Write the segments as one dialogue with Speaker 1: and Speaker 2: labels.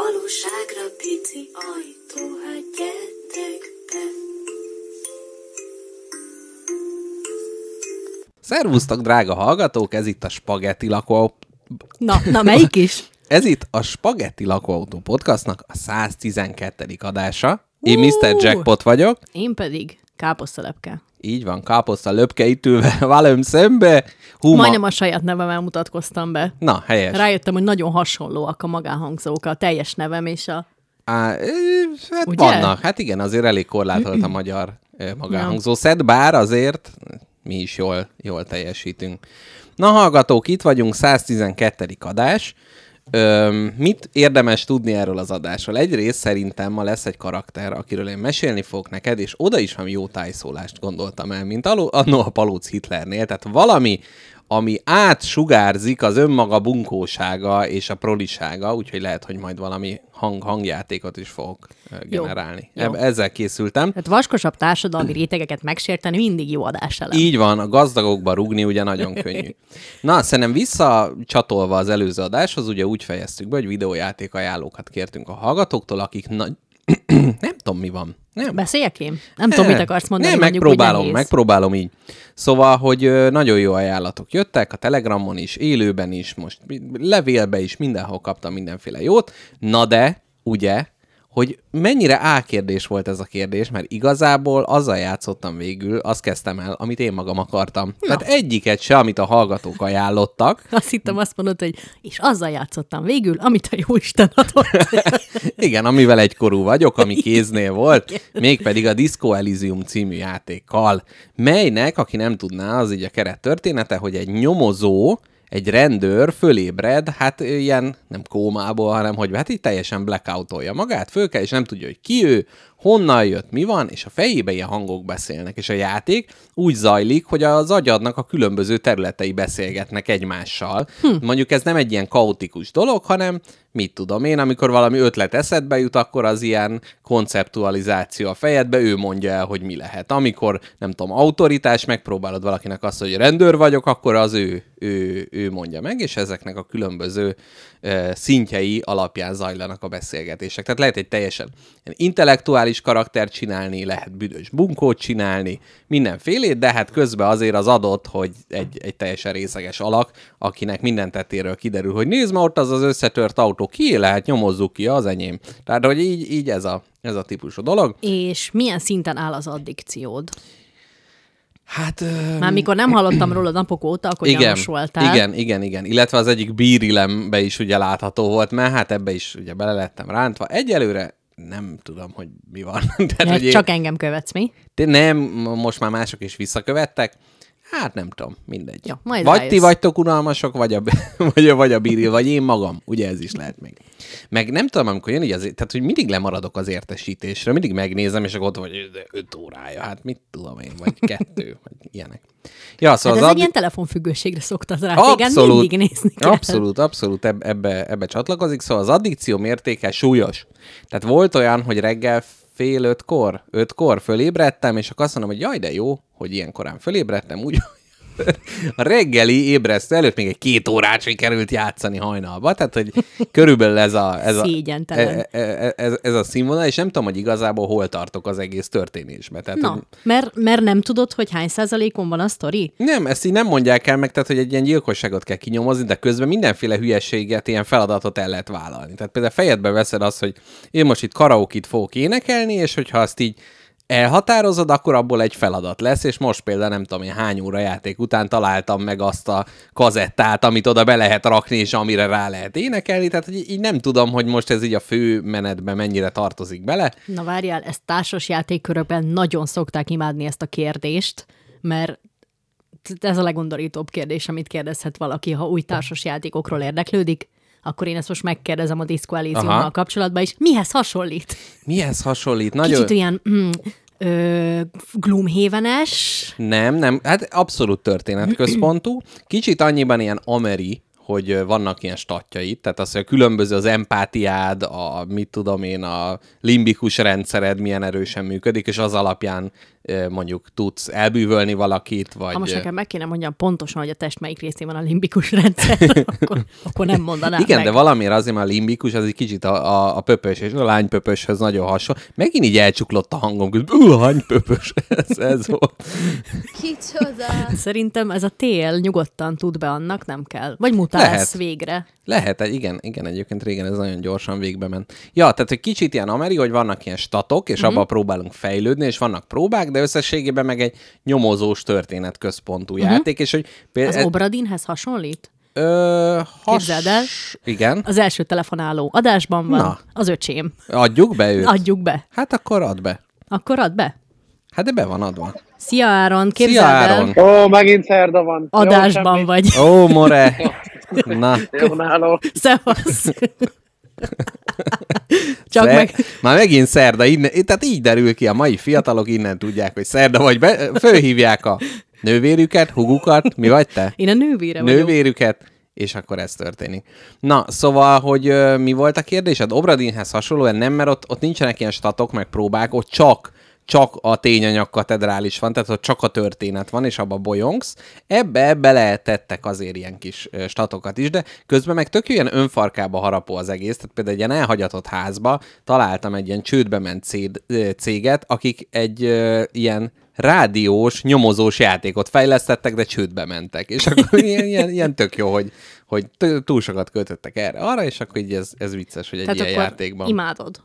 Speaker 1: Valóságra pici ajtó, hát gyertek be.
Speaker 2: Szervusztok, drága hallgatók, ez itt a Spagetti Lakó...
Speaker 3: Na, na melyik is?
Speaker 2: Ez itt a Spagetti Lakóautó podcastnak a 112. adása. Én Mr. Jackpot vagyok,
Speaker 3: Én pedig káposztalepke.
Speaker 2: így van, káposzta löpke itt ülve velem szembe. Huma...
Speaker 3: Majdnem a saját nevemmel mutatkoztam be.
Speaker 2: Na, helyes.
Speaker 3: Rájöttem, hogy nagyon hasonlóak a magánhangzók, a teljes nevem és a...
Speaker 2: Á, ö, hát
Speaker 3: Ugye?
Speaker 2: vannak, hát igen, azért elég korlátolt a magyar ö, magánhangzó szed, bár azért mi is jól, jól teljesítünk. Na hallgatók, itt vagyunk, 112. adás. Öm, mit érdemes tudni erről az adásról? Egyrészt szerintem ma lesz egy karakter, akiről én mesélni fogok neked, és oda is valami jó tájszólást gondoltam el, mint aló, annó a Palóc Hitlernél, tehát valami, ami átsugárzik az önmaga bunkósága és a prolisága, úgyhogy lehet, hogy majd valami hang hangjátékot is fogok ö,
Speaker 3: Jó.
Speaker 2: generálni.
Speaker 3: Jó.
Speaker 2: Eb- Ezzel készültem.
Speaker 3: Tehát vaskosabb társadalmi rétegeket megsérteni mindig jó adáselem.
Speaker 2: Így van, a gazdagokba rugni ugye nagyon könnyű. Na, szerintem visszacsatolva az előző adáshoz, ugye úgy fejeztük be, hogy videójáték ajánlókat kértünk a hallgatóktól, akik nagy... nem tudom, mi van. Nem,
Speaker 3: Beszéljek én? Nem tudom, mit akarsz mondani,
Speaker 2: nem,
Speaker 3: mondjuk,
Speaker 2: megpróbálom,
Speaker 3: hogy nehéz.
Speaker 2: megpróbálom így. Szóval, hogy ö, nagyon jó ajánlatok jöttek, a Telegramon is, élőben is, most mi- levélbe is, mindenhol kaptam mindenféle jót. Na de, ugye, hogy mennyire álkérdés volt ez a kérdés, mert igazából azzal játszottam végül, azt kezdtem el, amit én magam akartam. Ja. Tehát egyiket se, amit a hallgatók ajánlottak.
Speaker 3: Azt hittem, azt mondod, hogy és azzal játszottam végül, amit a Jóisten adott.
Speaker 2: Igen, amivel egykorú vagyok, ami kéznél volt, mégpedig a Disco Elysium című játékkal, melynek, aki nem tudná, az így a keret története, hogy egy nyomozó, egy rendőr fölébred, hát ő ilyen nem kómából, hanem hogy hát így teljesen blackoutolja magát, föl kell, és nem tudja, hogy ki ő, honnan jött, mi van, és a fejébe ilyen hangok beszélnek, és a játék úgy zajlik, hogy az agyadnak a különböző területei beszélgetnek egymással. Hm. Mondjuk ez nem egy ilyen kaotikus dolog, hanem mit tudom én, amikor valami ötlet eszedbe jut, akkor az ilyen konceptualizáció a fejedbe, ő mondja el, hogy mi lehet. Amikor, nem tudom, autoritás, megpróbálod valakinek azt, hogy rendőr vagyok, akkor az ő, ő, ő mondja meg, és ezeknek a különböző ö, szintjei alapján zajlanak a beszélgetések. Tehát lehet egy teljesen ilyen intellektuális karaktert csinálni, lehet büdös bunkót csinálni, mindenfélét, de hát közben azért az adott, hogy egy, egy teljesen részeges alak, akinek minden tetéről kiderül, hogy nézd, ma ott az az összetört autó, ki lehet, nyomozzuk ki, az enyém. Tehát, hogy így, így ez, a, ez a típusú dolog.
Speaker 3: és milyen szinten áll az addikciód?
Speaker 2: Hm. Hát... Ö...
Speaker 3: Már mikor nem hallottam róla napok óta, akkor
Speaker 2: igen,
Speaker 3: gyanús voltál.
Speaker 2: igen, igen, igen. Illetve az egyik bírilembe is ugye látható volt, mert hát ebbe is ugye bele lettem rántva. Egyelőre nem tudom, hogy mi van. Tehát,
Speaker 3: Mert
Speaker 2: hogy én-
Speaker 3: csak engem követsz, mi?
Speaker 2: Té- nem, m- most már mások is visszakövettek. Hát nem tudom, mindegy.
Speaker 3: Jó, majd
Speaker 2: vagy ti
Speaker 3: rájössz.
Speaker 2: vagytok unalmasok, vagy a, vagy, a, vagy a bíril, vagy én magam. Ugye ez is lehet még. Meg nem tudom, amikor jön így az, tehát hogy mindig lemaradok az értesítésre, mindig megnézem, és akkor ott vagy de öt órája, hát mit tudom én, vagy kettő, vagy ilyenek. Ja,
Speaker 3: Hát
Speaker 2: szóval
Speaker 3: ez
Speaker 2: az
Speaker 3: egy
Speaker 2: addig-
Speaker 3: ilyen telefonfüggőségre szoktat rá. Abszolút. Igen, mindig nézni kell.
Speaker 2: Abszolút, abszolút eb- ebbe, ebbe csatlakozik. Szóval az addikció mértéke súlyos. Tehát volt olyan, hogy reggel fél ötkor, ötkor fölébredtem, és akkor azt mondom, hogy jaj, de jó, hogy ilyen korán fölébredtem, úgy, hogy a reggeli ébresztő előtt még egy két órát sikerült játszani hajnalba, tehát hogy körülbelül ez a, ez a,
Speaker 3: Szégyentelen.
Speaker 2: e- e- ez, ez a színvonal, és nem tudom, hogy igazából hol tartok az egész történésbe. Tehát, hogy
Speaker 3: Na, mert, mert nem tudod, hogy hány százalékon van a sztori?
Speaker 2: nem, ezt így nem mondják el meg, tehát, hogy egy ilyen gyilkosságot kell kinyomozni, de közben mindenféle hülyeséget, ilyen feladatot el lehet vállalni. Tehát például fejedbe veszed azt, hogy én most itt karaokit fogok énekelni, és hogyha azt így elhatározod, akkor abból egy feladat lesz, és most például nem tudom én hány óra játék után találtam meg azt a kazettát, amit oda be lehet rakni, és amire rá lehet énekelni, tehát hogy így nem tudom, hogy most ez így a fő menetbe mennyire tartozik bele.
Speaker 3: Na várjál, ezt társas játékkörökben nagyon szokták imádni ezt a kérdést, mert ez a legundorítóbb kérdés, amit kérdezhet valaki, ha új társas játékokról érdeklődik. Akkor én ezt most megkérdezem a Disco
Speaker 2: Aha.
Speaker 3: Elysiummal kapcsolatban is. Mihez hasonlít?
Speaker 2: Mihez hasonlít? Nagyon...
Speaker 3: Kicsit olyan mm, ö, gloomhaven-es,
Speaker 2: Nem, nem, hát abszolút történetközpontú. Kicsit annyiban ilyen ameri, hogy ö, vannak ilyen statjai, tehát az, hogy különböző az empátiád, a mit tudom én, a limbikus rendszered milyen erősen működik, és az alapján ö, mondjuk tudsz elbűvölni valakit, vagy...
Speaker 3: Ha most nekem meg kéne mondjam pontosan, hogy a test melyik részén van a limbikus rendszer, akkor, akkor nem mondanám
Speaker 2: Igen,
Speaker 3: meg.
Speaker 2: de valamiért azért már a limbikus, az egy kicsit a, a, a pöpös, és a lánypöpöshöz nagyon hasonló. Megint így elcsuklott a hangom, hogy ú, lánypöpös, ez, ez volt.
Speaker 4: Kicsoda!
Speaker 3: Hát Szerintem ez a tél nyugodtan tud be annak, nem kell. Vagy mutálsz
Speaker 2: Lehet.
Speaker 3: végre.
Speaker 2: Lehet, egy- igen, igen, egyébként régen ez nagyon gyorsan végbe ment. Ja, tehát egy kicsit ilyen ameri, hogy vannak ilyen statok,
Speaker 3: Mhm.
Speaker 2: és abban próbálunk fejlődni, és vannak próbák, de összességében meg egy nyomozós történetközpontú játék, és hogy
Speaker 3: Mhm. Az
Speaker 2: például...
Speaker 3: Obradinhez hasonlít?
Speaker 2: Ö, has...
Speaker 3: Képzeld el.
Speaker 2: Igen,
Speaker 3: Az első telefonáló adásban van.
Speaker 2: Na.
Speaker 3: Na. Az öcsém.
Speaker 2: adjuk be őt.
Speaker 3: Adjuk be.
Speaker 2: Hát akkor add be.
Speaker 3: Akkor add be.
Speaker 2: Hát de be van adva.
Speaker 3: Szia Áron, képzeld
Speaker 2: Szia,
Speaker 3: el,
Speaker 2: Áron!
Speaker 5: Ó, megint szerda van. Jó,
Speaker 3: adásban
Speaker 5: semmi.
Speaker 3: vagy.
Speaker 2: Ó, more! Na,
Speaker 5: Jó, náló.
Speaker 3: Szevasz! Csak
Speaker 2: Szer-
Speaker 3: meg,
Speaker 2: Már megint szerda, innen, tehát így derül ki, a mai fiatalok innen tudják, hogy szerda vagy, be, fölhívják a nővérüket, hugukat, mi vagy te?
Speaker 3: én a nővére vagyok.
Speaker 2: Nővérüket, és akkor ez történik. Na, szóval, hogy ö, mi volt a kérdésed? Obradinhez hasonlóan nem, mert ott, ott nincsenek ilyen statok, meg próbák, ott csak csak a tényanyag katedrális van, tehát ott csak a történet van, és abba bolyongsz. Ebbe beletettek azért ilyen kis ö, statokat is, de közben meg tök ilyen önfarkába harapó az egész, tehát például egy ilyen elhagyatott házba találtam egy ilyen csődbe ment céd- ö, céget, akik egy ö, ilyen rádiós, nyomozós játékot fejlesztettek, de csődbe mentek. És akkor ilyen, ilyen, ilyen tök jó, hogy, hogy t- túl sokat költöttek erre, arra, és akkor így ez, ez vicces, hogy egy
Speaker 3: Tehát
Speaker 2: Tehát ilyen
Speaker 3: akkor
Speaker 2: játékban. Imá-
Speaker 3: imádod.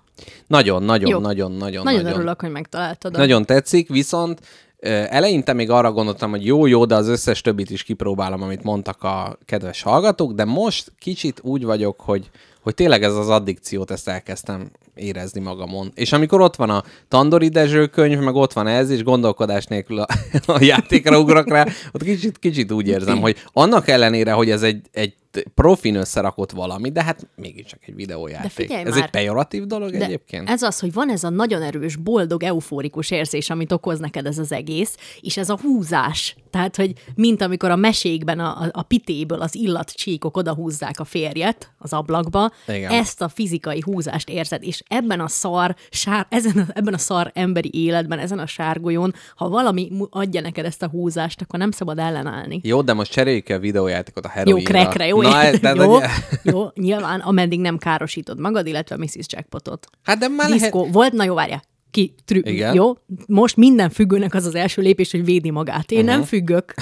Speaker 2: nagyon, nagyon,
Speaker 3: Jó.
Speaker 2: nagyon, nagyon,
Speaker 3: Nagyon,
Speaker 2: nagyon,
Speaker 3: nagyon örülök, hogy megtaláltad. a-
Speaker 2: Nagyon tetszik, viszont ö, eleinte még arra gondoltam, hogy jó, jó, de az összes többit is kipróbálom, amit mondtak a kedves hallgatók, de most kicsit úgy vagyok, hogy, hogy tényleg ez az addikciót, ezt elkezdtem érezni magamon. És amikor ott van a Tandori Dezső könyv, meg ott van ez, és gondolkodás nélkül a, a játékra ugrok rá, ott kicsit, kicsit úgy érzem, hogy annak ellenére, hogy ez egy, egy profin összerakott valami, de hát mégiscsak egy videójáték.
Speaker 3: figyelj
Speaker 2: Ez
Speaker 3: már.
Speaker 2: egy pejoratív dolog
Speaker 3: De
Speaker 2: egyébként?
Speaker 3: Ez az, hogy van ez a nagyon erős, boldog, eufórikus érzés, amit okoz neked ez az egész, és ez a húzás. Tehát, hogy mint amikor a mesékben a, a, a pitéből az illatcsíkok odahúzzák a férjet az ablakba,
Speaker 2: Igen.
Speaker 3: ezt a fizikai húzást érzed, és ebben a szar, sár, ezen a, ebben a szar emberi életben, ezen a sárgolyón, ha valami mu- adja neked ezt a húzást, akkor nem szabad ellenállni.
Speaker 2: Jó, de most cseréljük ki a videójátékot a
Speaker 3: Jó,
Speaker 2: heroinra.
Speaker 3: krekre, jó?
Speaker 2: Na, ez- tehát,
Speaker 3: jó,
Speaker 2: hogy-
Speaker 3: jó, nyilván, ameddig nem károsítod magad, illetve a Mrs. Jackpotot.
Speaker 2: Hát de már lehet...
Speaker 3: Diszkó volt, na jó, várjál. Ki, trü-
Speaker 2: Igen.
Speaker 3: Jó, most minden függőnek az az első lépés, hogy védi magát. Én uh-huh. nem függök.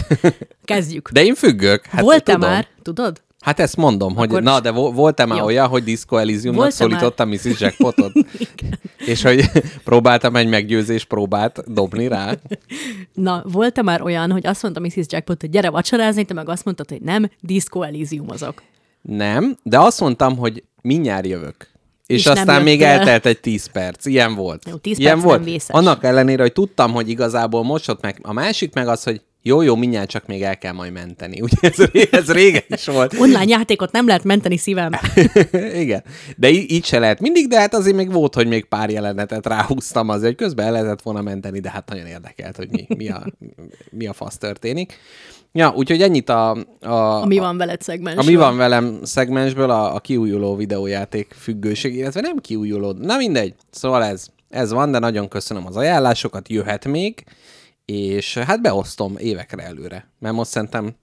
Speaker 3: Kezdjük.
Speaker 2: De én függök. Hát
Speaker 3: Volt-e
Speaker 2: tudom.
Speaker 3: már, tudod?
Speaker 2: Hát ezt mondom, hogy
Speaker 3: Akkor-
Speaker 2: na, de vo- volt-e már
Speaker 3: Jó.
Speaker 2: olyan, hogy Disco Elysiumnak
Speaker 3: Volt-e
Speaker 2: szólítottam Mrs. Jackpotot? És hogy próbáltam egy meggyőzés próbát dobni rá?
Speaker 3: Na, volt-e már olyan, hogy azt mondta Mrs. Jackpot, hogy gyere vacsorázni, te meg azt mondtad, hogy nem, diszkó azok.
Speaker 2: Nem, de azt mondtam, hogy mindjárt jövök. És,
Speaker 3: És nem
Speaker 2: aztán még
Speaker 3: jöttél.
Speaker 2: eltelt egy 10 perc. Ilyen volt.
Speaker 3: Jó, 10
Speaker 2: Ilyen
Speaker 3: perc nem
Speaker 2: volt.
Speaker 3: vészes.
Speaker 2: Annak ellenére, hogy tudtam, hogy igazából most ott meg a másik meg az, hogy jó, jó, mindjárt csak még el kell majd menteni. Ugye ez, ez régen is volt.
Speaker 3: Online játékot nem lehet menteni szívem.
Speaker 2: Igen, de í- így se lehet mindig, de hát azért még volt, hogy még pár jelenetet ráhúztam azért, hogy közben el lehetett volna menteni, de hát nagyon érdekelt, hogy mi, mi, a, mi a fasz történik. Ja, úgyhogy ennyit a, a,
Speaker 3: Ami van veled szegmensben.
Speaker 2: a mi van velem szegmensből a, a kiújuló videójáték függőség, illetve nem kiújuló, na mindegy. Szóval ez, ez van, de nagyon köszönöm az ajánlásokat, jöhet még, és hát beosztom évekre előre, mert most szerintem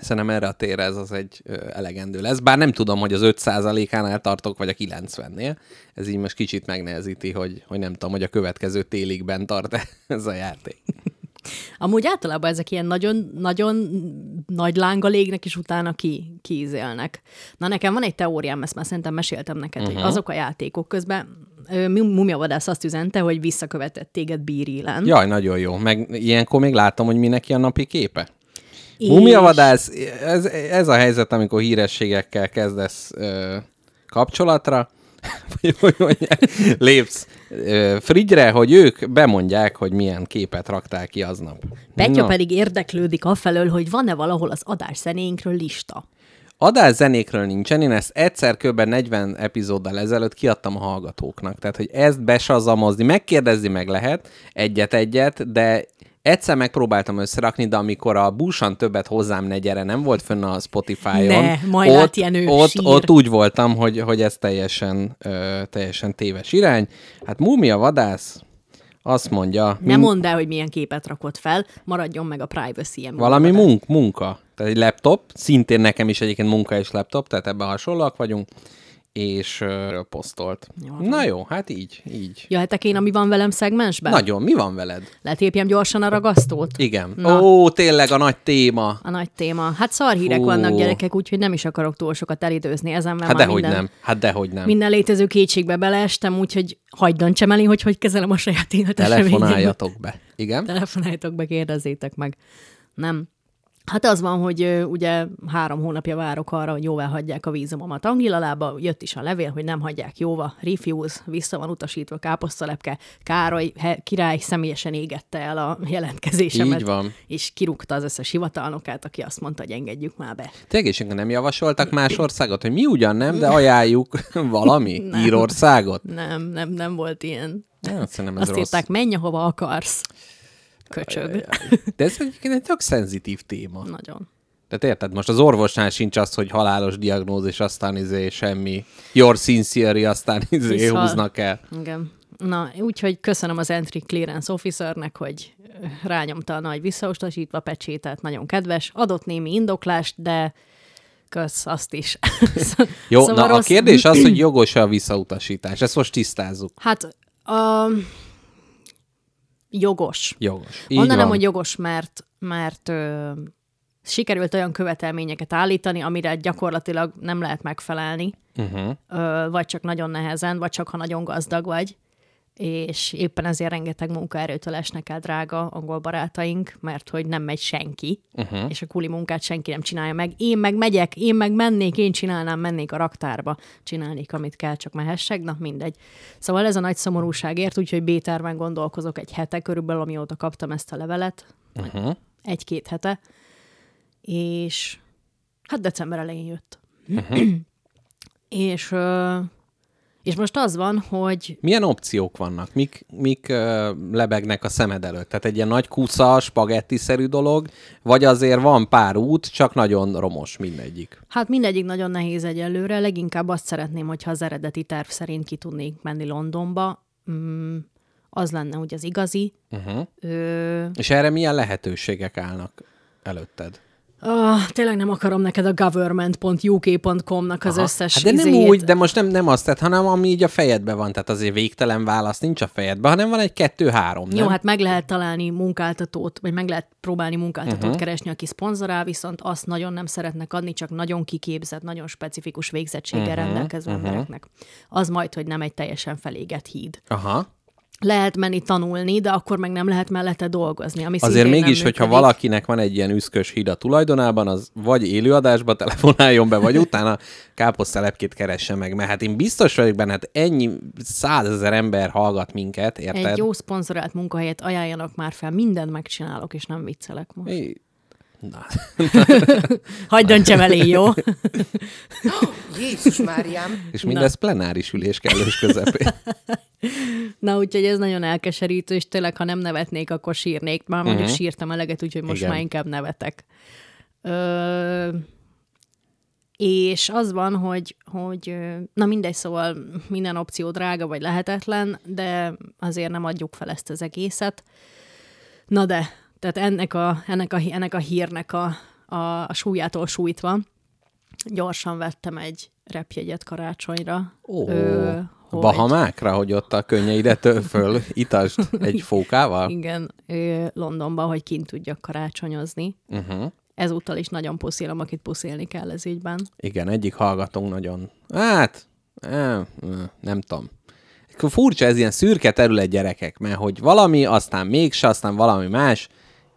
Speaker 2: Szerintem erre a térre ez az egy ö, elegendő lesz. Bár nem tudom, hogy az 5%-ánál tartok, vagy a 90-nél. Ez így most kicsit megnehezíti, hogy, hogy nem tudom, hogy a következő téligben tart ez a játék.
Speaker 3: Amúgy általában ezek ilyen nagyon, nagyon nagy lánggal égnek, és utána ki, kiízélnek. Na nekem van egy teóriám, ezt már szerintem meséltem neked, uh-huh. hogy azok a játékok közben ö, Mu- Mumjavadász azt üzente, hogy visszakövetett téged bírílen.
Speaker 2: Jaj, nagyon jó. Meg ilyenkor még látom, hogy minek a napi képe.
Speaker 3: És-
Speaker 2: Mumiavadász, ez, ez a helyzet, amikor hírességekkel kezdesz ö, kapcsolatra, vagy hogy mondják, lépsz ö, Frigyre, hogy ők bemondják, hogy milyen képet raktál ki aznap.
Speaker 3: Petya
Speaker 2: Na.
Speaker 3: pedig érdeklődik afelől, hogy van-e valahol az adás zenéinkről lista.
Speaker 2: Adás zenékről nincsen, én ezt egyszer kb. 40 epizóddal ezelőtt kiadtam a hallgatóknak. Tehát, hogy ezt besazamozni, megkérdezni meg lehet egyet-egyet, de Egyszer megpróbáltam összerakni, de amikor a Búsan többet hozzám ne gyere nem volt fönn a Spotify-on,
Speaker 3: Ne, majd
Speaker 2: ott,
Speaker 3: hát ilyen ő
Speaker 2: ott,
Speaker 3: sír.
Speaker 2: ott úgy voltam, hogy, hogy ez teljesen, ö, teljesen téves irány. Hát Múmia vadász azt mondja,
Speaker 3: Ne
Speaker 2: min-
Speaker 3: mondd el, hogy milyen képet rakott fel, maradjon meg a privacy
Speaker 2: valami munk, munka, tehát egy laptop, szintén nekem is egyébként munka és laptop, tehát ebben hasonlóak vagyunk, és ö, posztolt. Na jó, hát így, így.
Speaker 3: Jöhetek én, ami van velem szegmensben?
Speaker 2: Nagyon, mi van veled?
Speaker 3: Letépjem gyorsan a ragasztót?
Speaker 2: Igen.
Speaker 3: Na.
Speaker 2: Ó, tényleg a nagy téma.
Speaker 3: A nagy téma. Hát szarhírek
Speaker 2: Fú.
Speaker 3: vannak gyerekek, úgyhogy nem is akarok túl sokat elidőzni ezen, mert
Speaker 2: Hát
Speaker 3: már
Speaker 2: dehogy
Speaker 3: minden,
Speaker 2: nem. Hát dehogy nem.
Speaker 3: minden létező kétségbe beleestem, úgyhogy hagyd döntsem el, én, hogy hogy kezelem a saját életeseményemet.
Speaker 2: Telefonáljatok be. Igen?
Speaker 3: Telefonáljatok be, kérdezzétek meg. Nem. Hát az van, hogy ö, ugye három hónapja várok arra, hogy jóvá hagyják a vízumomat Angilalába, jött is a levél, hogy nem hagyják jóva, refuse, vissza van utasítva káposztalepke, Károly he, király személyesen égette el a jelentkezésemet.
Speaker 2: Így van.
Speaker 3: És kirúgta az összes hivatalnokát, aki azt mondta, hogy engedjük már be.
Speaker 2: Tényleg nem javasoltak más országot, hogy mi ugyan nem, de ajánljuk valami nem. Írországot.
Speaker 3: Nem, nem, nem volt ilyen.
Speaker 2: Hát, szerintem ez
Speaker 3: Azt
Speaker 2: rossz.
Speaker 3: írták, menj, ahova akarsz. Köcsög.
Speaker 2: De ez egyébként egy tök szenzitív téma.
Speaker 3: Nagyon.
Speaker 2: Tehát érted, most az orvosnál sincs az, hogy halálos diagnózis, aztán izé semmi. Your sincere, aztán izé
Speaker 3: Viszhal.
Speaker 2: húznak el.
Speaker 3: Igen. Na, úgyhogy köszönöm az Entry Clearance Officernek, hogy rányomta a nagy visszautasítva pecsétet, nagyon kedves, adott némi indoklást, de kösz azt is. Szóval
Speaker 2: Jó, na a kérdés az, hogy jogos-e a visszautasítás. Ezt most tisztázzuk.
Speaker 3: Hát, a... jogos.
Speaker 2: Jogos. Így
Speaker 3: Mondanám,
Speaker 2: van.
Speaker 3: hogy jogos, mert, mert ö, sikerült olyan követelményeket állítani, amire gyakorlatilag nem lehet megfelelni, uh-huh. ö, vagy csak nagyon nehezen, vagy csak ha nagyon gazdag vagy, és éppen ezért rengeteg munkaerőtől esnek el drága angol barátaink, mert hogy nem megy senki, uh-huh. és a kuli munkát senki nem csinálja meg. Én meg megyek, én meg mennék, én csinálnám, mennék a raktárba, csinálnék, amit kell, csak mehessek, na mindegy. Szóval ez a nagy szomorúságért, úgyhogy B-terven gondolkozok egy hete körülbelül, amióta kaptam ezt a levelet,
Speaker 2: Uh-huh.
Speaker 3: egy-két hete, és hát december elején jött. és, ö, és most az van, hogy
Speaker 2: Milyen opciók vannak? Mik, mik ö, lebegnek a szemed előtt? Tehát egy ilyen nagy kusza, spagetti-szerű dolog, vagy azért van pár út, csak nagyon romos mindegyik.
Speaker 3: hát mindegyik nagyon nehéz egyelőre, leginkább azt szeretném, hogyha az eredeti terv szerint ki tudnék menni Londonba, mm, az lenne ugye az igazi.
Speaker 2: Uh-huh.
Speaker 3: Ö,
Speaker 2: És erre milyen lehetőségek állnak előtted?
Speaker 3: ah, tényleg nem akarom neked a government.uk.com-nak az összes
Speaker 2: Hát de nem
Speaker 3: izéjét.
Speaker 2: úgy, de most nem, nem azt tett, hanem ami így a fejedben van. Tehát azért végtelen válasz nincs a fejedben, hanem van egy kettő-három, nem?
Speaker 3: Jó, hát meg lehet találni munkáltatót, vagy meg lehet próbálni munkáltatót uh-huh. keresni, aki szponzorál, viszont azt nagyon nem szeretnek adni, csak nagyon kiképzett, nagyon specifikus végzettséggel uh-huh. rendelkező uh-huh. embereknek. Az majd, hogy nem egy teljesen felégett híd.
Speaker 2: Aha.
Speaker 3: Lehet menni tanulni, de akkor meg nem lehet mellette dolgozni, ami
Speaker 2: Azért
Speaker 3: szintén nem
Speaker 2: mégis, hogyha
Speaker 3: működik.
Speaker 2: valakinek van egy ilyen üszkös híd a tulajdonában, az vagy élőadásba telefonáljon be, vagy utána káposztelepkét keresse meg. Mert hát én biztos vagyok benne, hát ennyi százezer ember hallgat minket, érted?
Speaker 3: Egy jó szponzorált munkahelyet ajánljanak már fel, mindent megcsinálok, és nem viccelek most.
Speaker 2: I- Na,
Speaker 3: Hagyd döntsem elé, jó?
Speaker 6: Jézus Máriám!
Speaker 2: és mindez plenáris ülés kellős közepén.
Speaker 3: Na, úgyhogy ez nagyon elkeserítő, és tényleg, ha nem nevetnék, akkor sírnék. Már mondjuk uh-huh. sírtam eleget, úgyhogy most
Speaker 2: Mhm. Igen.
Speaker 3: már inkább nevetek. Ö, és az van, hogy, hogy ö, na mindegy, szóval minden opció drága vagy lehetetlen, de azért nem adjuk fel ezt az egészet. Na de, tehát ennek a, ennek a, ennek a hírnek a, a, a súlyától sújtva, gyorsan vettem egy repjegyet karácsonyra.
Speaker 2: Ó,
Speaker 3: Ö,
Speaker 2: a
Speaker 3: hogy-
Speaker 2: Bahamákra, hogy ott a könnyeidet föl itasd egy fókával?
Speaker 3: Igen, ö, Londonba, hogy kint tudjak karácsonyozni.
Speaker 2: Uh-huh.
Speaker 3: Ezúttal is nagyon puszilom, akit puszilni kell ez ügyben.
Speaker 2: Igen, egyik hallgatónk nagyon. Hát, á, nem tudom. Akkor Furcsa ez ilyen szürke terület gyerekek, mert hogy valami, aztán mégse, aztán valami más.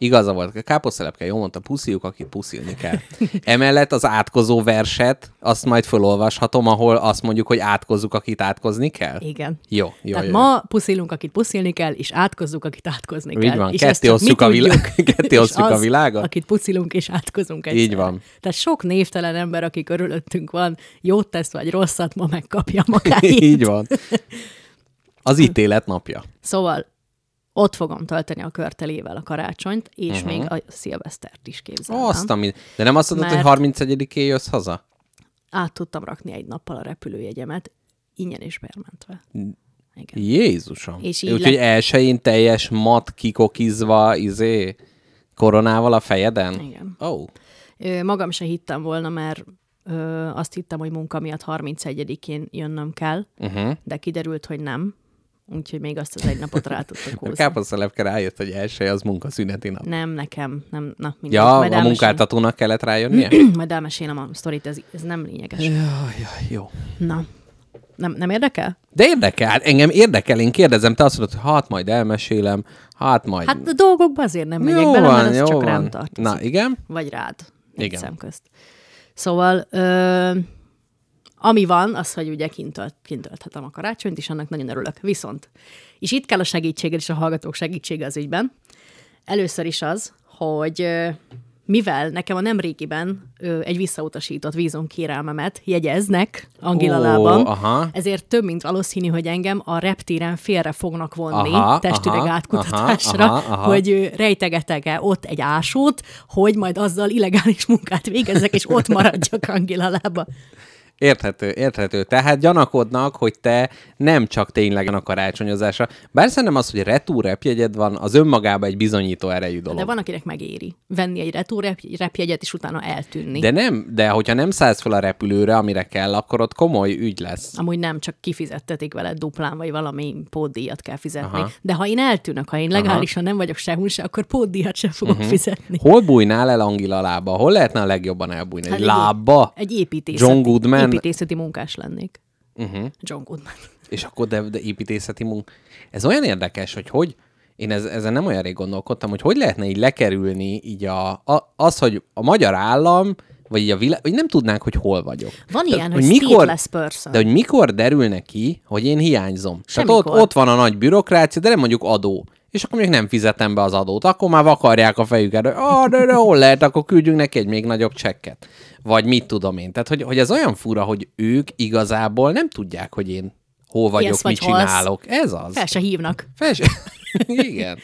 Speaker 2: Igaza volt, a káposztelepke jól mondta, pusziljuk, akit puszilni kell. Emellett az átkozó verset, azt majd felolvashatom, ahol azt mondjuk, hogy átkozzuk, akit átkozni kell.
Speaker 3: Igen.
Speaker 2: Jó, jó,
Speaker 3: Tehát
Speaker 2: jó. jó.
Speaker 3: ma puszilunk, akit puszilni kell, és átkozzuk, akit átkozni kell.
Speaker 2: Így van,
Speaker 3: és
Speaker 2: ketté
Speaker 3: ezt csak mi
Speaker 2: osztjuk a vilá-
Speaker 3: tudjuk,
Speaker 2: ketté
Speaker 3: és
Speaker 2: osztjuk a
Speaker 3: az,
Speaker 2: világot.
Speaker 3: akit puszilunk és átkozunk egyszerre.
Speaker 2: Így van.
Speaker 3: Tehát sok névtelen ember, aki körülöttünk van, jót tesz vagy rosszat, ma megkapja magáit.
Speaker 2: Így van. Az ítélet napja.
Speaker 3: Szóval Ott fogom tölteni a körtelével a karácsonyt, és uh-huh. még a szilvesztert is képzelem.
Speaker 2: Mhm. Azt, ami... De nem azt mondod,
Speaker 3: Mert-
Speaker 2: hogy 31-én jössz haza?
Speaker 3: Át tudtam rakni egy nappal a repülőjegyemet, ingyen és bermentve.
Speaker 2: Mm.
Speaker 3: Igen.
Speaker 2: Jézusom.
Speaker 3: És így
Speaker 2: Úgyhogy
Speaker 3: le-
Speaker 2: elsőjén teljes mat kikokizva, izé, koronával a fejeden?
Speaker 3: Igen.
Speaker 2: Ó, oh,
Speaker 3: Ö, Magam se hittem volna, mert ö, azt hittem, hogy munka miatt 31-én jönnöm kell, uh-huh. de kiderült, hogy nem. Úgyhogy még azt az egy napot rá tudtuk húzni.
Speaker 2: káposztalepke rájött, hogy elsője az munkaszüneti nap.
Speaker 3: Nem, nekem. Nem, na, mindegy.
Speaker 2: Ja,
Speaker 3: Majd
Speaker 2: a
Speaker 3: elmesélem.
Speaker 2: munkáltatónak kellett rájönnie?
Speaker 3: Majd elmesélem a sztorit, ez, ez nem lényeges.
Speaker 2: Jaj, jaj, jó.
Speaker 3: Na, nem, nem érdekel?
Speaker 2: De érdekel, hát engem érdekel, én kérdezem, te azt mondod, hogy hát majd elmesélem, hát majd...
Speaker 3: Hát a dolgokba azért nem megyek bele, mert ez csak rám tartozik.
Speaker 2: Na, igen?
Speaker 3: Vagy rád. Egy
Speaker 2: Igen.
Speaker 3: Igen. Szemközt. Szóval, ö, ami van, az, hogy ugye kintölt, kintölthetem a karácsonyt, és annak nagyon örülök. Viszont, és itt kell a segítséged és a hallgatók segítsége az ügyben. Először is az, hogy ö, mivel nekem a nemrégiben ö, egy visszautasított vízum kérelmemet jegyeznek Angilában,
Speaker 2: aha.
Speaker 3: ezért több, mint valószínű, hogy engem a reptéren félre fognak vonni
Speaker 2: Aha,
Speaker 3: aha, testüreg
Speaker 2: aha,
Speaker 3: aha, átkutatásra,
Speaker 2: aha, aha, aha.
Speaker 3: hogy ö, rejtegetek-e ott egy ásót, hogy majd azzal illegális munkát végezzek, és ott maradjak Angilalába.
Speaker 2: Érthető, érthető. Tehát gyanakodnak, hogy te nem csak tényleg a karácsonyozásra. Bár szerintem az, hogy retúr repjegyed van, az önmagában egy bizonyító erejű dolog.
Speaker 3: De van, akinek megéri venni egy retórepjegyet, és utána eltűnni.
Speaker 2: de nem, de hogyha nem szállsz fel a repülőre, amire kell, akkor ott komoly ügy lesz.
Speaker 3: Amúgy nem, csak kifizettetik veled duplán, vagy valami pótdíjat kell fizetni. Aha. De ha én eltűnök, ha én legálisan Aha. nem vagyok sehol se, akkor pótdíjat sem fogok
Speaker 2: Mhm.
Speaker 3: uh-huh. fizetni.
Speaker 2: Hol bújnál el Angila lába? Hol lehetne a legjobban elbújni? Egy
Speaker 3: Hát egy-
Speaker 2: lábba?
Speaker 3: Egy építészeti,
Speaker 2: John Goodman? Mhm.
Speaker 3: építészeti munkás lennék. Uh-huh. John Goodman.
Speaker 2: És akkor de, de építészeti munk. Ez olyan érdekes, hogy hogy, én ez, ezen nem olyan rég gondolkodtam, hogy hogy lehetne így lekerülni így a, a, az, hogy a magyar állam, vagy így a világ, vagy nem tudnánk, hogy hol vagyok.
Speaker 3: Van
Speaker 2: Tehát,
Speaker 3: ilyen, hogy stateless person.
Speaker 2: De hogy mikor derül neki, hogy én hiányzom. Tehát ott,
Speaker 3: Semmikor.
Speaker 2: ott van a nagy bürokrácia, de nem mondjuk adó. És akkor még nem fizetem be az adót. Akkor már vakarják a fejüket, hogy ah, de, de hol lehet, akkor küldjünk neki egy még nagyobb csekket. Vagy mit tudom én. Tehát, hogy, hogy ez olyan fura, hogy ők igazából nem tudják, hogy én hol vagyok,
Speaker 3: Élsz
Speaker 2: mit
Speaker 3: vagy halsz.
Speaker 2: csinálok. Ez az.
Speaker 3: Fel se hívnak.
Speaker 2: Fes. Igen.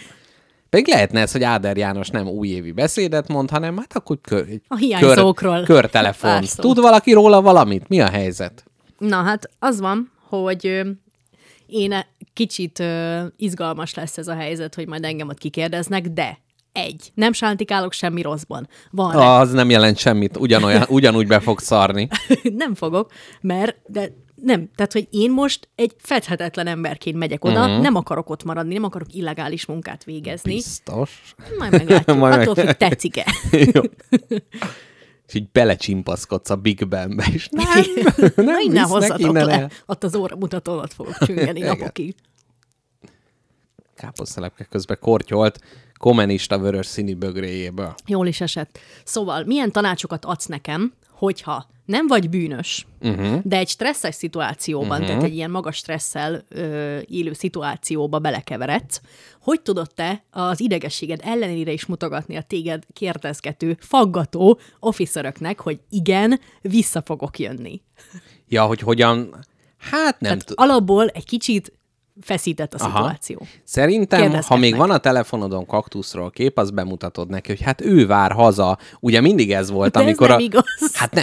Speaker 2: Pedig lehetne ez, hogy Áder János nem újévi beszédet mond, hanem hát akkor kör, egy
Speaker 3: A hiányzókról.
Speaker 2: Kör, körtelefon.
Speaker 3: Pár szót.
Speaker 2: Tud valaki róla valamit? Mi a helyzet?
Speaker 3: Na hát az van, hogy ö, én e- kicsit ö, izgalmas lesz ez a helyzet, hogy majd engem ott kikérdeznek, de egy, nem sántikálok semmi rosszban. Van rá-
Speaker 2: Az nem jelent semmit, ugyanolyan, ugyanúgy be fog szarni.
Speaker 3: nem fogok, mert de nem, tehát hogy én most egy fedhetetlen emberként megyek oda, uh-huh. nem akarok ott maradni, nem akarok illegális munkát végezni. Biz...
Speaker 2: Mhm. Biztos.
Speaker 3: Majd meglátjuk,
Speaker 2: Majd
Speaker 3: Majd
Speaker 2: meg-
Speaker 3: attól függ, tetszik-e.
Speaker 2: Jó. És így belecsimpaszkodsz a Big Bang-be, és nem, nem
Speaker 3: Na innen
Speaker 2: visznek
Speaker 3: hozzatok
Speaker 2: innen
Speaker 3: le,
Speaker 2: el.
Speaker 3: ott az óra mutatón ott fogok csüngeni
Speaker 2: Igen.
Speaker 3: napokig.
Speaker 2: Káposztelepke közben kortyolt komenista vörös színű bögréjéből.
Speaker 3: Jól is esett. Szóval, milyen tanácsokat adsz nekem, hogyha nem vagy bűnös,
Speaker 2: Mhm.
Speaker 3: uh-huh. de egy stresszes szituációban, uh-huh. tehát egy ilyen magas stresszel ö, élő szituációba belekeveredsz, hogy tudod te az idegességed ellenére is mutogatni a téged kérdezgető, faggató officeröknek, hogy igen, vissza fogok jönni.
Speaker 2: Ja, hogy hogyan... Hát nem
Speaker 3: Tehát
Speaker 2: tudom.
Speaker 3: alapból egy kicsit feszített a
Speaker 2: Aha.
Speaker 3: szituáció.
Speaker 2: Szerintem, ha
Speaker 3: Kérdezgetnek.
Speaker 2: még van a telefonodon kaktuszról kép, az bemutatod neki, hogy hát ő vár haza. Ugye mindig ez volt,
Speaker 3: De ez
Speaker 2: amikor...
Speaker 3: nem
Speaker 2: a...
Speaker 3: igaz.
Speaker 2: Hát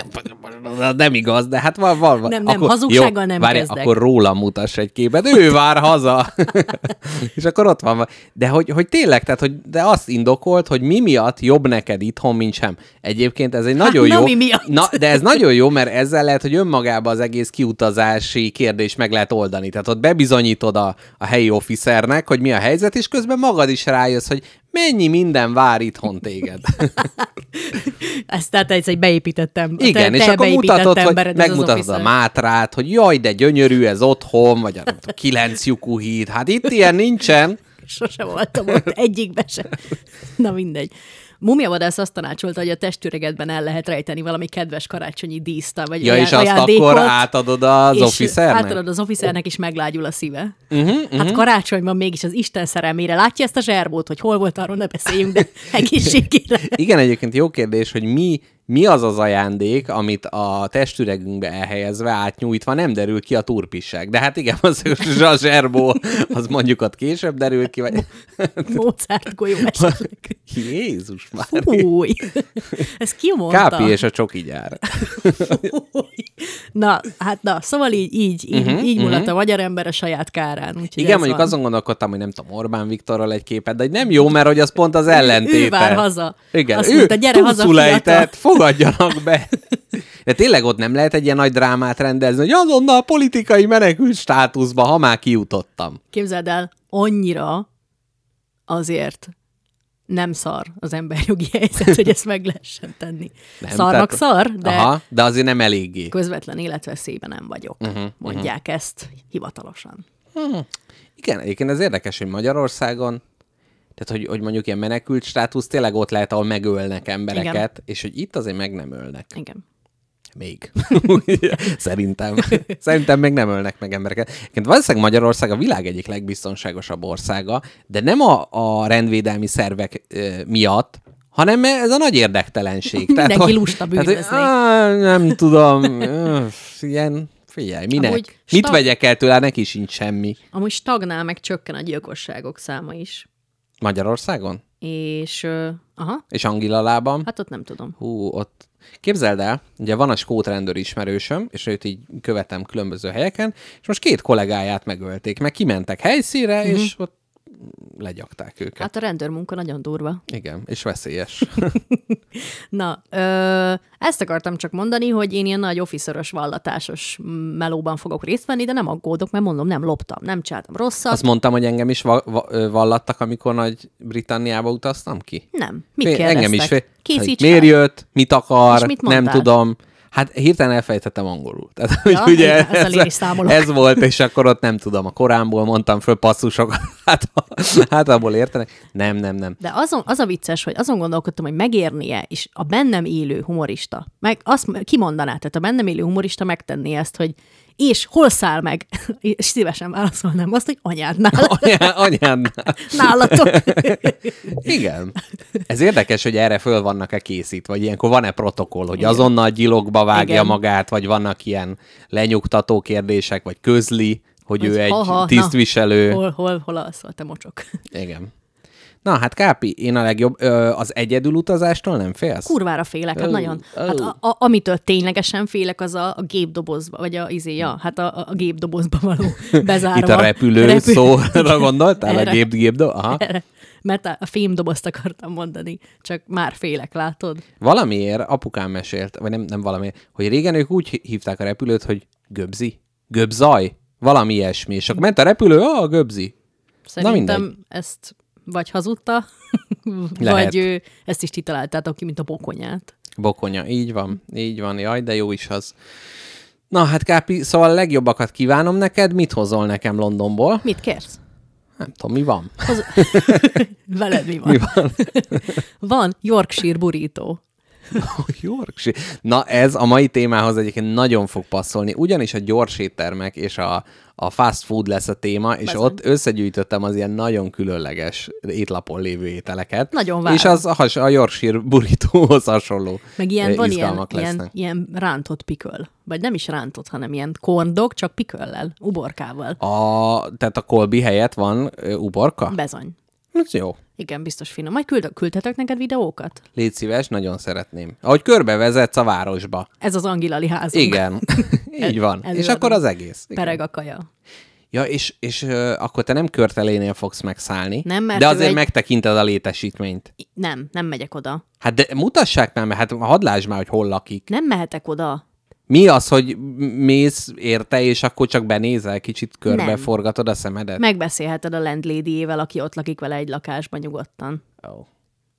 Speaker 2: nem, nem igaz, de hát van, van. van.
Speaker 3: Nem, nem, hazugsággal nem
Speaker 2: várj,
Speaker 3: kezdek.
Speaker 2: akkor róla mutass egy képet, ő vár haza. És akkor ott van. De hogy, hogy tényleg, tehát, hogy de azt indokolt, hogy mi miatt jobb neked itthon, mint sem. Egyébként ez egy nagyon
Speaker 3: Hát na,
Speaker 2: jó...
Speaker 3: mi miatt?
Speaker 2: Na, de ez nagyon jó, mert ezzel lehet, hogy önmagában az egész kiutazási kérdés meg lehet oldani. Tehát ott bebizonyítod a, a helyi officernek, hogy mi a helyzet, és közben magad is rájössz, hogy mennyi minden vár itthon téged.
Speaker 3: Ez tehát ez egy beépítettem.
Speaker 2: Igen,
Speaker 3: te,
Speaker 2: és
Speaker 3: te
Speaker 2: akkor
Speaker 3: beépített
Speaker 2: mutatod, hogy
Speaker 3: embered, ez az
Speaker 2: megmutatod a
Speaker 3: officer.
Speaker 2: mátrát, hogy jaj, de gyönyörű ez otthon, vagy a nem tudom, kilenc lyukú híd. Hát itt ilyen nincsen.
Speaker 3: Sose voltam ott, egyikben sem. Na mindegy. Mumia vadász azt tanácsolta, hogy a testüregedben el lehet rejteni valami kedves karácsonyi díszta, vagy
Speaker 2: Ja,
Speaker 3: ajá-
Speaker 2: és azt
Speaker 3: ajándékot,
Speaker 2: akkor átadod az
Speaker 3: és
Speaker 2: officernek? Mhm,
Speaker 3: Átadod az officernek, és meglágyul a szíve. Uh-huh, uh-huh. Hát karácsonyban mégis az Isten szerelmére. Látja ezt a zserbót, hogy hol volt, arról ne beszéljünk, de egészségére.
Speaker 2: Igen, egyébként jó kérdés, hogy mi mi az az ajándék, amit a testüregünkbe elhelyezve, átnyújtva nem derül ki a turpisság. De hát igen, az a zserbó, az mondjuk ott később derül ki, vagy...
Speaker 3: Mozart golyó esetleg.
Speaker 2: Jézus már!
Speaker 3: Fúj! Ez ki mondta?
Speaker 2: Kápi és a csoki gyár.
Speaker 3: Fúj. Na, hát na, szóval így, így, így, uh-huh, így mulat a magyar ember a saját kárán. Úgyhogy
Speaker 2: Mhm, Igen,
Speaker 3: ez
Speaker 2: mondjuk
Speaker 3: van.
Speaker 2: azon gondolkodtam, hogy nem tudom, Orbán Viktorral egy képet, de hogy nem jó, mert hogy az pont az
Speaker 3: Ő,
Speaker 2: ellentéte.
Speaker 3: ő vár haza.
Speaker 2: Igen,
Speaker 3: Azt
Speaker 2: ő
Speaker 3: mondta, gyere haza, fiatal.
Speaker 2: túlszulejtett, fogadjanak be. De tényleg ott nem lehet egy ilyen nagy drámát rendezni, hogy azonnal a politikai menekült státuszba, ha már kijutottam.
Speaker 3: Képzeld el, annyira azért nem szar az emberjogi helyzet, hogy ezt meg lehessen tenni. Nem, Szarnak tehát... szar, de Aha.
Speaker 2: Aha, de azért nem eléggé.
Speaker 3: közvetlen életveszélyben nem vagyok. Uh-huh, mondják uh-huh. ezt hivatalosan.
Speaker 2: Igen, egyébként ez érdekes, hogy Magyarországon, tehát hogy, hogy mondjuk ilyen menekült státusz tényleg ott lehet, ahol megölnek embereket, Igen. és hogy itt azért meg nem ölnek.
Speaker 3: Igen.
Speaker 2: Még. Szerintem. Szerintem még nem ölnek meg embereket. Egyébként valószínűleg Magyarország a világ egyik legbiztonságosabb országa, de nem a, a rendvédelmi szervek ö, miatt, hanem ez a nagy érdektelenség.
Speaker 3: Mindenki lusta
Speaker 2: Tehát,
Speaker 3: bűnözni.
Speaker 2: hogy, á, nem tudom, ö, ilyen, figyelj, minek?
Speaker 3: Amúgy
Speaker 2: Amúgy Mit
Speaker 3: sta-
Speaker 2: vegyek el tőle, neki sincs semmi.
Speaker 3: Amúgy stagnál, meg csökken a gyilkosságok száma is.
Speaker 2: Magyarországon?
Speaker 3: És, ö, aha,
Speaker 2: És Angila lábam?
Speaker 3: hát ott nem tudom.
Speaker 2: Hú, ott... Képzeld el, ugye van a skót rendőr ismerősöm, és őt így követem különböző helyeken, és most két kollégáját megölték, meg kimentek helyszínre, uh-huh. és ott legyakták őket. Hát...
Speaker 3: Hát a rendőrmunka nagyon durva.
Speaker 2: Igen, és veszélyes.
Speaker 3: Na, ö, ezt akartam csak mondani, hogy én ilyen nagy officeros vallatásos melóban fogok részt venni, de nem aggódok, mert mondom, nem loptam, nem csináltam rosszat.
Speaker 2: Azt mondtam, hogy engem is va- va- ö, vallattak, amikor Nagy-Britanniába utaztam ki.
Speaker 3: Nem. Mit
Speaker 2: Fél-
Speaker 3: kérdeztek?
Speaker 2: Engem is fél... hogy
Speaker 3: Készíts
Speaker 2: Miért
Speaker 3: fel.
Speaker 2: jött, mit akar,
Speaker 3: És mit
Speaker 2: nem
Speaker 3: mondtál?
Speaker 2: tudom. Hát hirtelen elfejtettem angolul. Tehát, ja,
Speaker 3: Ja, igen, ezzel én is számolok.
Speaker 2: ez volt, és akkor ott nem tudom, a korámból mondtam föl passzusokat, hát, hát abból értenek. Nem, nem, nem.
Speaker 3: De azon, az a vicces, hogy azon gondolkodtam, hogy megérnie, és a bennem élő humorista, meg azt kimondaná, tehát a bennem élő humorista megtenné ezt, hogy és hol száll meg? És szívesen válaszolnám azt, hogy anyádnál,
Speaker 2: Anyá, anyádnál.
Speaker 3: nálatok.
Speaker 2: Igen. Ez érdekes, hogy erre föl vannak-e készítve, vagy ilyenkor van-e protokoll, hogy azonnal gyilokba vágja
Speaker 3: Igen.
Speaker 2: Igen. magát, vagy vannak ilyen lenyugtató kérdések, vagy közli, hogy
Speaker 3: Hogy
Speaker 2: ő egy
Speaker 3: ha-ha, na.
Speaker 2: tisztviselő.
Speaker 3: Hol, hol, hol alszol, te mocsok.
Speaker 2: Igen. Na, hát Kápi, én a legjobb. Ö, az egyedül utazástól nem félsz?
Speaker 3: Kurvára félek, hát
Speaker 2: Ó,
Speaker 3: nagyon. Hát
Speaker 2: ó.
Speaker 3: a, a, amitől ténylegesen félek, az a, a gépdobozba, vagy a, izé, ja, hát a, a gépdobozba való bezárva.
Speaker 2: Itt a repülő, repülő. szóra gondoltál?
Speaker 3: Erre.
Speaker 2: A gép, gép, aha.
Speaker 3: Erre. Mert a a fémdobozt akartam mondani, csak már félek, látod?
Speaker 2: Valamiért apukám mesélt, vagy nem, nem valamiért, hogy régen ők úgy hívták a repülőt, hogy göbzi, göbzaj, valami ilyesmi, és akkor ment a repülő, a göbzi.
Speaker 3: Szerintem
Speaker 2: mindegy.
Speaker 3: ezt vagy hazudta,
Speaker 2: Lehet.
Speaker 3: vagy ő, ezt is ti találtátok ki, mint a bokonyát.
Speaker 2: Bokonya, így van, így van, jaj, de jó is az. Na hát Kápi, szóval a legjobbakat kívánom neked, mit hozol nekem Londonból?
Speaker 3: Mit kérsz?
Speaker 2: Nem tudom, mi van?
Speaker 3: Hoz... Veled mi van? Mi van? van Yorkshire burrito.
Speaker 2: Yorkshire. Na ez a mai témához egyébként nagyon fog passzolni, ugyanis a gyors éttermek és a, a fast food lesz a téma, és
Speaker 3: Bizony.
Speaker 2: ott összegyűjtöttem az ilyen nagyon különleges étlapon lévő ételeket.
Speaker 3: Nagyon várom.
Speaker 2: várom. És az a, has- a Yorkshire burritóhoz hasonló
Speaker 3: Meg ilyen,
Speaker 2: eh,
Speaker 3: van ilyen,
Speaker 2: izgalmak
Speaker 3: ilyen,
Speaker 2: lesznek.
Speaker 3: ilyen rántott piköl. Vagy nem is rántott, hanem ilyen korndok, csak piköllel, uborkával.
Speaker 2: A, tehát a kolbi helyett van ö, uborka?
Speaker 3: Bezony.
Speaker 2: Ez jó.
Speaker 3: Igen, biztos finom. Majd küld, küldhetek neked videókat?
Speaker 2: Légy szíves, nagyon szeretném. Ahogy körbevezetsz a városba.
Speaker 3: Ez az angilali házunk.
Speaker 2: Igen. Így van. És
Speaker 3: előadom.
Speaker 2: akkor az egész. Igen.
Speaker 3: Pereg a kaja.
Speaker 2: Ja, és, és ö, akkor te nem körtelénél fogsz megszállni.
Speaker 3: Nem, mert
Speaker 2: De
Speaker 3: ő
Speaker 2: azért
Speaker 3: egy-
Speaker 2: megtekinted a létesítményt.
Speaker 3: I- Nem, nem megyek oda.
Speaker 2: Hát de mutassák már, mert hát hadd lásd már, hogy hol lakik.
Speaker 3: Nem mehetek oda.
Speaker 2: Mi az, hogy m- mész érte, és akkor csak benézel, kicsit
Speaker 3: Nem.
Speaker 2: körbeforgatod a szemedet?
Speaker 3: Megbeszélheted a landladyével, aki ott lakik vele egy lakásban nyugodtan.
Speaker 2: Ó.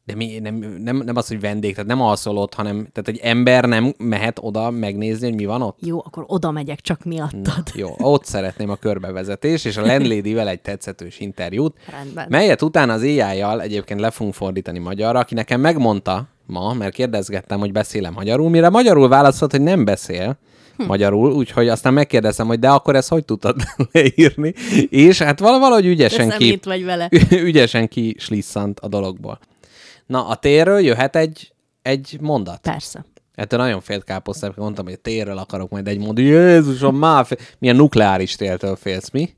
Speaker 2: De mi, nem, nem, nem az, hogy vendég, tehát nem alszol ott, hanem tehát egy ember nem mehet oda megnézni, hogy mi van ott.
Speaker 3: Jó, akkor oda megyek csak miattad.
Speaker 2: Jó, ott szeretném a körbevezetés, és a landladyvel egy tetszetős interjút,
Speaker 3: Rendben.
Speaker 2: melyet utána az éjjájjal egyébként le fogunk fordítani magyarra, aki nekem megmondta ma, mert kérdezgettem, hogy beszélem magyarul, mire magyarul válaszolt, hogy nem beszél hm. magyarul, úgyhogy aztán megkérdeztem, hogy de akkor ezt hogy tudtad leírni, és hát val- valahogy ügyesen
Speaker 3: Teszem,
Speaker 2: ki,
Speaker 3: mit vagy vele.
Speaker 2: ügyesen ki a dologból. Na, a térről jöhet egy, egy mondat.
Speaker 3: Persze.
Speaker 2: Ettől Hát nagyon félt káposztát, amikor mondtam, hogy a térről akarok, majd egy mondja, Jézusom, már fél... Milyen nukleáris téltől félsz, mi?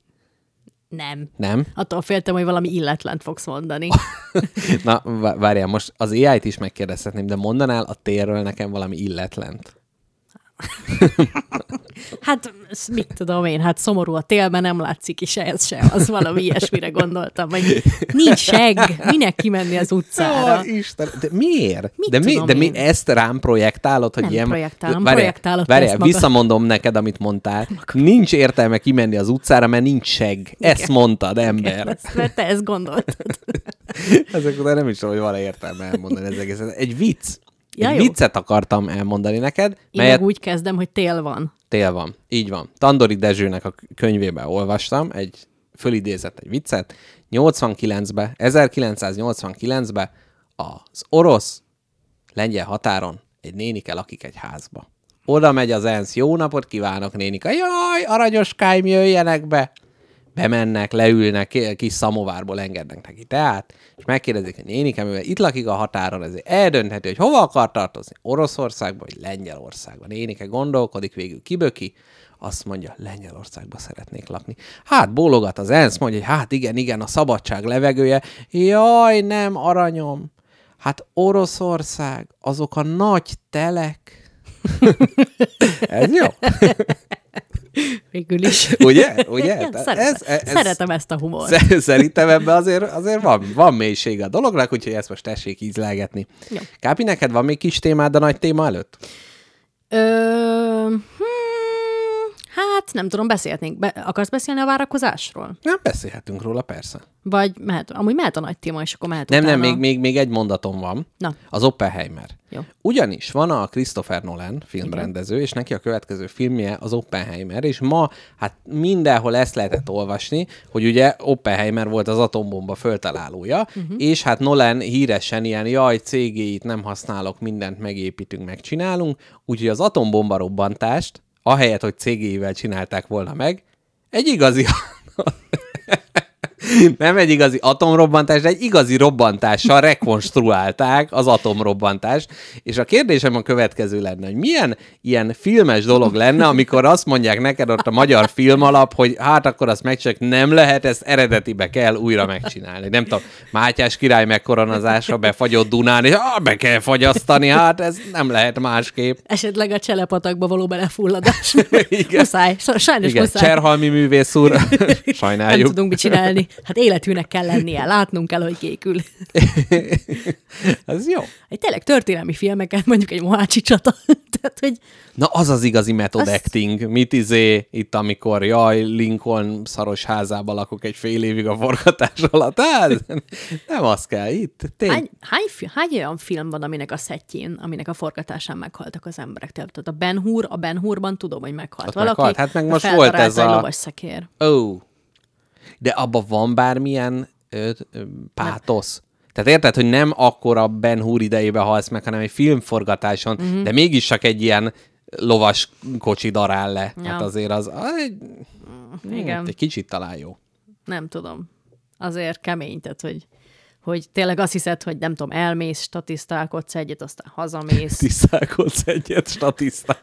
Speaker 3: Nem.
Speaker 2: Nem?
Speaker 3: Attól féltem, hogy valami illetlent fogsz mondani.
Speaker 2: Na, vá- várjál, most az AI-t is megkérdezhetném, de mondanál a térről nekem valami illetlent.
Speaker 3: Hát, ezt mit tudom én, hát szomorú a télben, nem látszik is ez sem. Az valami ilyesmire gondoltam, hogy nincs seg, minek kimenni az utcára.
Speaker 2: Ó, Isten, de miért?
Speaker 3: Mit
Speaker 2: de mi,
Speaker 3: tudom
Speaker 2: de mi
Speaker 3: én?
Speaker 2: ezt rám projektálod, hogy
Speaker 3: Nem
Speaker 2: ilyen...
Speaker 3: projektálom, projektálod te
Speaker 2: várjál,
Speaker 3: ezt magad.
Speaker 2: visszamondom neked, amit mondtál. Nincs értelme kimenni az utcára, mert nincs seg. Ezt mondtad, ember.
Speaker 3: Ezt, mert te ezt gondoltad.
Speaker 2: Ezek után nem is tudom, hogy van értelme elmondani ez egészet. Egy vicc.
Speaker 3: Ja,
Speaker 2: egy
Speaker 3: jó.
Speaker 2: viccet akartam elmondani neked,
Speaker 3: Én
Speaker 2: melyet
Speaker 3: meg úgy kezdem, hogy tél van.
Speaker 2: tél van. Így van. Tandori Dezsőnek a könyvében olvastam, egy fölidézett egy viccet. 89-ben, 1989-ben az orosz lengyel határon egy nénike lakik egy házba. Oda megy az ENSZ, jó napot kívánok nénika, jaj, aranyoskáim, jöjjenek be! Bemennek, leülnek, ki- kis szamovárból engednek neki teát, és megkérdezik, hogy nénike, mivel itt lakik a határon, ezért eldöntheti, hogy hova akar tartozni, Oroszországba vagy Lengyelországba. Nénike gondolkodik, végül kiböki, azt mondja, Lengyelországba szeretnék lakni. Hát bólogat az ENSZ, mondja, hogy hát igen, igen, a szabadság levegője, jaj, nem, aranyom, Hát Oroszország, azok a nagy telek. Ez jó.
Speaker 3: Végül is.
Speaker 2: Ugye? Ugye?
Speaker 3: Igen,
Speaker 2: Tehát
Speaker 3: szeretem,
Speaker 2: ez- ez-
Speaker 3: szeretem ezt a humort.
Speaker 2: Sze- Szerintem ebben azért, azért van, van mélysége a dolognak, úgyhogy ezt most tessék ízlelgetni.
Speaker 3: Jó.
Speaker 2: Kápi, neked van még kis témád a nagy téma előtt?
Speaker 3: Ö, hmm, hát nem tudom, beszélhetnénk. Be, akarsz beszélni a várakozásról?
Speaker 2: Nem beszélhetünk róla, persze.
Speaker 3: Vagy mehet, amúgy mehet a nagy téma, és akkor mehet
Speaker 2: Nem,
Speaker 3: utána.
Speaker 2: nem, még, még, még egy mondatom van.
Speaker 3: Na.
Speaker 2: Az Oppenheimer.
Speaker 3: Jó.
Speaker 2: Ugyanis van a Christopher Nolan filmrendező, és neki a következő filmje az Oppenheimer, és ma hát mindenhol ezt lehetett olvasni, hogy ugye Oppenheimer volt az atombomba föltalálója,
Speaker 3: Mhm.
Speaker 2: uh-huh. és hát Nolan híresen ilyen, jaj, cégéit nem használok, mindent megépítünk, megcsinálunk, úgyhogy az atombomba robbantást, ahelyett, hogy cégéivel csinálták volna meg, egy igazi nem egy igazi atomrobbantás, de egy igazi robbantással rekonstruálták az atomrobbantást. És a kérdésem a következő lenne, hogy milyen ilyen filmes dolog lenne, amikor azt mondják neked ott a magyar filmalap, hogy hát akkor azt megcsináljuk, nem lehet, ezt eredetibe kell újra megcsinálni. Nem tudom, Mátyás király megkoronazása, befagyott Dunán, és ah, be kell fagyasztani, hát ez nem lehet másképp.
Speaker 3: Esetleg a cselepatakba való belefulladás.
Speaker 2: Igen.
Speaker 3: muszáj, so- sajnos
Speaker 2: Igen,
Speaker 3: muszáj.
Speaker 2: Cserhalmi művész úr,
Speaker 3: nem
Speaker 2: sajnáljuk.
Speaker 3: tudunk mit csinálni. Hát életűnek kell lennie, látnunk kell, hogy kékül.
Speaker 2: Ez jó.
Speaker 3: Egy tényleg történelmi filmeket, mondjuk egy mohácsi csata. Tehát, hogy
Speaker 2: Na az az igazi method
Speaker 3: Azt-
Speaker 2: Azt... acting. Mit izé itt, amikor jaj, Lincoln szaros házába lakok egy fél évig a forgatás alatt. Hát, nem az kell itt. Tény...
Speaker 3: hány, hány, fi- hány olyan film van, aminek a szettjén, aminek a forgatásán meghaltak az emberek? Tehát a Ben Hur, a Ben Hurban tudom, hogy meghalt
Speaker 2: Ott
Speaker 3: valaki.
Speaker 2: meghalt. Hát meg
Speaker 3: de
Speaker 2: most volt ez
Speaker 3: feltarálta
Speaker 2: a-
Speaker 3: egy lovas szekér.
Speaker 2: Ó. De abban van bármilyen ö, ö, pátosz? Tehát érted, hogy nem akkora Ben Hur idejében halsz meg, hanem egy filmforgatáson,
Speaker 3: Mhm.
Speaker 2: mm-hmm. de mégis csak egy ilyen lovas kocsi darál le.
Speaker 3: Ja.
Speaker 2: Ja. Hát azért az á, egy,
Speaker 3: Igen.
Speaker 2: egy kicsit talán jó.
Speaker 3: nem tudom, azért kemény, tehát hogy, hogy tényleg azt hiszed, hogy nem tudom, elmész, statisztálkodsz egyet, aztán hazamész,
Speaker 2: Tisztálkodsz egyet, statisztá.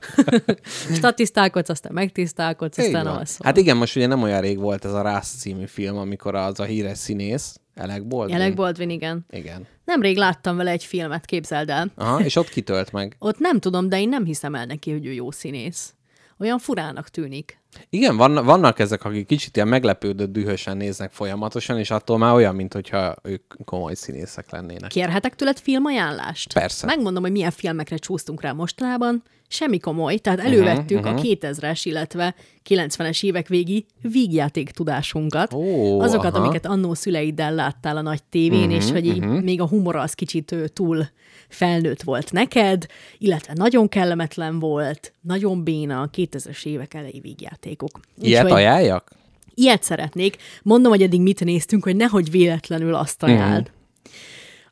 Speaker 3: statisztálkodsz, aztán megtisztálkodsz,
Speaker 2: Így
Speaker 3: aztán
Speaker 2: van.
Speaker 3: alszol.
Speaker 2: Hát igen, most ugye nem olyan rég volt ez a Rász című film, amikor az a híres színész, Elek Baldwin.
Speaker 3: Jelek Baldwin, igen.
Speaker 2: Igen.
Speaker 3: Nemrég láttam vele egy filmet, képzeld el.
Speaker 2: Aha, és ott kitölt meg.
Speaker 3: Ott nem tudom, de én nem hiszem el neki, hogy ő jó színész. Olyan furának tűnik.
Speaker 2: Igen, vannak, vannak ezek, akik kicsit ilyen meglepődött, dühösen néznek folyamatosan, és attól már olyan, mintha ők komoly színészek lennének.
Speaker 3: Kérhetek tőled filmajánlást?
Speaker 2: Persze.
Speaker 3: Megmondom, hogy milyen filmekre csúsztunk rá mostanában. Semmi komoly, tehát
Speaker 2: Mhm,
Speaker 3: elővettük uh-huh, a 2000-es, illetve 90-es évek végi vígjáték tudásunkat.
Speaker 2: Ó,
Speaker 3: azokat,
Speaker 2: aha. Mhm,
Speaker 3: amiket annó szüleiddel láttál a nagy tévén, uh-huh, és hogy így uh-huh. még a humor az kicsit ö, túl felnőtt volt neked, illetve nagyon kellemetlen volt, nagyon béna a 2000-es évek elejé vígjátékok.
Speaker 2: Ilyet
Speaker 3: Úgyhogy-
Speaker 2: ajánljak?
Speaker 3: Ilyet szeretnék. Mondom, hogy eddig mit néztünk, hogy nehogy véletlenül azt ajánld.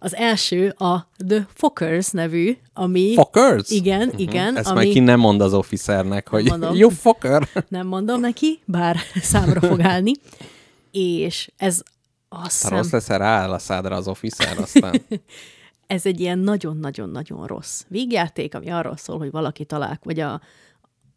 Speaker 3: Az első a The Fockers nevű, ami...
Speaker 2: Fuckers?
Speaker 3: Igen, igen.
Speaker 2: Ezt
Speaker 3: ami...
Speaker 2: majd ki nem mond az officernek, hogy
Speaker 3: Mondom.
Speaker 2: jó fucker.
Speaker 3: Nem mondom neki, bár számra fog állni. És ez azt
Speaker 2: Ha
Speaker 3: hiszem,
Speaker 2: rossz leszel, rááll a szádra az officer, aztán
Speaker 3: ez egy ilyen nagyon-nagyon-nagyon rossz végjáték, ami arról szól, hogy valaki talál, vagy a,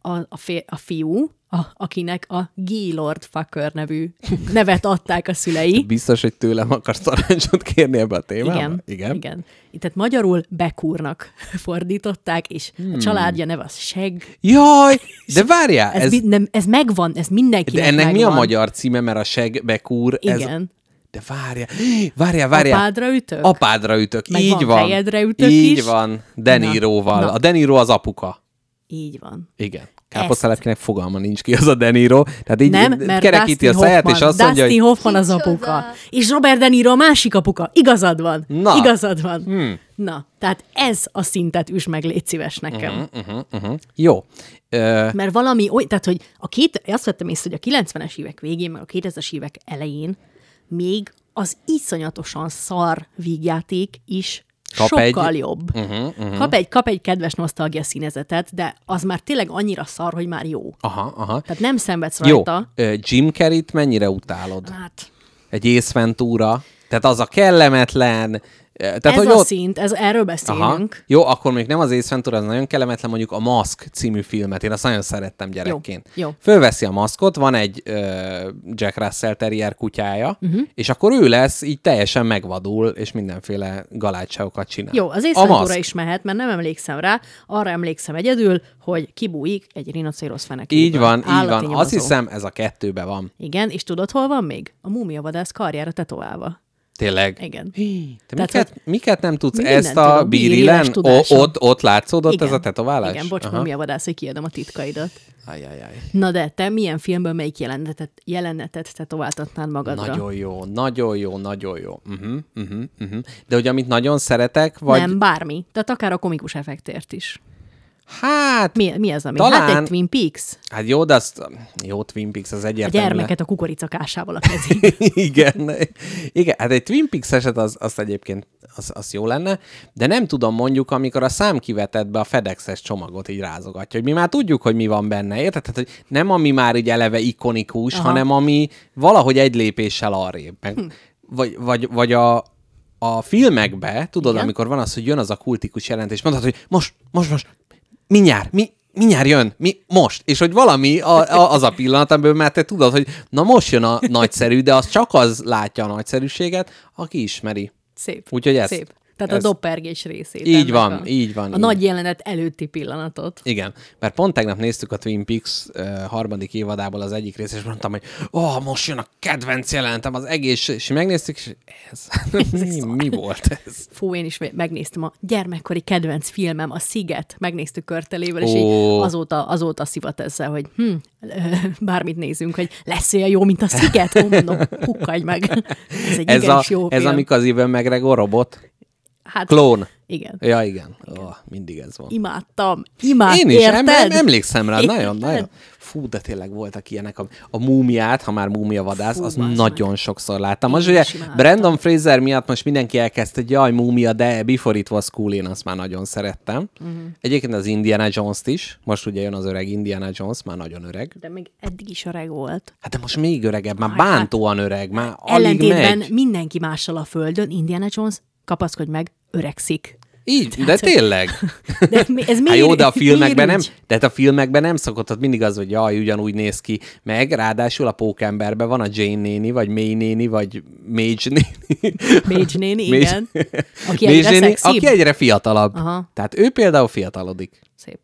Speaker 3: a, a, fi, a fiú, a, akinek a Gaylord Fucker nevű nevet adták a szülei.
Speaker 2: Biztos, hogy tőlem akarsz tanácsot kérni ebbe a témába?
Speaker 3: Igen,
Speaker 2: Igen. Igen.
Speaker 3: igen. Itt, Tehát magyarul bekúrnak fordították, és hmm. a családja neve az seg.
Speaker 2: Jaj, de várjál,
Speaker 3: Ez,
Speaker 2: ez,
Speaker 3: ez,
Speaker 2: ez,
Speaker 3: bi- nem, ez megvan, ez mindenkinek
Speaker 2: de ennek
Speaker 3: megvan.
Speaker 2: mi a magyar címe, mert a segbekúr, ez...
Speaker 3: Igen.
Speaker 2: De várjál, várjál, várjál.
Speaker 3: Apádra ütök?
Speaker 2: Apádra ütök,
Speaker 3: Meg
Speaker 2: így
Speaker 3: van,
Speaker 2: van.
Speaker 3: fejedre ütök
Speaker 2: Így
Speaker 3: is.
Speaker 2: van, Deníróval.
Speaker 3: Na.
Speaker 2: A Deníró az apuka.
Speaker 3: Így van.
Speaker 2: Igen. Káposztelepkinek fogalma nincs ki az a Deníró. Tehát így
Speaker 3: Nem, mert
Speaker 2: kerekíti
Speaker 3: Dustin
Speaker 2: a száját,
Speaker 3: Hoffman,
Speaker 2: és azt mondja,
Speaker 3: Dustin
Speaker 2: hogy
Speaker 3: Hoffman az
Speaker 4: Kicsoda!
Speaker 3: apuka, és Robert De Niro a másik apuka. Igazad van.
Speaker 2: Na.
Speaker 3: Igazad van. Hmm. Na, tehát ez a szintet üs meg, légy szíves nekem.
Speaker 2: Hmm.
Speaker 3: Uh-huh.
Speaker 2: jó. Ö,
Speaker 3: Mert valami oly, tehát hogy a két, azt vettem észre, hogy a 90-es évek végén, meg a 2000-es évek elején még az iszonyatosan szar vígjáték is
Speaker 2: Kap
Speaker 3: sokkal
Speaker 2: egy- Mhm,
Speaker 3: jobb. Uh-huh, uh-huh. Kap, egy, kap egy kedves nosztalgia színezetet, de az már tényleg annyira szar, hogy már jó.
Speaker 2: aha, aha.
Speaker 3: Tehát nem szenvedsz
Speaker 2: Jó.
Speaker 3: rajta.
Speaker 2: Ö, Jim Carrey-t mennyire utálod?
Speaker 3: Hát,
Speaker 2: Egy észventúra? Tehát az a kellemetlen... ö, Tehát,
Speaker 3: ez
Speaker 2: hogy
Speaker 3: a
Speaker 2: ott,
Speaker 3: szint, ez, erről beszélünk.
Speaker 2: Jó, akkor még nem az Ace Ventura, az nagyon kellemetlen, mondjuk a Maszk című filmet. Én azt nagyon szerettem gyerekként.
Speaker 3: Jó, jó.
Speaker 2: Fölveszi a maszkot, van egy ö, Jack Russell terrier kutyája,
Speaker 3: Mhm.
Speaker 2: uh-huh. és akkor ő lesz, így teljesen megvadul, és mindenféle galátságokat csinál.
Speaker 3: Jó, az
Speaker 2: A
Speaker 3: észlentúra
Speaker 2: Maszk.
Speaker 3: is mehet, mert nem emlékszem rá. Arra emlékszem egyedül, hogy kibújik egy rinoszérosz fenekéből.
Speaker 2: Így van, így
Speaker 3: Állati
Speaker 2: van. Azt
Speaker 3: nyomozó.
Speaker 2: hiszem, ez a kettőben van.
Speaker 3: Igen, és tudod, hol van még? A múmiavadász karjára tetoválva.
Speaker 2: Tényleg.
Speaker 3: Igen.
Speaker 2: Hí, te
Speaker 3: Tehát,
Speaker 2: miket,
Speaker 3: hogy
Speaker 2: miket nem tudsz?
Speaker 3: mi
Speaker 2: Ezt
Speaker 3: mindent
Speaker 2: a
Speaker 3: tudok, bírilás
Speaker 2: bírilen? O-
Speaker 3: tudásom.
Speaker 2: Ott, ott látszódott
Speaker 3: Igen.
Speaker 2: ez a tetoválás?
Speaker 3: Igen, bocs,
Speaker 2: Aha.
Speaker 3: múmiavadász, hogy kiadom a titkaidat.
Speaker 2: Ajajaj.
Speaker 3: Na de te milyen filmből melyik jelenetet, jelenetet tetováltatnád magadra?
Speaker 2: Nagyon jó, nagyon jó, nagyon jó. Uh-huh, uh-huh, uh-huh. De hogy amit nagyon szeretek, vagy...
Speaker 3: Vagy... Nem, bármi. Tehát akár a komikus effektért is.
Speaker 2: Hát,
Speaker 3: Mi, mi az, ami? Hát
Speaker 2: Talán-
Speaker 3: egy Twin Peaks.
Speaker 2: hát jó, de azt... Jó, Twin Peaks az
Speaker 3: A
Speaker 2: egyértelmű.
Speaker 3: gyermeket a kukoricakásával a kezébe.
Speaker 2: Igen. Igen, hát egy Twin Peaks eset az, az egyébként az, az jó lenne, de nem tudom mondjuk, amikor a szám kivetett be a FedExes csomagot így rázogatja, hogy mi már tudjuk, hogy mi van benne, érted? Tehát, hogy nem ami már így eleve ikonikus, Aha. hanem ami valahogy egy lépéssel arrébb. Meg,
Speaker 3: Hm.
Speaker 2: vagy, vagy, vagy a, a filmekbe, tudod,
Speaker 3: Igen.
Speaker 2: Igen. amikor van az, hogy jön az a kultikus jelentés, mondod, hogy most, most, most, mindjárt, mi, mindjárt jön, mi, most. És hogy valami a, a, az a pillanat, amiből már te tudod, hogy na most jön a nagyszerű, de az csak az látja a nagyszerűséget, aki ismeri.
Speaker 3: Szép.
Speaker 2: Úgyhogy ezt-
Speaker 3: Szép. Tehát
Speaker 2: ezt-
Speaker 3: a doppergés részét.
Speaker 2: Így
Speaker 3: ennek
Speaker 2: van,
Speaker 3: a,
Speaker 2: így van,
Speaker 3: A
Speaker 2: így
Speaker 3: nagy
Speaker 2: van.
Speaker 3: jelenet előtti pillanatot.
Speaker 2: Igen, mert pont tegnap néztük a Twin Peaks uh, harmadik évadából az egyik részt, és mondtam, hogy ó, oh, most jön a kedvenc jelentem, az egész, és megnéztük, és ez, mi, mi volt ez?
Speaker 3: Fú, én is megnéztem a gyermekkori kedvenc filmem, a Sziget. Megnéztük körtelével, és
Speaker 2: Ó.
Speaker 3: így azóta, azóta szivat ezzel, hogy hm, ö, bármit nézünk, hogy lesz olyan jó, mint a Sziget? Ó, mondom, pukkadj meg. Ez egy
Speaker 2: Ez, a,
Speaker 3: igenis jó
Speaker 2: ez
Speaker 3: film.
Speaker 2: amikor az Ivan McGregor robot?
Speaker 3: Hát,
Speaker 2: Klón.
Speaker 3: Igen.
Speaker 2: Ja, igen. Oh, mindig ez van.
Speaker 3: Imádtam. Imád,
Speaker 2: Én is
Speaker 3: érted?
Speaker 2: em- em- emlékszem rá,
Speaker 3: Érted?
Speaker 2: nagyon, nagyon. Fú, de tényleg voltak ilyenek. A, a múmiát, ha már múmia vadász,
Speaker 3: Fú,
Speaker 2: az
Speaker 3: bazd
Speaker 2: nagyon sokszor láttam.
Speaker 3: Én
Speaker 2: Most
Speaker 3: is
Speaker 2: ugye
Speaker 3: imádtam.
Speaker 2: Brandon Fraser miatt most mindenki elkezdte, hogy jaj, múmia, de Before It Was Cool, én azt már nagyon szerettem.
Speaker 3: Mhm.
Speaker 2: Uh-huh. Egyébként az Indiana Jones-t is. Most ugye jön az öreg Indiana Jones, már nagyon öreg.
Speaker 3: De még eddig is öreg volt.
Speaker 2: Hát de most még öregebb, már
Speaker 3: Aj, hát-
Speaker 2: bántóan öreg, már alig
Speaker 3: Ellentétben
Speaker 2: megy.
Speaker 3: mindenki mással a földön, Indiana Jones, kapaszkodj meg, öregszik.
Speaker 2: Így, de
Speaker 3: Tehát, hogy-
Speaker 2: tényleg.
Speaker 3: De mi- ez
Speaker 2: Hát
Speaker 3: miért,
Speaker 2: jó, de a filmekben
Speaker 3: miért
Speaker 2: nem,
Speaker 3: így?
Speaker 2: tehát a filmekben nem szokott, ott mindig az, hogy jaj, ugyanúgy néz ki, meg ráadásul a pókemberben van a Jane néni, vagy May néni, vagy Mage néni.
Speaker 3: Mage néni,
Speaker 2: Mage-
Speaker 3: igen. Aki
Speaker 2: Mage
Speaker 3: egyre szexibb.
Speaker 2: aki egyre fiatalabb.
Speaker 3: Aha.
Speaker 2: Tehát ő például fiatalodik.
Speaker 3: Szép.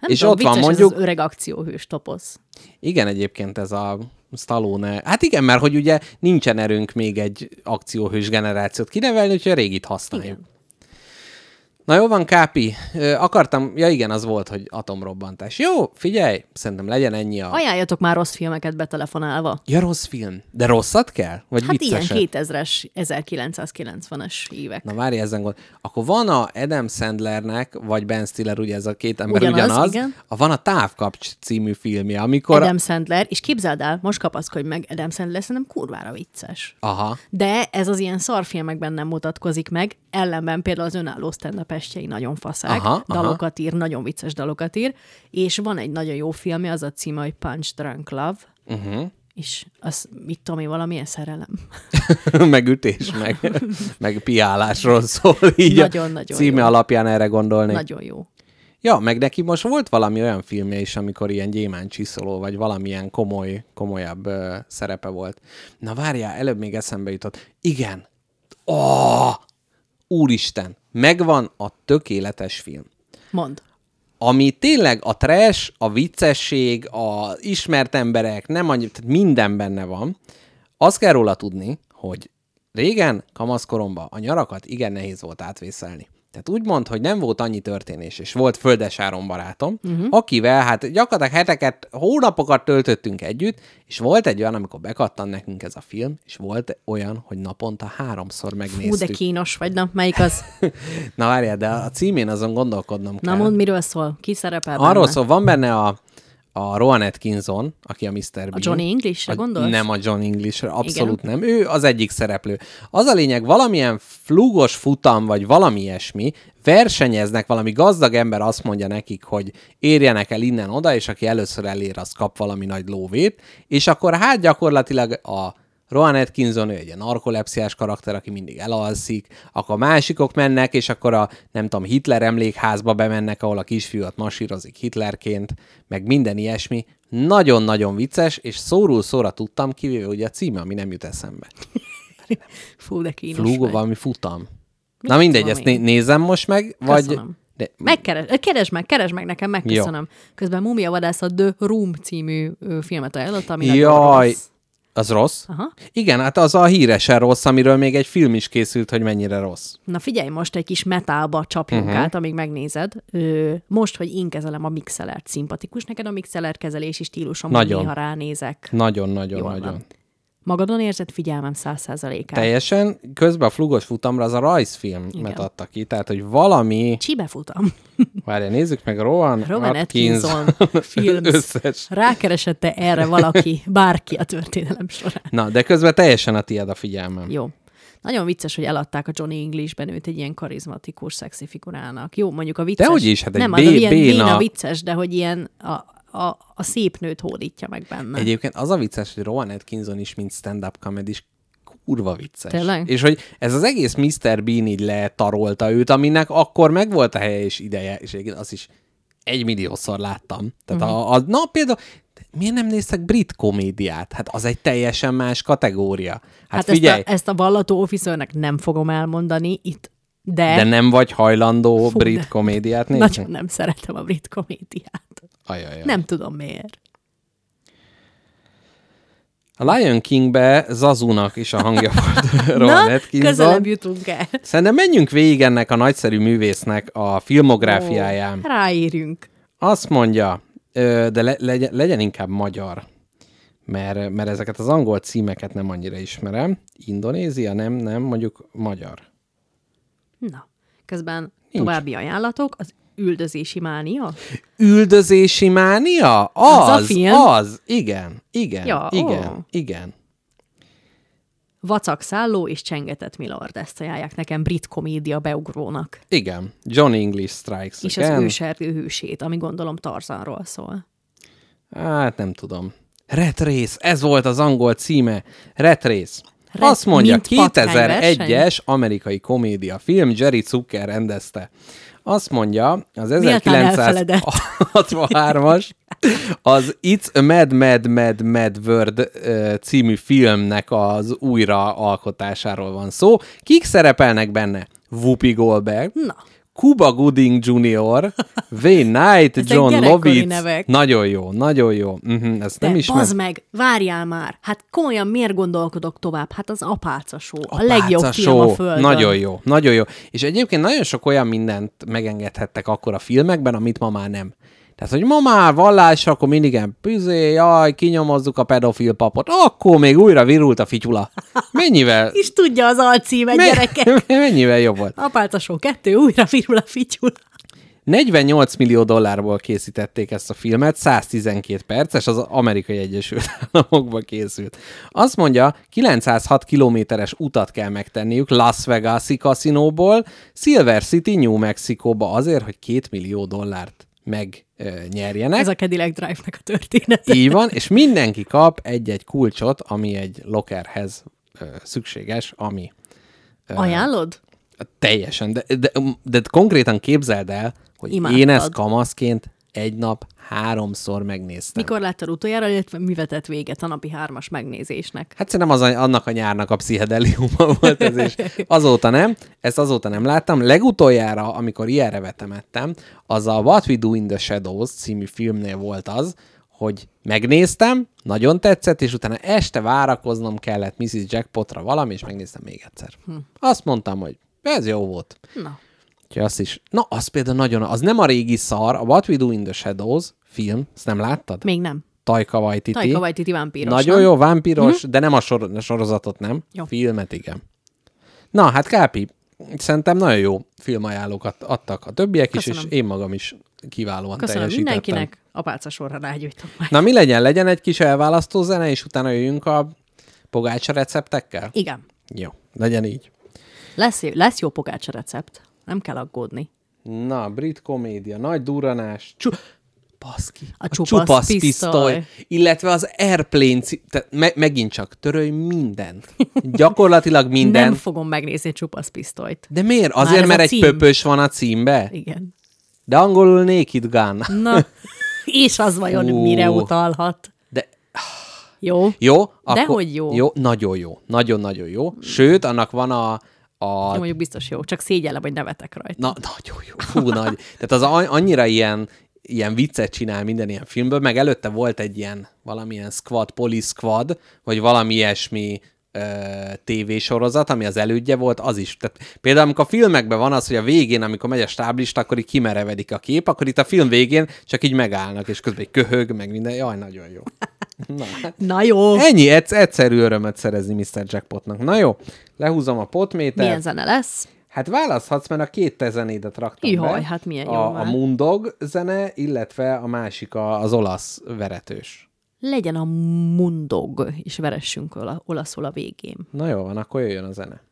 Speaker 3: Nem
Speaker 2: És
Speaker 3: tudom,
Speaker 2: ott van
Speaker 3: vicces ez
Speaker 2: mondjuk-
Speaker 3: az öreg akcióhős toposz.
Speaker 2: Igen, egyébként ez a Stallone. Hát igen, mert hogy ugye nincsen erőnk még egy akcióhős generációt kinevelni, úgyhogy a régit használjuk.
Speaker 3: Igen.
Speaker 2: Na jó van, Kápi. Ö, Akartam, ja igen, az volt, hogy atomrobbantás. Jó, figyelj, szerintem legyen ennyi a...
Speaker 3: Ajánljatok már rossz filmeket betelefonálva.
Speaker 2: Ja, rossz film. De rosszat kell? Vagy
Speaker 3: Hát
Speaker 2: vicceset?
Speaker 3: ilyen 2000-es, 1990-es évek.
Speaker 2: Na várj, ezen gond. Akkor van a Adam Sandlernek, vagy Ben Stiller, ugye ez a két ember
Speaker 3: Ugyanaz,
Speaker 2: ugyanaz, ugyanaz
Speaker 3: igen.
Speaker 2: A, van a Távkapcs című filmje, amikor...
Speaker 3: Adam Sandler, és képzeld el, most kapaszkodj meg, Adam Sandler szerintem kurvára vicces.
Speaker 2: Aha.
Speaker 3: De ez az ilyen szarfilmekben nem mutatkozik meg, ellenben például az önálló stand nagyon faszák,
Speaker 2: Aha,
Speaker 3: aha,
Speaker 2: aha.
Speaker 3: dalokat ír, nagyon
Speaker 2: Mhm.
Speaker 3: vicces dalokat ír, és van egy nagyon jó filmje, az a címe, hogy Punch Drunk Love, uh-huh. és az, mit tudom én, valamilyen szerelem.
Speaker 2: Megütés, meg, meg piálásról szól. Így a
Speaker 3: Nagyon-nagyon
Speaker 2: Címe
Speaker 3: jó.
Speaker 2: alapján erre gondolnék.
Speaker 3: Nagyon jó.
Speaker 2: Ja, meg neki most volt valami olyan filmje is, amikor ilyen gyémán csiszoló, vagy valamilyen komoly, komolyabb ö, szerepe volt. Na várjál, előbb még eszembe jutott. Igen. Oh! Úristen, megvan a tökéletes film.
Speaker 3: Mond.
Speaker 2: Ami tényleg a trash, a viccesség, a ismert emberek, nem annyi, tehát minden benne van. Azt kell róla tudni, hogy régen, kamaszkoromban a nyarakat igen nehéz volt átvészelni. Tehát úgy mond, hogy nem volt annyi történés, és volt földesáron barátom,
Speaker 3: Mhm.
Speaker 2: uh-huh. akivel hát gyakorlatilag heteket, hónapokat töltöttünk együtt, és volt egy olyan, amikor bekattan nekünk ez a film, és volt olyan, hogy naponta háromszor
Speaker 3: Hú, de
Speaker 2: megnéztük.
Speaker 3: kínos vagy, na, melyik az?
Speaker 2: Na várjál, de a címén azon gondolkodnom kell.
Speaker 3: Na mondd, miről szól? Ki szerepel
Speaker 2: Arról
Speaker 3: benne?
Speaker 2: szól, van benne a, a Rowan Atkinson, aki a Mr. Bean.
Speaker 3: Johnny Englishre
Speaker 2: A-
Speaker 3: gondolsz?
Speaker 2: Nem a John Englishre, abszolút Igen. nem. Ő az egyik szereplő. Az a lényeg, valamilyen flugos futam, vagy valami ilyesmi, versenyeznek, valami gazdag ember azt mondja nekik, hogy érjenek el innen-oda, és aki először elér, az kap valami nagy lóvét, és akkor hát gyakorlatilag a Rowan Atkinson, ő egy ilyen narkolepsziás karakter, aki mindig elalszik, akkor másikok mennek, és akkor a, nem tudom, Hitler emlékházba bemennek, ahol a kisfiúat masírozik Hitlerként, meg minden ilyesmi. Nagyon-nagyon vicces, és szóról szóra tudtam, kivéve ugye a címe, ami nem jut eszembe.
Speaker 3: Fú, de kínos
Speaker 2: Flúgó,
Speaker 3: vagy.
Speaker 2: valami futam. Na mindegy,
Speaker 3: tudom
Speaker 2: ezt né-
Speaker 3: én?
Speaker 2: nézem most meg, vagy...
Speaker 3: Köszönöm.
Speaker 2: De,
Speaker 3: Megkeres, keresd meg, keresd meg nekem, megköszönöm. Jó. Közben Mumia Vadászat The Room című ö, filmet ajánlott, ami nagyon
Speaker 2: jaj,
Speaker 3: rossz.
Speaker 2: az rossz?
Speaker 3: Aha.
Speaker 2: Igen, hát az a híresen rossz, amiről még egy film is készült, hogy mennyire rossz.
Speaker 3: Na figyelj, most egy kis metálba csapjunk
Speaker 2: Mhm.
Speaker 3: uh-huh. át, amíg megnézed. Ö, most, hogy én kezelem a mixelert, szimpatikus neked a mixeler kezelési stílusom, hogy
Speaker 2: Nagyon.
Speaker 3: néha ránézek. Jól van.
Speaker 2: Nagyon-nagyon-nagyon.
Speaker 3: Magadon érzed figyelmem száz százalékát.
Speaker 2: Teljesen, közben a flugos futamra az a rajzfilmet
Speaker 3: Igen.
Speaker 2: adta ki, tehát, hogy valami,
Speaker 3: Csibe futam.
Speaker 2: várjál, nézzük meg, Rowan,
Speaker 3: Rowan Atkinson films.
Speaker 2: Összes.
Speaker 3: Rákeresette erre valaki, bárki a történelem során.
Speaker 2: Na, de közben teljesen a tiéd a figyelmem.
Speaker 3: Jó. Nagyon vicces, hogy eladták a Johnny Englishben őt egy ilyen karizmatikus, szexi figurának. Jó, mondjuk a vicces...
Speaker 2: Dehogy is, hát egy
Speaker 3: nem,
Speaker 2: bé-
Speaker 3: az a ilyen
Speaker 2: béna-
Speaker 3: béna vicces, de hogy ilyen a, a, a szép nőt hódítja meg benne.
Speaker 2: Egyébként az a vicces, hogy Rowan Atkinson is, mint stand-up comedy is kurva vicces.
Speaker 3: Tényleg?
Speaker 2: És hogy ez az egész Mr. Bean így letarolta őt, aminek akkor megvolt a helye és ideje, és egyébként azt is egy milliószor láttam. Tehát
Speaker 3: Mhm.
Speaker 2: uh-huh. a, a, na például, de miért nem néztek brit komédiát? Hát az egy teljesen más kategória. Hát, hát
Speaker 3: Hát, hát
Speaker 2: figyelj,
Speaker 3: ezt, a, ezt a vallató officernek nem fogom elmondani itt, de,
Speaker 2: De nem vagy hajlandó
Speaker 3: Fú,
Speaker 2: Fú, brit
Speaker 3: de-
Speaker 2: de. komédiát nézni?
Speaker 3: nagyon nem szeretem a brit komédiát.
Speaker 2: Ajajaj.
Speaker 3: Nem tudom miért.
Speaker 2: A Lion Kingbe Zazunak is a hangja volt Rowan
Speaker 3: Na,
Speaker 2: Atkinson.
Speaker 3: közelebb jutunk el.
Speaker 2: Szerintem menjünk végig ennek a nagyszerű művésznek a filmográfiáján.
Speaker 3: Ó, Ráérünk.
Speaker 2: Azt mondja, ö, de le, legyen, legyen inkább magyar, mert, mert ezeket az angol címeket nem annyira ismerem. Indonézia? Nem, nem, mondjuk magyar.
Speaker 3: Na, közben további ajánlatok. Az üldözési mánia.
Speaker 2: Üldözési mánia? Az,
Speaker 3: a
Speaker 2: az,
Speaker 3: film?
Speaker 2: az igen, igen,
Speaker 3: Ja,
Speaker 2: ja, igen,
Speaker 3: ó.
Speaker 2: igen.
Speaker 3: Vacak szálló és csengetett Milord. Ezt ajánlják nekem brit komédia beugrónak.
Speaker 2: Igen, John English Strikes
Speaker 3: És
Speaker 2: Again.
Speaker 3: az őserdő hősét, ami gondolom Tarzanról szól.
Speaker 2: Hát nem tudom. Red Race, ez volt az angol címe. Red Race.
Speaker 3: Red-
Speaker 2: Azt mondja,
Speaker 3: mint patkányverseny?
Speaker 2: 2001-es amerikai komédia film, Jerry Zucker rendezte. Azt mondja, az
Speaker 3: Méltán elfeledett.
Speaker 2: 1963-as az It's a Mad Mad Mad Mad World ö, című filmnek az újra alkotásáról van szó. Kik szerepelnek benne? Whoopi Goldberg,
Speaker 3: Na.
Speaker 2: Cuba Gooding Jr., Wayne Knight,
Speaker 3: Ezek
Speaker 2: John
Speaker 3: gyerekkori
Speaker 2: Lovitz.
Speaker 3: nevek.
Speaker 2: Nagyon jó, nagyon jó. Uh-huh, ezt
Speaker 3: De
Speaker 2: nem ismerem.
Speaker 3: bazd meg, várjál már. Hát komolyan miért gondolkodok tovább? Hát az apáca show, a legjobb
Speaker 2: Pálca
Speaker 3: film a
Speaker 2: show.
Speaker 3: földön.
Speaker 2: Nagyon jó, nagyon jó. És egyébként nagyon sok olyan mindent megengedhettek akkor a filmekben, amit ma már nem. Tehát, hogy ma már vallás, akkor mindig ilyen püzé, jaj, kinyomozzuk a pedofil papot. Akkor még újra virult a fityula. Mennyivel,
Speaker 3: És tudja az alcíme, gyerekek.
Speaker 2: mennyivel jobb volt?
Speaker 3: Apáca show 2, újra virul a fityula.
Speaker 2: 48 millió dollárból készítették ezt a filmet, 112 perces, az Amerikai Egyesült Államokban készült. Azt mondja, 906 kilométeres utat kell megtenniük Las Vegas-i kaszinóból Silver City, New Mexico-ba azért, hogy 2 millió dollárt meg ö, nyerjenek.
Speaker 3: Ez a Cadillac Drive-nak a története.
Speaker 2: Így van, és mindenki kap egy-egy kulcsot, ami egy lokerhez ö, szükséges, ami
Speaker 3: Ajánlod?
Speaker 2: teljesen, de, de, de konkrétan képzeld el, hogy Imádtad. én
Speaker 3: Imádtad.
Speaker 2: ezt kamaszként egy nap háromszor megnéztem.
Speaker 3: Mikor láttad utoljára, illetve mi vetett véget a napi hármas megnézésnek?
Speaker 2: Hát szerintem az, a- annak a nyárnak a pszichedeliuma volt ez, és azóta nem, ezt azóta nem láttam. Legutoljára, amikor ilyenre vetemettem, az a What We Do in the Shadows című filmnél volt az, hogy megnéztem, nagyon tetszett, és utána este várakoznom kellett Mrs. Jackpotra valami, és megnéztem még egyszer. Hm. Azt mondtam, hogy ez jó volt.
Speaker 3: Na,
Speaker 2: Úgyhogy azt is. Na, az például nagyon, az nem a régi szar, a What We Do in the Shadows film, ezt nem láttad?
Speaker 3: még nem.
Speaker 2: Tajka Waititi.
Speaker 3: Taika Waititi vámpíros,
Speaker 2: Nagyon
Speaker 3: nem? Mhm.
Speaker 2: jó, vámpíros, de nem a, sor- a sorozatot, nem?
Speaker 3: Jó.
Speaker 2: Filmet, igen. Na, hát Kápi, szerintem nagyon jó filmajánlókat adtak a többiek is,
Speaker 3: Köszönöm.
Speaker 2: és én magam is kiválóan
Speaker 3: Köszönöm
Speaker 2: teljesítettem.
Speaker 3: mindenkinek, apáca sorra rágyújtom majd.
Speaker 2: Na, mi legyen? Legyen egy kis elválasztó zene, és utána jöjjünk a pogácsa receptekkel?
Speaker 3: Igen,
Speaker 2: Jó, legyen így.
Speaker 3: lesz, lesz jó pogácsa recept, nem kell aggódni.
Speaker 2: Na, brit komédia, nagy duranás, csu- Baszki.
Speaker 3: A csupasz pisztoly.
Speaker 2: Illetve az Airplane, cí- tehát me- megint csak törölj mindent. Gyakorlatilag
Speaker 3: Nem
Speaker 2: mindent.
Speaker 3: fogom megnézni csupasz pisztolyt.
Speaker 2: De miért?
Speaker 3: Már
Speaker 2: Azért,
Speaker 3: ez a
Speaker 2: mert egy
Speaker 3: cím.
Speaker 2: pöpös van a címbe?
Speaker 3: Igen.
Speaker 2: De angolul Naked Gun.
Speaker 3: Na, és az vajon
Speaker 2: Fú.
Speaker 3: mire utalhat?
Speaker 2: De
Speaker 3: Jó?
Speaker 2: jó?
Speaker 3: Dehogy jó.
Speaker 2: Jó, nagyon jó. Nagyon-nagyon jó. Sőt, annak van a... a
Speaker 3: Jó, mondjuk biztos jó, csak szégyellem, hogy nevetek rajta.
Speaker 2: na, nagyon jó. Fú, nagy. Tehát az a- annyira ilyen, ilyen viccet csinál minden ilyen filmből, meg előtte volt egy ilyen valamilyen squad, police squad, vagy valami ilyesmi ö, tévésorozat, ami az elődje volt, az is. Tehát például, amikor a filmekben van az, hogy a végén, amikor megy a stáblista, akkor így kimerevedik a kép, akkor itt a film végén csak így megállnak, és közben egy köhög, meg minden. Jaj, nagyon jó.
Speaker 3: Na jó.
Speaker 2: Ennyi, egyszer- egyszerű örömet szerezni Mr. Jackpotnak. Na jó, lehúzom a potmétert.
Speaker 3: Milyen zene lesz?
Speaker 2: Hát választhatsz, mert a két te zenédet raktam
Speaker 3: Ihaj,
Speaker 2: be.
Speaker 3: hát milyen jó
Speaker 2: a,
Speaker 3: már.
Speaker 2: a Mundog zene, illetve a másik a, az olasz veretős.
Speaker 3: Legyen a mundog, és veressünk ola- olaszul a végén.
Speaker 2: Na jó van, akkor jöjjön a zene.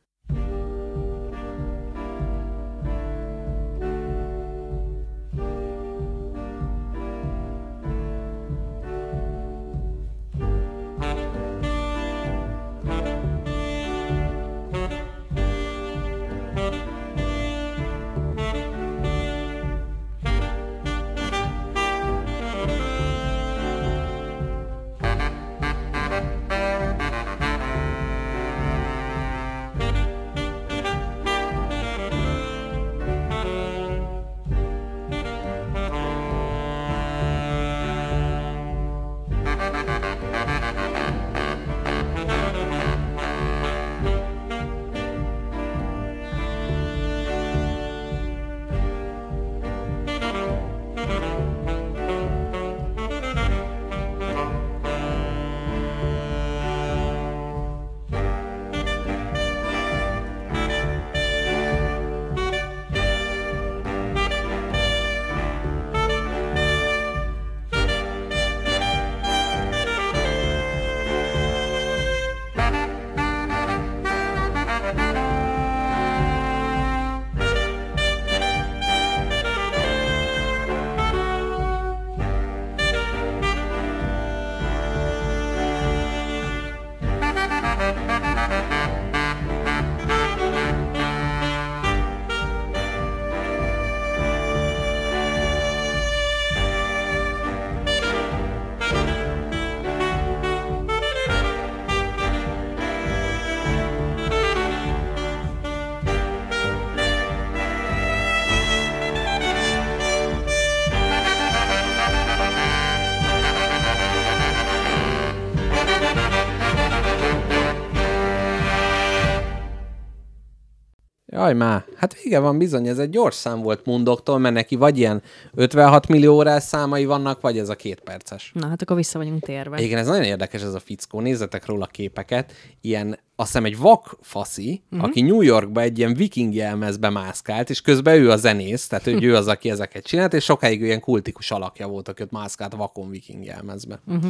Speaker 2: Jaj, már. Hát vége van bizony, ez egy gyors szám volt Mundogtól, mert neki vagy ilyen 56 millió órás számai vannak, vagy ez a két perces.
Speaker 3: Na, hát akkor vissza vagyunk térve.
Speaker 2: Igen, ez nagyon érdekes ez a fickó, nézzetek róla képeket. Ilyen, azt hiszem egy vak faszi,
Speaker 3: Mhm.
Speaker 2: uh-huh. aki New Yorkba egy ilyen viking jelmezbe mászkált, és közben ő a zenész, tehát ő, ő az, aki ezeket csinált, és sokáig ő ilyen kultikus alakja volt, aki ott mászkált vakon viking jelmezbe. Uh-huh.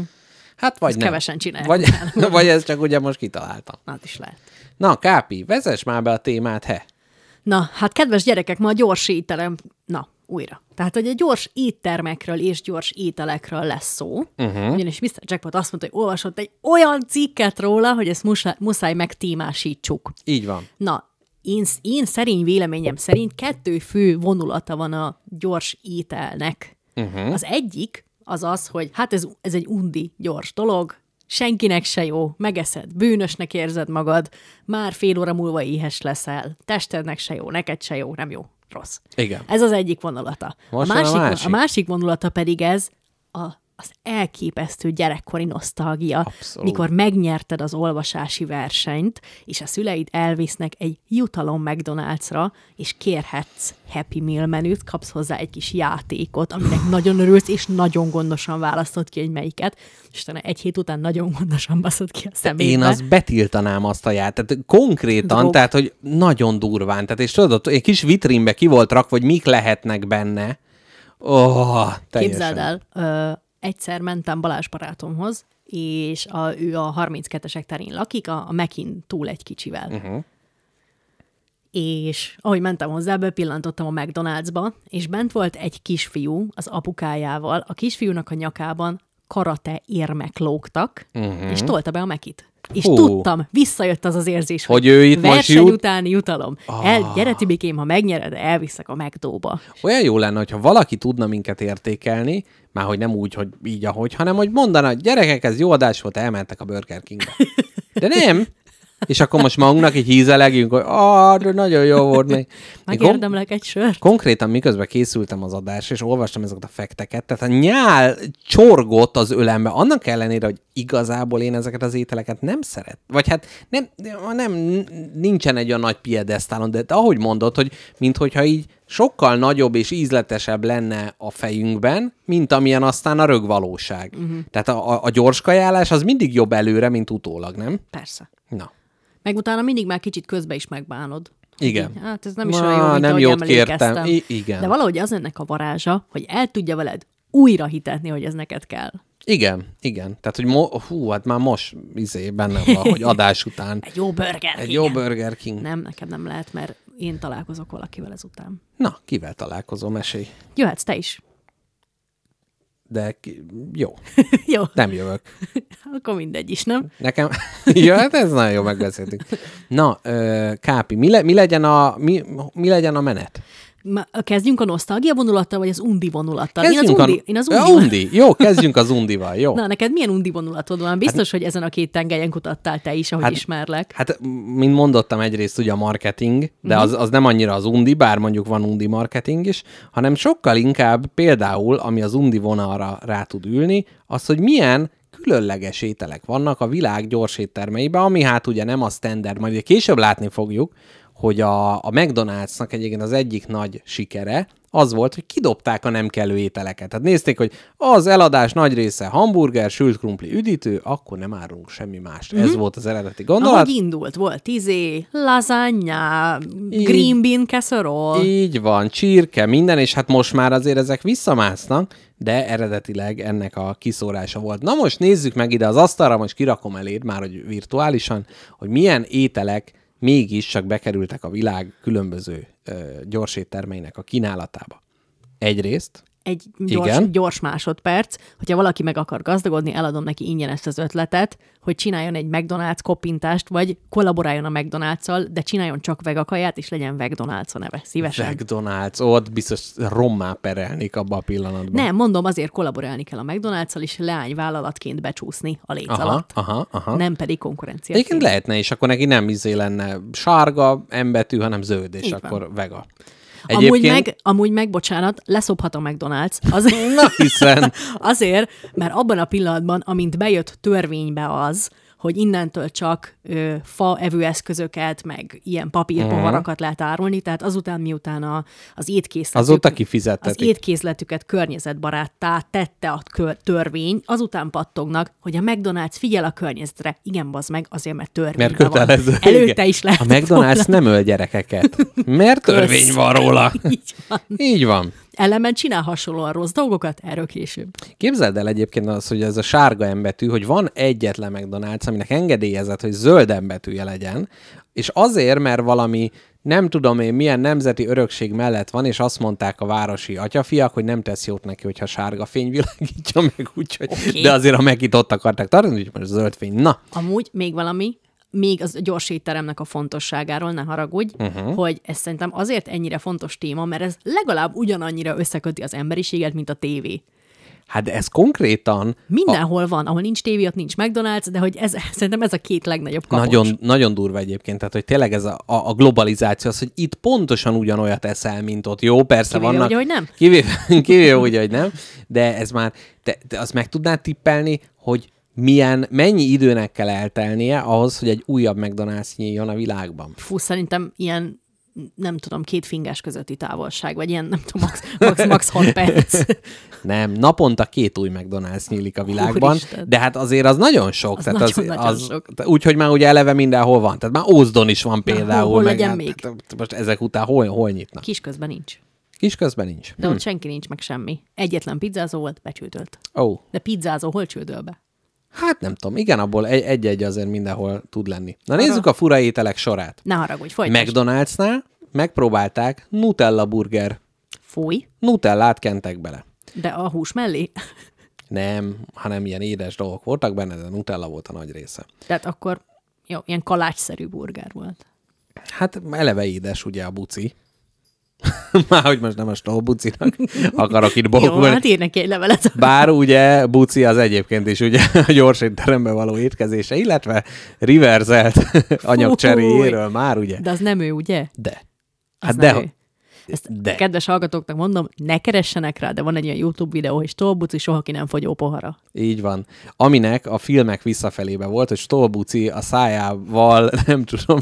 Speaker 2: Hát vagy
Speaker 3: Mhm. Ezt
Speaker 2: nem.
Speaker 3: kevesen csinálják
Speaker 2: Vagy, vagy ez csak ugye most kitaláltam.
Speaker 3: Az hát is lehet.
Speaker 2: Na, Kápi, vezess már be a témát, he.
Speaker 3: Na, hát kedves gyerekek, ma a gyors étterem... Na, újra. Tehát, hogy a gyors éttermekről és gyors ételekről lesz szó. Uh-huh. Ugyanis Mr. Jackpot azt mondta, hogy olvasott egy olyan cikket róla, hogy ezt musa, muszáj megtímásítsuk.
Speaker 2: Így van.
Speaker 3: Na, én, én szerény véleményem szerint kettő fő vonulata van a gyors ételnek.
Speaker 2: Mhm.
Speaker 3: Uh-huh. Az egyik az az, hogy hát ez, ez egy undi gyors dolog, senkinek se jó, megeszed, bűnösnek érzed magad, már fél óra múlva éhes leszel, testednek se jó, neked se jó, nem jó, rossz.
Speaker 2: Igen.
Speaker 3: Ez az egyik vonulata.
Speaker 2: Most van a másik.
Speaker 3: a másik vonulata pedig ez a, az elképesztő gyerekkori nosztalgia,
Speaker 2: Abszolút.
Speaker 3: mikor megnyerted az olvasási versenyt, és a szüleid elvisznek egy jutalom McDonald'sra, és kérhetsz Happy Meal menüt, kapsz hozzá egy kis játékot, aminek nagyon örülsz, és nagyon gondosan választod ki, hogy melyiket, és utána egy hét után nagyon gondosan baszod ki a szemétbe.
Speaker 2: Én az betiltanám azt a ját. Tehát konkrétan,
Speaker 3: Drog.
Speaker 2: tehát, hogy nagyon durván. Tehát, és tudod, ott egy kis vitrínbe ki volt rakva, hogy mik lehetnek benne. Oh, teljesen.
Speaker 3: Képzeld el, ö, egyszer mentem Balázs barátomhoz, és a, ő a 32-esek terén lakik, a, a Mekin túl egy kicsivel. Uh-huh. És ahogy mentem hozzá, bepillantottam a McDonald'sba, és bent volt egy kisfiú az apukájával. A kisfiúnak a nyakában karate érmek lógtak, uh-huh. és tolta be a Mekit. És
Speaker 2: Hú.
Speaker 3: Hú. tudtam, visszajött az az érzés,
Speaker 2: Hogy ő itt most
Speaker 3: verseny
Speaker 2: jut? Ah.
Speaker 3: utáni jutalom. El, gyere Tibikém, ha megnyered, elviszek a McDóba.
Speaker 2: Olyan jó lenne, hogyha valaki tudna minket értékelni, már hogy nem úgy, hogy így, ahogy, hanem hogy mondana, gyerekek, ez jó adás volt, elmentek a Burger Kingbe. De nem. És akkor most magunknak így hízelegjünk, hogy ah, de nagyon jó volt. Még. Én kom-
Speaker 3: Megérdemlek egy sört.
Speaker 2: Konkrétan miközben készültem az adásra, és olvastam ezeket a fekteket, tehát a nyál csorgott az ölembe, annak ellenére, hogy igazából én ezeket az ételeket nem szeret. Vagy hát nem, nem nincsen egy olyan nagy piedesztálon, de ahogy mondod, hogy minthogyha így sokkal nagyobb és ízletesebb lenne a fejünkben, mint amilyen aztán a rögvalóság. Uh-huh. Tehát a, a, a gyors kajálás az mindig jobb előre, mint utólag, nem?
Speaker 3: Persze.
Speaker 2: Na.
Speaker 3: Meg utána mindig már kicsit közbe is megbánod.
Speaker 2: Igen.
Speaker 3: Így, Hát ez nem is
Speaker 2: Ma,
Speaker 3: olyan jó, mint
Speaker 2: nem
Speaker 3: ahogy
Speaker 2: jót
Speaker 3: emlékeztem.
Speaker 2: kértem. I- igen.
Speaker 3: De valahogy az ennek a varázsa, hogy el tudja veled újra hitetni, hogy ez neked kell.
Speaker 2: Igen, igen. Tehát, hogy mo- hú, hát már most izé bennem van, hogy adás után.
Speaker 3: Egy jó burger.
Speaker 2: Egy
Speaker 3: King.
Speaker 2: jó Burger King.
Speaker 3: Nem, nekem nem lehet, mert én találkozok valakivel ezután.
Speaker 2: Na, kivel találkozom, mesélj.
Speaker 3: Jöhetsz te is.
Speaker 2: De ki- jó,
Speaker 3: jó,
Speaker 2: nem jövök.
Speaker 3: akkor mindegy is, nem?
Speaker 2: Nekem, ja, hát ez nagyon jó, megbeszéltük. Na, ö, Kápi, mi, le, mi, legyen a, mi, mi legyen a menet?
Speaker 3: Ma- Kezdjünk a nosztalgia vonulattal, vagy az undi vonulattal? én
Speaker 2: Kezdjünk
Speaker 3: az undi, én az
Speaker 2: Ja,
Speaker 3: undi,
Speaker 2: undi. Jó, kezdjünk az undival, jó.
Speaker 3: Na, neked milyen undi vonulatod van? Biztos, hogy ezen a két tengelyen kutattál te is, ahogy
Speaker 2: Hát-
Speaker 3: ismerlek.
Speaker 2: Hát, m- mint mondottam, egyrészt ugye a marketing, de az, az nem annyira az undi, bár mondjuk van undi marketing is, hanem sokkal inkább például, ami az undi vonalra rá tud ülni, az, hogy milyen különleges ételek vannak a világ gyors éttermeiben, ami hát ugye nem a standard, majd ugye később látni fogjuk, hogy a, a McDonald'snak egyébként az egyik nagy sikere az volt, hogy kidobták a nem kellő ételeket. Tehát nézték, hogy az eladás nagy része hamburger, sült krumpli, üdítő, akkor nem árunk semmi mást. Mm-hmm. Ez volt az eredeti gondolat.
Speaker 3: Ahogy indult, volt izé, lasagna, green bean casserole.
Speaker 2: Így van, csirke, minden, és hát most már azért ezek visszamásznak, de eredetileg ennek a kiszórása volt. Na most nézzük meg ide az asztalra, most kirakom eléd már, hogy virtuálisan, hogy milyen ételek mégis csak bekerültek a világ különböző ö, gyors éttermeinek a kínálatába. Egyrészt,
Speaker 3: Egy gyors,
Speaker 2: Igen.
Speaker 3: gyors másodperc, hogyha valaki meg akar gazdagodni, eladom neki ingyen ezt az ötletet, hogy csináljon egy McDonald's koppintást, vagy kollaboráljon a mcdonalds de csináljon csak vegakaját, és legyen McDonald's a neve. Szívesen.
Speaker 2: McDonald's, ott biztos rommá perelnék abba a pillanatban.
Speaker 3: Nem, mondom, azért kollaborálni kell a mcdonalds és leányvállalatként becsúszni a léc
Speaker 2: Aha,
Speaker 3: alatt.
Speaker 2: aha, aha.
Speaker 3: Nem pedig konkurencia.
Speaker 2: Egyébként lehetne, és akkor neki nem izé lenne sárga embetű, hanem zöld, és
Speaker 3: Így van.
Speaker 2: akkor vega.
Speaker 3: Amúgy meg, amúgy meg, bocsánat, leszophat a McDonald's. Azért,
Speaker 2: Na hiszen.
Speaker 3: azért, mert abban a pillanatban, amint bejött törvénybe az, hogy innentől csak ö, fa evőeszközöket, meg ilyen
Speaker 2: Mhm.
Speaker 3: papírpoharakat uh-huh. lehet árulni, tehát azután, miután a, az étkészletük...
Speaker 2: Azóta
Speaker 3: Az
Speaker 2: kifizettetik.
Speaker 3: étkészletüket környezetbaráttá tette a kör, törvény, azután pattognak, hogy a McDonald's figyel a környezetre. Igen, bazd meg, azért, mert törvényben
Speaker 2: Mert kötelező.
Speaker 3: van. Előtte is lehet.
Speaker 2: A McDonald's nem öl gyerekeket. Mert törvény van róla.
Speaker 3: Így van.
Speaker 2: Így van.
Speaker 3: ellenben csinál hasonlóan rossz dolgokat, erről később.
Speaker 2: Képzeld el egyébként azt, hogy ez a sárga embetű, hogy van egyetlen McDonald's, aminek engedélyezett, hogy zöld embetűje legyen, és azért, mert valami nem tudom én milyen nemzeti örökség mellett van, és azt mondták a városi atyafiak, hogy nem tesz jót neki, hogyha sárga fény világítja meg, úgyhogy, okay.
Speaker 3: Oké.
Speaker 2: de azért a megit ott akarták tartani, úgyhogy most zöld fény. Na,
Speaker 3: Amúgy még valami, még az gyors étteremnek a fontosságáról, ne haragudj, uh-huh. hogy ez szerintem azért ennyire fontos téma, mert ez legalább ugyanannyira összeköti az emberiséget, mint a tévé.
Speaker 2: hát de ez konkrétan
Speaker 3: Mindenhol a... van, ahol nincs tévé, ott nincs McDonald's, de hogy ez, szerintem ez a két legnagyobb kapocs.
Speaker 2: Nagyon, nagyon durva egyébként, tehát hogy tényleg ez a, a, a globalizáció az, hogy itt pontosan ugyanolyat eszel, mint ott. Jó, persze
Speaker 3: Kivéve
Speaker 2: vannak...
Speaker 3: ugye, hogy nem.
Speaker 2: Kivéve, kivéve úgy, hogy nem, de ez már... Te, te azt meg tudnád tippelni, hogy milyen, mennyi időnek kell eltelnie ahhoz, hogy egy újabb McDonald's nyíljon a világban?
Speaker 3: Fú, szerintem ilyen nem tudom, két fingás közötti távolság, vagy ilyen, nem tudom, max, max, max 6 perc.
Speaker 2: Nem, naponta két új McDonald's nyílik a világban,
Speaker 3: Úristen.
Speaker 2: de hát azért az nagyon sok.
Speaker 3: Az
Speaker 2: tehát
Speaker 3: nagyon-nagyon
Speaker 2: az, az,
Speaker 3: sok.
Speaker 2: te- Úgyhogy már ugye eleve mindenhol van. Tehát már Ózdon is van például.
Speaker 3: hol
Speaker 2: meg
Speaker 3: legyen
Speaker 2: hát-
Speaker 3: még?
Speaker 2: tehát Most ezek után hol, hol nyitnak?
Speaker 3: Kis közben nincs.
Speaker 2: Kisközben nincs.
Speaker 3: De ott senki nincs, meg semmi. Egyetlen pizzázó volt, becsődölt.
Speaker 2: Ó. Oh.
Speaker 3: De pizzázó hol csődöl be?
Speaker 2: Hát nem tudom, igen, abból egy- egy-egy azért mindenhol tud lenni. Na nézzük a fura ételek sorát.
Speaker 3: Ne haragudj, folytasd.
Speaker 2: McDonald'snál megpróbálták Nutella burger.
Speaker 3: Fúj,
Speaker 2: Nutellát kentek bele.
Speaker 3: de a hús mellé?
Speaker 2: Nem, hanem ilyen édes dolgok voltak benne, de Nutella volt a nagy része.
Speaker 3: Tehát akkor jó, ilyen kalácsszerű burger volt.
Speaker 2: Hát eleve édes ugye a buci. Már hogy most nem a stolbucinak akarok itt
Speaker 3: Jó,
Speaker 2: bókolni.
Speaker 3: hát ír neki egy levelet.
Speaker 2: Bár ugye Buci az egyébként is ugye a gyors étteremben való étkezése, illetve reverzelt anyagcseréjéről már ugye.
Speaker 3: De az nem ő, ugye?
Speaker 2: De.
Speaker 3: Az
Speaker 2: Hát
Speaker 3: nem
Speaker 2: de,
Speaker 3: ő. Ezt
Speaker 2: de.
Speaker 3: de. kedves hallgatóknak mondom, ne keressenek rá, de van egy ilyen YouTube videó, hogy Stolbuci soha ki nem fogyó pohara.
Speaker 2: Így van. Aminek a filmek visszafelébe volt, hogy Stolbuci a szájával, nem tudom,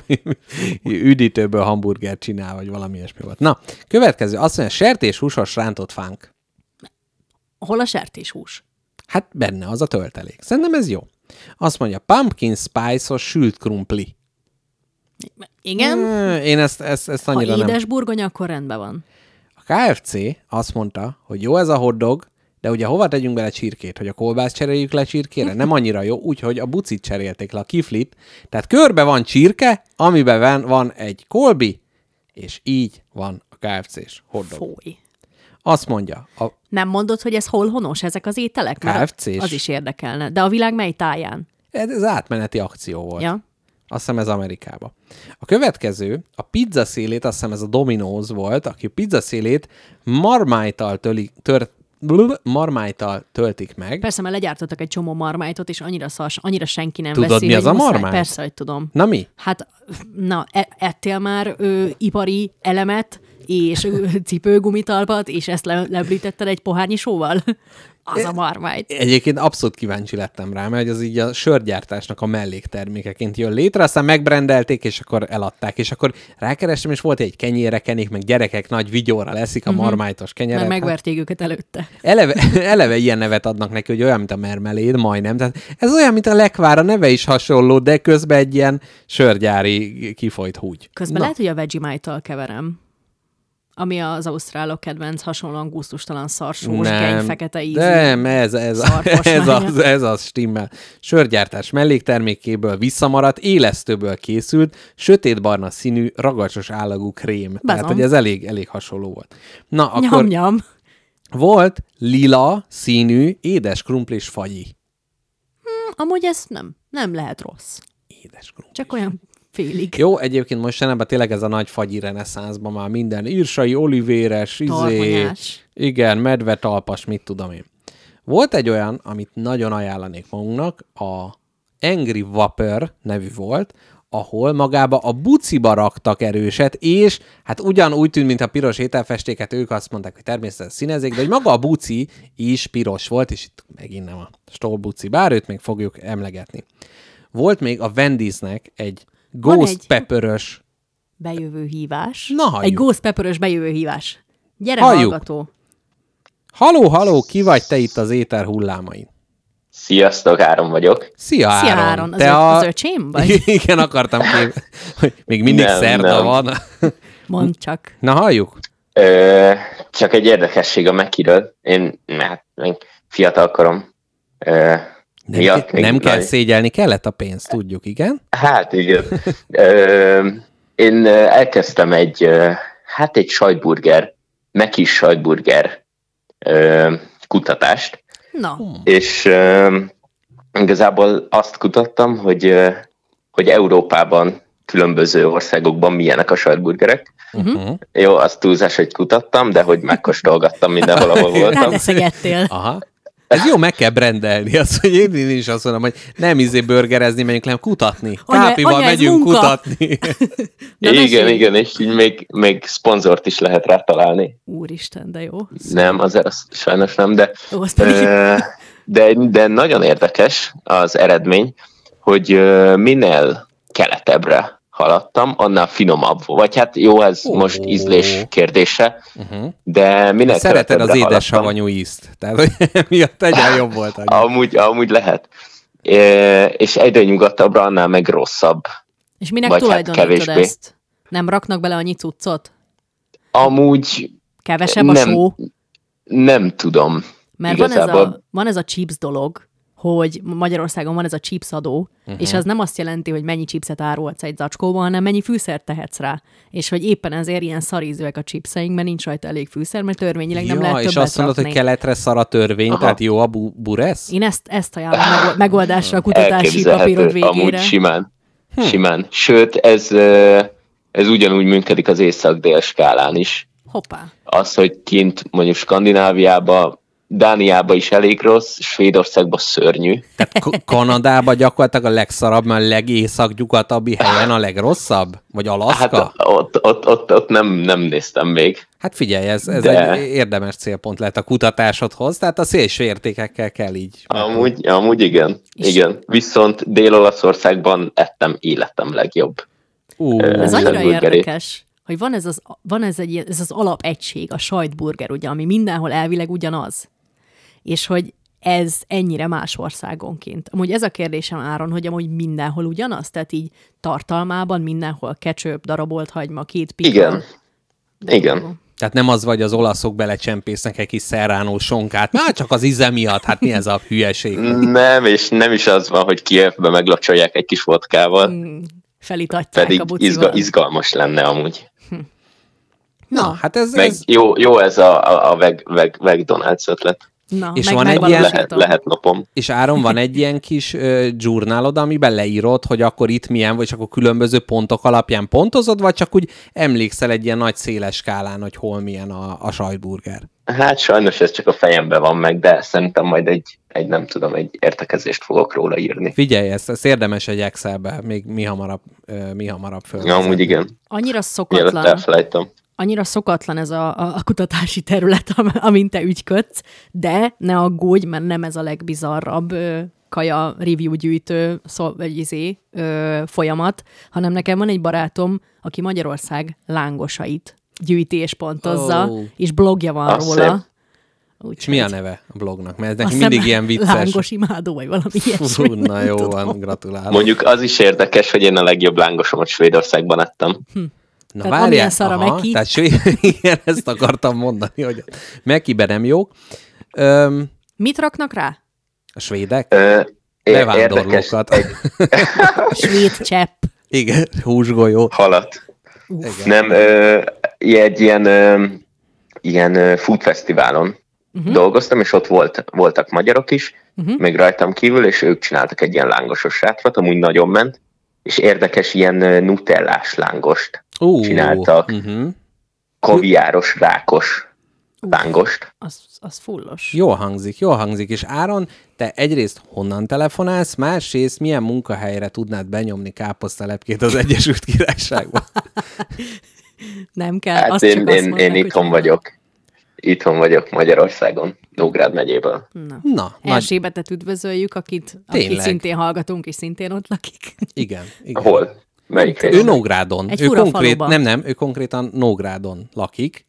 Speaker 2: üdítőből hamburgert csinál, vagy valami ilyesmi volt. Na, következő. Azt mondja, sertés húsos rántott fánk.
Speaker 3: Hol a sertéshús?
Speaker 2: Hát benne az a töltelék. Szerintem ez jó. Azt mondja, pumpkin spice-os sült krumpli.
Speaker 3: Igen?
Speaker 2: Ö, Én ezt, ezt, ezt
Speaker 3: Ha
Speaker 2: Hmm, annyira nem.
Speaker 3: édes burgonya, akkor rendben van.
Speaker 2: A KFC azt mondta, hogy jó ez a hotdog, de ugye hova tegyünk bele csirkét? Hogy a kolbászt cseréljük le csirkére? Nem annyira jó, úgyhogy a bucit cserélték le, a kiflit. Tehát körbe van csirke, amiben van, van egy kolbi, és így van a KFC-s hotdog.
Speaker 3: Fúj.
Speaker 2: Azt mondja, a
Speaker 3: Nem mondod, hogy ez hol honos ezek az ételek? Mert
Speaker 2: KFC-s.
Speaker 3: Az is érdekelne. De a világ mely táján?
Speaker 2: ez ez átmeneti akció volt.
Speaker 3: Ja.
Speaker 2: Azt hiszem ez Amerikába. A következő, a pizza szélét, azt hiszem ez a Domino's volt, aki pizza szélét marmájtal, tölik, tör, blub, marmájtal töltik meg.
Speaker 3: Persze, mert legyártottak egy csomó marmájtot, és annyira szars, annyira senki nem
Speaker 2: Tudod,
Speaker 3: veszi.
Speaker 2: mi
Speaker 3: hogy
Speaker 2: az a
Speaker 3: muszáj.
Speaker 2: marmájt?
Speaker 3: Persze, hogy tudom.
Speaker 2: Na mi?
Speaker 3: Hát, na, e- ettél már ö, ipari elemet, és ö, cipőgumitalpat, és ezt le- leblítetted egy pohárnyi sóval? Az a marmájt.
Speaker 2: Egyébként abszolút kíváncsi lettem rá, mert az így a sörgyártásnak a melléktermékeként jön létre, aztán megbrendelték, és akkor eladták. És akkor rákerestem, és volt egy kenyére kenik, meg gyerekek nagy vigyóra leszik a marmájtos kenyeret.
Speaker 3: Mert
Speaker 2: Hát
Speaker 3: megverték őket előtte.
Speaker 2: Eleve, eleve ilyen nevet adnak neki, hogy olyan, mint a mermeléd, majdnem. Tehát ez olyan, mint a lekvár, a neve is hasonló, de közben egy ilyen sörgyári kifolyt húgy.
Speaker 3: Közben Na. lehet, hogy a Vegemite-tal keverem. Ami az ausztrálok kedvenc, hasonlóan gusztustalan szarsós, geny, fekete ízű.
Speaker 2: Nem, ez, ez,
Speaker 3: szarkos
Speaker 2: ez,
Speaker 3: mája.
Speaker 2: az, ez az stimmel. Sörgyártás melléktermékéből visszamaradt, élesztőből készült, sötétbarna színű, ragacsos állagú krém. Tehát,
Speaker 3: Bazom.
Speaker 2: hogy ez elég, elég hasonló volt. Na, akkor
Speaker 3: Nyam, nyam.
Speaker 2: volt lila színű, édes krumplis fagyi.
Speaker 3: Amúgy ez nem, nem lehet rossz.
Speaker 2: Édes krumplis.
Speaker 3: Csak olyan félig.
Speaker 2: Jó, egyébként mostanában tényleg ez a nagy fagyi reneszánszban már minden írsai, olivéres, izé,
Speaker 3: Torkonyás.
Speaker 2: igen, medvetalpas, mit tudom én. Volt egy olyan, amit nagyon ajánlanék magunknak, a Angry Vapor nevű volt, ahol magába a buciba raktak erőset, és hát ugyanúgy tűnt, mint a piros ételfestéket, ők azt mondták, hogy természetesen színezik, de hogy maga a buci is piros volt, és itt megint nem a Stoll buci, bár őt még fogjuk emlegetni. Volt még a Wendy'snek egy
Speaker 3: Van
Speaker 2: Ghost
Speaker 3: egy.
Speaker 2: Pepperös.
Speaker 3: Bejövő hívás.
Speaker 2: Na, halljuk.
Speaker 3: Egy ghost pepperös bejövő hívás. Gyere,
Speaker 2: Halljuk.
Speaker 3: hallgató.
Speaker 2: Haló, haló, ki vagy te itt az éter hullámain?
Speaker 6: Sziasztok, Áron vagyok.
Speaker 2: Szia, Áron!
Speaker 3: Szia, Áron, az,
Speaker 2: Te
Speaker 3: ö-
Speaker 2: a-
Speaker 3: az öcsém vagy?
Speaker 2: Igen, akartam kép, hogy még mindig nem,
Speaker 6: Nem,
Speaker 2: szerda nem.
Speaker 6: nem.
Speaker 2: van.
Speaker 3: Mondd csak.
Speaker 2: Na, halljuk.
Speaker 6: Ö, csak egy érdekesség a Mekiről. Én, hát, még fiatal korom. Ö,
Speaker 2: Nem,
Speaker 6: Ja,
Speaker 2: ja, nem
Speaker 6: még
Speaker 2: kell
Speaker 6: nagy.
Speaker 2: szégyelni, kellett a pénz, tudjuk, igen.
Speaker 6: hát, igen. Ö, én ö, elkezdtem egy, ö, hát egy sajtburger, Mekis sajtburger ö, kutatást.
Speaker 3: Na,
Speaker 6: és ö, igazából azt kutattam, hogy, ö, hogy Európában különböző országokban milyenek a sajtburgerek.
Speaker 2: Uh-huh.
Speaker 6: Jó, azt túlzás, hogy kutattam, de hogy megkóstolgattam mindenhol, ahol voltam.
Speaker 3: rádeszegettél.
Speaker 2: Aha. Ez jó, meg kell rendelni azt, hogy én is azt mondom, hogy nem izé burgerezni megyünk, hanem kutatni.
Speaker 3: Anya-
Speaker 2: Kápival
Speaker 3: anya, ez
Speaker 2: megyünk
Speaker 3: munka.
Speaker 2: kutatni.
Speaker 3: Na,
Speaker 6: igen,
Speaker 3: mesélj.
Speaker 6: igen, és így még, még szponzort is lehet rá találni.
Speaker 3: Úristen, de jó.
Speaker 6: Nem, azért azt sajnos nem, de
Speaker 3: Ó, azt pedig...
Speaker 6: Ö, de, de nagyon érdekes az eredmény, hogy ö, minél keletebbre haladtam, annál finomabb. volt. Vagy hát jó, ez
Speaker 2: Ó.
Speaker 6: most ízlés kérdése,
Speaker 3: Mhm.
Speaker 2: Uh-huh.
Speaker 6: de minél
Speaker 2: Szereted az
Speaker 6: keletebbre haladtam,
Speaker 2: édeshavanyú ízt. Tehát, hogy miatt egyen jobb volt. annyi.
Speaker 6: Amúgy, amúgy lehet. Ö, és egyre nyugatabbra, annál meg rosszabb.
Speaker 3: És minek
Speaker 6: vagy hát
Speaker 3: tulajdonítod
Speaker 6: kevésbé.
Speaker 3: ezt? Nem raknak bele annyi cuccot?
Speaker 6: Amúgy
Speaker 3: Kevesebb a
Speaker 6: Nem.
Speaker 3: só?
Speaker 6: nem tudom.
Speaker 3: Mert van ez,
Speaker 6: igazából.
Speaker 3: a, van ez a chips dolog, hogy Magyarországon van ez a chips adó,
Speaker 6: Mhm.
Speaker 3: uh-huh. és az nem azt jelenti, hogy mennyi chipset árulsz egy zacskóba, hanem mennyi fűszert tehetsz rá. És hogy éppen ezért ilyen szarízőek a chipseink, mert nincs rajta elég fűszer, mert törvényileg nem
Speaker 2: ja,
Speaker 3: lehet
Speaker 2: és
Speaker 3: többet
Speaker 2: azt mondod,
Speaker 3: rakni.
Speaker 2: hogy keletre szar a törvény,
Speaker 6: Aha.
Speaker 2: tehát jó a bu- buresz?
Speaker 3: Én ezt, ezt ajánlom mego- megoldásra a kutatási papírod
Speaker 6: Elképzelhető, amúgy
Speaker 3: végére.
Speaker 6: simán. Hm. Simán. Sőt, ez, ö, ez ugyanúgy működik az észak-dél skálán is.
Speaker 3: Hoppá.
Speaker 6: az, hogy kint mondjuk Skandináviába, Dániába is elég rossz, Svédországban szörnyű.
Speaker 2: Tehát K- Kanadában gyakorlatilag a legszarabb, mert a legészak-nyugatabbi helyen a legrosszabb? Vagy Alaszka?
Speaker 6: Hát ott, ott, ott, ott nem, nem néztem még.
Speaker 2: Hát figyelj, ez, ez
Speaker 6: De-
Speaker 2: egy érdemes célpont lehet a kutatásodhoz, tehát a szélső értékekkel kell így.
Speaker 6: Amúgy, amúgy igen,
Speaker 3: És-
Speaker 6: igen. Viszont Dél-Olaszországban ettem életem legjobb.
Speaker 2: Ú,
Speaker 3: Ez
Speaker 6: Ez
Speaker 3: annyira
Speaker 6: a burgeri.
Speaker 3: érdekes, hogy van ez az, van ez egy, ilyen- ez az alapegység, a sajtburger, ugye, ami mindenhol elvileg ugyanaz. És hogy ez ennyire más országonként. Amúgy ez a kérdésem Áron, hogy amúgy mindenhol ugyanaz? Tehát így tartalmában mindenhol ketchup, darabolt hagyma, két pikkel.
Speaker 6: Igen. Igen.
Speaker 2: tehát nem az vagy az olaszok belecsempésznek egy kis szerránó sonkát, már csak az íze miatt, hát mi ez a hülyeség?
Speaker 6: Nem, és nem is az van, hogy Kievbe meglacsolják egy kis vodkával,
Speaker 3: Mm, Felitatják
Speaker 6: pedig
Speaker 3: a bucival.
Speaker 6: izga, izgalmas lenne amúgy.
Speaker 2: Na, hát ez,
Speaker 6: Meg
Speaker 2: ez
Speaker 6: jó, jó ez a, a, a veg, veg, veg Donald's ötlet.
Speaker 3: Na,
Speaker 2: És
Speaker 3: meg,
Speaker 2: van egy ilyen-
Speaker 3: megvalósítom.
Speaker 6: Lehet, lehet napom.
Speaker 2: és Áron, van egy ilyen kis ö, journalod, amiben leírod, hogy akkor itt milyen, vagy csak a különböző pontok alapján pontozod, vagy csak úgy emlékszel egy ilyen nagy széles skálán, hogy hol milyen a, a sajtburger.
Speaker 6: Hát sajnos ez csak a fejemben van meg, de szerintem majd egy, egy nem tudom, egy értekezést fogok róla írni.
Speaker 2: Figyelj, ezt, ezt érdemes egy Excelbe, még mi hamarabb, ö, mi hamarabb föl.
Speaker 6: Ja, amúgy igen,
Speaker 3: Annyira
Speaker 6: mielőtt
Speaker 3: szokatlan.
Speaker 6: elfelejtem.
Speaker 3: annyira szokatlan ez a, a, a kutatási terület, am- amin te ügyködsz, de ne aggódj, mert nem ez a legbizarrabb ö, kaja review gyűjtő szó, vagy izé, ö, folyamat, hanem nekem van egy barátom, aki Magyarország lángosait gyűjti és pontozza,
Speaker 2: Ó.
Speaker 3: oh. és blogja van
Speaker 6: Az
Speaker 3: róla.
Speaker 2: És mi a neve a blognak? Mert ez neki mindig ilyen vicces.
Speaker 3: Lángos imádó, vagy valami ilyesmi.
Speaker 2: Fú, na
Speaker 3: nem
Speaker 2: jó
Speaker 3: tudom.
Speaker 2: van, gratulálok.
Speaker 6: Mondjuk az is érdekes, hogy én a legjobb lángosomat Svédországban ettem.
Speaker 2: Na
Speaker 3: Tehát
Speaker 2: várjál,
Speaker 3: amilyen szar a Meki.
Speaker 2: tehát svéd, igen, ezt akartam mondani, hogy a Mekiben nem jók. Öm,
Speaker 3: Mit raknak rá?
Speaker 2: a svédek?
Speaker 6: Ö, é- érdekes
Speaker 2: Bevándorlókat.
Speaker 3: Svéd csepp.
Speaker 2: Igen, húsgolyó.
Speaker 6: halat.
Speaker 2: Igen.
Speaker 6: Nem, ö, egy ilyen, ö, ilyen ö, food fesztiválon
Speaker 3: Mhm.
Speaker 6: uh-huh. dolgoztam, és ott volt, voltak magyarok is,
Speaker 3: Mhm.
Speaker 6: uh-huh. még rajtam kívül, és ők csináltak egy ilyen lángosos sátrat, amúgy nagyon ment, és érdekes ilyen ö, nutellás lángost.
Speaker 2: Ú,
Speaker 6: csináltak.
Speaker 3: mhm.
Speaker 2: Uh-huh.
Speaker 6: kaviáros, rákos lángost.
Speaker 3: Az, az fullos.
Speaker 2: Jó hangzik, jó hangzik. És Áron, te egyrészt honnan telefonálsz, másrészt milyen munkahelyre tudnád benyomni káposztalepkét az Egyesült Királyságban?
Speaker 3: Nem kell.
Speaker 6: Hát
Speaker 3: azt
Speaker 6: én,
Speaker 3: csak azt
Speaker 6: én,
Speaker 3: mondták,
Speaker 6: én
Speaker 3: hogy
Speaker 6: itthon
Speaker 3: honnan.
Speaker 6: vagyok. Itthon vagyok Magyarországon, Nógrád megyéből.
Speaker 3: Na.
Speaker 2: Na, nagy,
Speaker 3: Erzsébetet üdvözöljük, akit, akit
Speaker 2: Tényleg.
Speaker 3: szintén hallgatunk, és szintén ott lakik.
Speaker 2: igen, igen.
Speaker 6: Hol? Melyik
Speaker 2: Ő
Speaker 6: rész?
Speaker 2: Nógrádon.
Speaker 3: Egy
Speaker 2: ő
Speaker 3: fura
Speaker 2: konkrét,
Speaker 3: faluban.
Speaker 2: nem, nem, ő konkrétan Nógrádon lakik.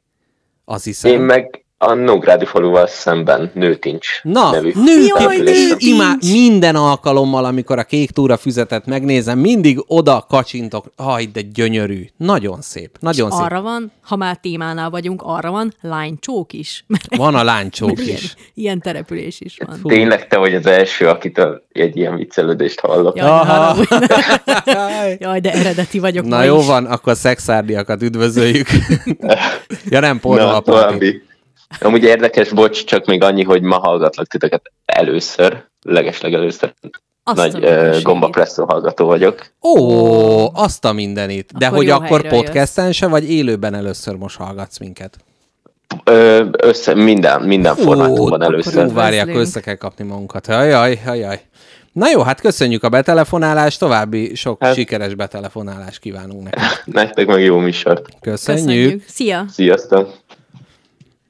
Speaker 2: Azt hiszem.
Speaker 6: Én meg, A Nógrádi faluval szemben Nőtincs
Speaker 2: Na,
Speaker 6: nevű
Speaker 2: nő,
Speaker 3: Jaj,
Speaker 6: településen.
Speaker 3: nő!
Speaker 2: imá,
Speaker 3: Nincs.
Speaker 2: minden alkalommal, amikor a kék túra füzetet megnézem, mindig oda kacsintok. Haj, de gyönyörű. Nagyon szép, nagyon szép.
Speaker 3: Arra van, ha már témánál vagyunk, arra van lánycsók is. Mert
Speaker 2: Van a láncsók
Speaker 3: ilyen,
Speaker 2: is.
Speaker 3: ilyen település is van.
Speaker 2: Fú.
Speaker 6: Tényleg te vagy az első, akitől egy ilyen viccelődést hallok.
Speaker 3: Jaj,
Speaker 2: Aha.
Speaker 3: ne haragudj. Jaj, de eredeti vagyok
Speaker 2: Na
Speaker 3: ma
Speaker 2: jó
Speaker 3: is.
Speaker 2: van, akkor szexárdiakat üdvözöljük. ja nem,
Speaker 6: Na,
Speaker 2: pornóhapot.
Speaker 6: további. Amúgy érdekes, bocs, csak még annyi, hogy ma hallgatlak titeket először, legesleg először.
Speaker 3: Azt a
Speaker 6: Nagy uh,
Speaker 3: mindenségét.
Speaker 6: gombapresszó hallgató vagyok.
Speaker 2: Ó, azt a mindenit. De
Speaker 3: Akkor
Speaker 2: hogy
Speaker 3: jó
Speaker 2: akkor
Speaker 3: helyről
Speaker 2: podcasten se, vagy élőben először most hallgatsz minket?
Speaker 6: Ö, össze, minden, minden formátumban
Speaker 2: akkor
Speaker 6: először.
Speaker 2: Hú, várják,
Speaker 3: Üdvözlünk.
Speaker 2: össze kell kapni magunkat. Ajaj, ajaj. Na jó, hát köszönjük a betelefonálást, további sok
Speaker 6: Hát-
Speaker 2: sikeres betelefonálást kívánunk neked.
Speaker 6: Nektek meg jó műsort.
Speaker 2: Köszönjük.
Speaker 3: Köszönjük. Szia!
Speaker 6: Sziasztok!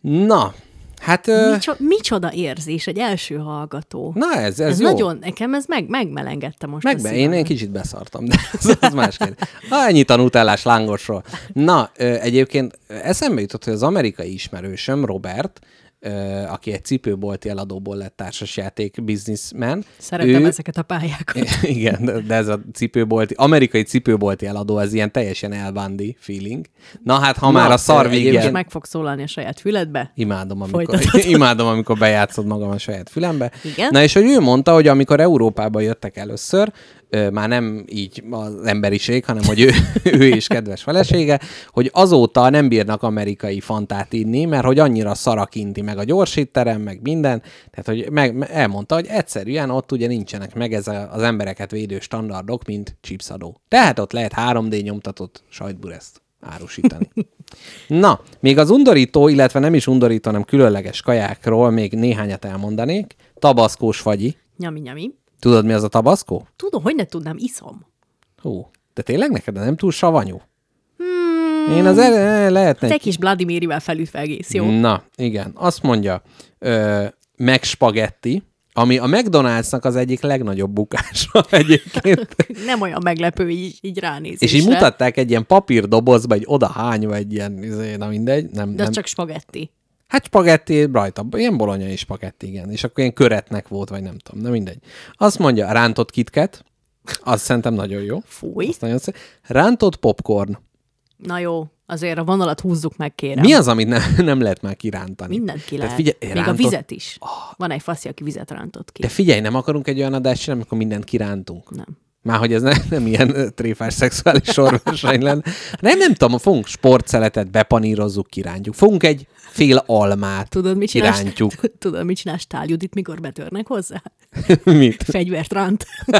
Speaker 2: Na, hát... ö,
Speaker 3: Micso- micsoda érzés egy első hallgató.
Speaker 2: Na ez, ez,
Speaker 3: ez
Speaker 2: jó.
Speaker 3: nagyon, nekem ez meg, megmelengedte most. a
Speaker 2: Megbe, én,
Speaker 3: szívem.
Speaker 2: én kicsit beszartam, de az, az más kérdés. Ah, ennyit a nutellás lángosról. Na, ö, egyébként eszembe jutott, hogy az amerikai ismerősöm, Robert, ö, aki egy cipőbolti eladóból lett társasjáték bizniszmen.
Speaker 3: Szeretem
Speaker 2: ő-
Speaker 3: ezeket a pályákat.
Speaker 2: Igen, de- de ez a cipőbolti, amerikai cipőbolti eladó, ez ilyen teljesen elbándi feeling. Na hát, ha Na, már a szar
Speaker 3: És
Speaker 2: végén...
Speaker 3: meg fog szólalni a saját fületbe.
Speaker 2: Imádom amikor,
Speaker 3: Folytatod.
Speaker 2: imádom, amikor bejátszod magam a saját fülembe.
Speaker 3: Igen.
Speaker 2: Na és hogy ő mondta, hogy amikor Európába jöttek először, ö, már nem így az emberiség, hanem hogy ő, ő és kedves felesége, hogy azóta nem bírnak amerikai fantát inni, mert hogy annyira szarakinti meg a gyorsítterem, meg minden. Tehát, hogy meg, me- elmondta, hogy egyszerűen ott ugye nincsenek meg ez a, az embereket védő standardok, mint chipsadó. Tehát ott lehet 3D nyomtatott sajtbureszt árusítani. Na, még az undorító, illetve nem is undorító, hanem különleges kajákról még néhányat elmondanék. Tabaszkós fagyi.
Speaker 3: Nyami, nyami.
Speaker 2: Tudod, mi az a tabaszkó?
Speaker 3: Tudom, hogy ne tudnám, iszom.
Speaker 2: Hú, de tényleg neked nem túl savanyú? Hmm. Én az el- lehetne...
Speaker 3: Te kis Vladimirivel felütve egész, jó?
Speaker 2: Na, igen. Azt mondja, ö, meg spagetti, ami a McDonald'snak az egyik legnagyobb bukása egyébként.
Speaker 3: Nem olyan meglepő így, így ránézésre.
Speaker 2: És így mutatták egy ilyen papírdobozba, egy odahányva, egy ilyen, izé, na mindegy. Nem,
Speaker 3: De
Speaker 2: nem.
Speaker 3: az csak spagetti.
Speaker 2: Hát spagetti rajta, ilyen bolonyai spagetti, igen. És akkor ilyen köretnek volt, vagy nem tudom, na mindegy. Azt mondja, rántott kitket, azt szerintem nagyon jó.
Speaker 3: Fúj.
Speaker 2: Azt nagyon szép. Rántott popcorn.
Speaker 3: Na jó, azért a vonalat húzzuk meg, kérem.
Speaker 2: Mi az, amit ne, nem lehet már kirántani?
Speaker 3: Mindent ki
Speaker 2: Tehát
Speaker 3: lehet.
Speaker 2: figyelj,
Speaker 3: Még
Speaker 2: rántott- Ah.
Speaker 3: a vizet is. Van egy faszi, aki vizet rántott ki.
Speaker 2: De figyelj, nem akarunk egy olyan adást csinálni, amikor mindent kirántunk.
Speaker 3: Nem.
Speaker 2: Már hogy ez nem, nem ilyen ö, tréfás szexuális sorverseny lenne. Nem, nem tudom, fogunk sportszeletet, bepanírozzuk, kirántjuk. Fogunk egy fél almát,
Speaker 3: Tudod, mit csinálsz?
Speaker 2: kirántjuk.
Speaker 3: Tudod, mit csinálsz Tál Judit, mikor betörnek hozzá?
Speaker 2: Mit?
Speaker 3: Fegyvert ránt.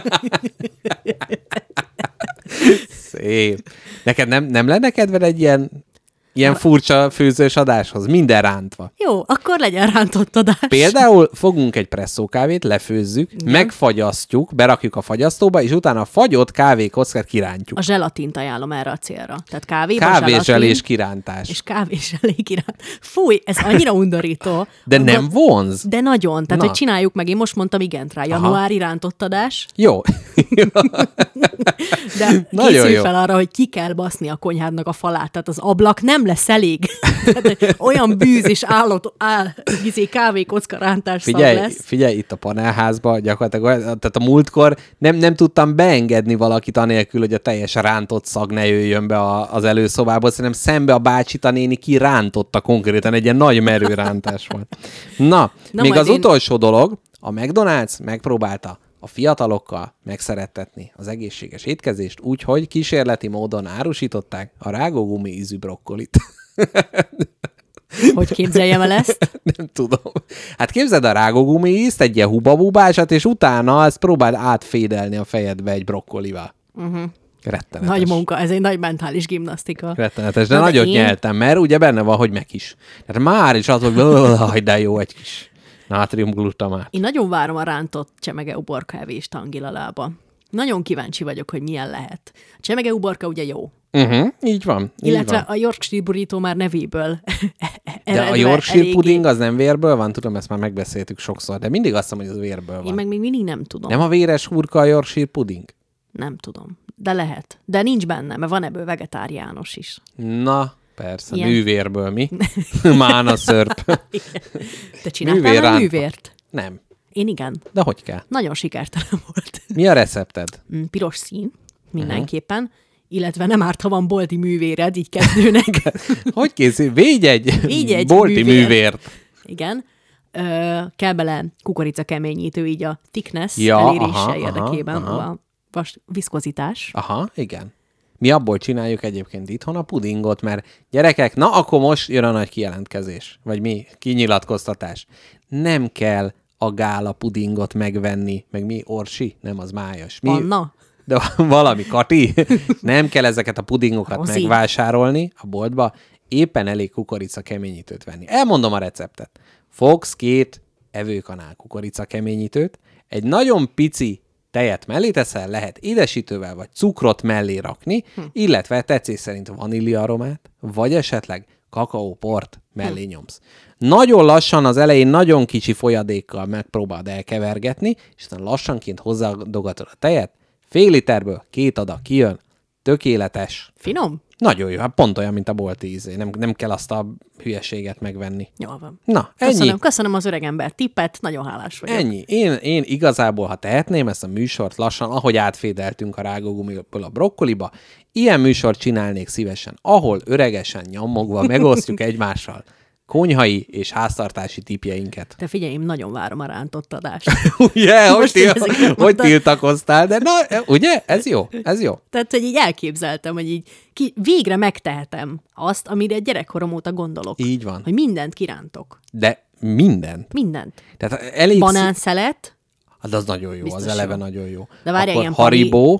Speaker 2: Szép. Neked nem, nem lenne kedved egy ilyen, ilyen furcsa főzős adáshoz? Minden rántva.
Speaker 3: Jó, akkor legyen rántott adás.
Speaker 2: Például fogunk egy presszó kávét, lefőzzük, ja. megfagyasztjuk, berakjuk a fagyasztóba, és utána a fagyott kávékockát kirántjuk.
Speaker 3: A zselatint ajánlom erre a célra. Tehát kávéba zselatin,
Speaker 2: Kávézselés kirántás.
Speaker 3: és kávézselé iránt. Fúj, ez annyira undorító.
Speaker 2: De
Speaker 3: Abba-
Speaker 2: nem vonz?
Speaker 3: De nagyon. Tehát,
Speaker 2: Na.
Speaker 3: Na. hogy csináljuk meg. Én most mondtam igent rá. Januári rántott adás,
Speaker 2: Jó.
Speaker 3: de
Speaker 2: Nagyon
Speaker 3: készülj
Speaker 2: jó.
Speaker 3: fel arra, hogy ki kell baszni a konyhádnak a falát. Tehát az ablak nem lesz elég. Tehát olyan bűz és állott, áll, izé, kávékocka rántás szag
Speaker 2: Figyelj,
Speaker 3: lesz.
Speaker 2: figyelj, itt a panelházban gyakorlatilag, olyan, tehát a múltkor nem, nem tudtam beengedni valakit anélkül, hogy a teljes rántott szag ne jöjjön be a, az előszobába, hanem szembe a bácsit a néni kirántotta konkrétan, egy ilyen nagy merő rántás volt. Na, Na
Speaker 3: Na,
Speaker 2: még
Speaker 3: majd
Speaker 2: az
Speaker 3: én-
Speaker 2: utolsó dolog, a McDonald's megpróbálta a fiatalokkal megszerettetni az egészséges étkezést, úgyhogy kísérleti módon árusították a rágógumi ízű brokkolit.
Speaker 3: Hogy képzeljem el ezt?
Speaker 2: Nem tudom. Hát képzeld a rágógumi ízt, egy ilyen hubabubásat, és utána ezt próbáld átfédelni a fejedbe egy brokkolival. Uh-huh. Rettenetes.
Speaker 3: Mhm. Nagy munka, ez egy nagy mentális gimnasztika.
Speaker 2: Rettenetes, de,
Speaker 3: Na, de
Speaker 2: nagyot
Speaker 3: én-
Speaker 2: nyeltem, mert ugye benne van, hogy meg is. Tehát már is az, hogy haj, de jó egy kis nátriumglutamát.
Speaker 3: Én nagyon várom a rántott csemege uborkávés tangilalába. Nagyon kíváncsi vagyok, hogy milyen lehet. A csemege uborka ugye jó,
Speaker 2: Uh-huh, így van. Így
Speaker 3: illetve
Speaker 2: van.
Speaker 3: a Yorkshire burrito már nevéből.
Speaker 2: De a
Speaker 3: eredve
Speaker 2: Yorkshire
Speaker 3: eléggé-
Speaker 2: puding az nem vérből van, tudom, ezt már megbeszéltük sokszor, de mindig azt mondom, hogy az vérből van.
Speaker 3: Én meg még mindig nem tudom.
Speaker 2: Nem
Speaker 3: Nem.
Speaker 2: a véres hurka a Yorkshire puding?
Speaker 3: nem tudom. De lehet. De nincs benne, mert van ebből vegetáriánus is.
Speaker 2: Na, Persze,
Speaker 3: Ilyen.
Speaker 2: művérből mi? Mána szörp.
Speaker 3: Te csináltál már
Speaker 2: Művérránta.
Speaker 3: művért?
Speaker 2: Nem,
Speaker 3: Én igen.
Speaker 2: de hogy kell?
Speaker 3: Nagyon sikertelen volt.
Speaker 2: Mi a recepted?
Speaker 3: Mm, Piros szín, mindenképpen. Uh-huh. Illetve nem árt, ha van bolti művéred, így kezdőnek.
Speaker 2: Hogy készül? Végy egy,
Speaker 3: Végy egy
Speaker 2: bolti
Speaker 3: művér.
Speaker 2: művért.
Speaker 3: Igen. Ö, kell bele kukorica keményítő, így a thickness
Speaker 2: Ja,
Speaker 3: ja, elérése
Speaker 2: aha, aha,
Speaker 3: aha, érdekében,
Speaker 2: aha.
Speaker 3: aha. a vas- viszkozitás.
Speaker 2: Aha, igen. Mi abból csináljuk egyébként itthon a pudingot, mert gyerekek, na akkor most jön a nagy kijelentkezés, vagy mi, kinyilatkoztatás. Nem kell a gála pudingot megvenni, meg mi orsi, nem az májas. Mi,
Speaker 3: Anna?
Speaker 2: De valami, Kati, nem kell ezeket a pudingokat
Speaker 3: Rozi.
Speaker 2: megvásárolni a boltba, éppen elég kukorica keményítőt venni. Elmondom a receptet. Fogsz két evőkanál kukorica keményítőt, egy nagyon pici tejet mellé teszel, lehet édesítővel vagy cukrot mellé rakni, hm. illetve tetszés szerint vaníliaromát, vagy esetleg kakaóport mellé nyomsz. Nagyon lassan az elején nagyon kicsi folyadékkal megpróbáld elkevergetni, és aztán lassanként hozzádogatod a tejet, Fél literből két adag kijön, tökéletes.
Speaker 3: Finom?
Speaker 2: Nagyon jó, hát pont olyan, mint a bolti ízé. Nem, nem kell azt a hülyeséget megvenni.
Speaker 3: Jól van.
Speaker 2: Na,
Speaker 3: Köszönöm,
Speaker 2: ennyi.
Speaker 3: köszönöm az öregember tippet, nagyon hálás vagyok.
Speaker 2: Ennyi. Én, én igazából, ha tehetném ezt a műsort lassan, ahogy átfédeltünk a rágógumiból a brokkoliba, ilyen műsort csinálnék szívesen, ahol öregesen nyammogva megosztjuk egymással konyhai és háztartási tipjeinket.
Speaker 3: Te figyelj, én nagyon várom a rántott adást.
Speaker 2: Ugye, hogy,
Speaker 3: Most
Speaker 2: ti,
Speaker 3: én ezeket
Speaker 2: hogy
Speaker 3: mondtam.
Speaker 2: tiltakoztál, de na, ugye, ez jó, ez jó.
Speaker 3: Tehát, hogy így elképzeltem, hogy így ki, végre megtehetem azt, amire gyerekkorom óta gondolok.
Speaker 2: Így van.
Speaker 3: Hogy mindent kirántok.
Speaker 2: De mindent.
Speaker 3: Mindent.
Speaker 2: Tehát elég szí-
Speaker 3: Banánszelet,
Speaker 2: Hát az nagyon jó, Biztos az
Speaker 3: Biztos
Speaker 2: eleve
Speaker 3: jó.
Speaker 2: nagyon jó.
Speaker 3: De várjál,
Speaker 2: Akkor
Speaker 3: ilyen pani-
Speaker 2: Haribo,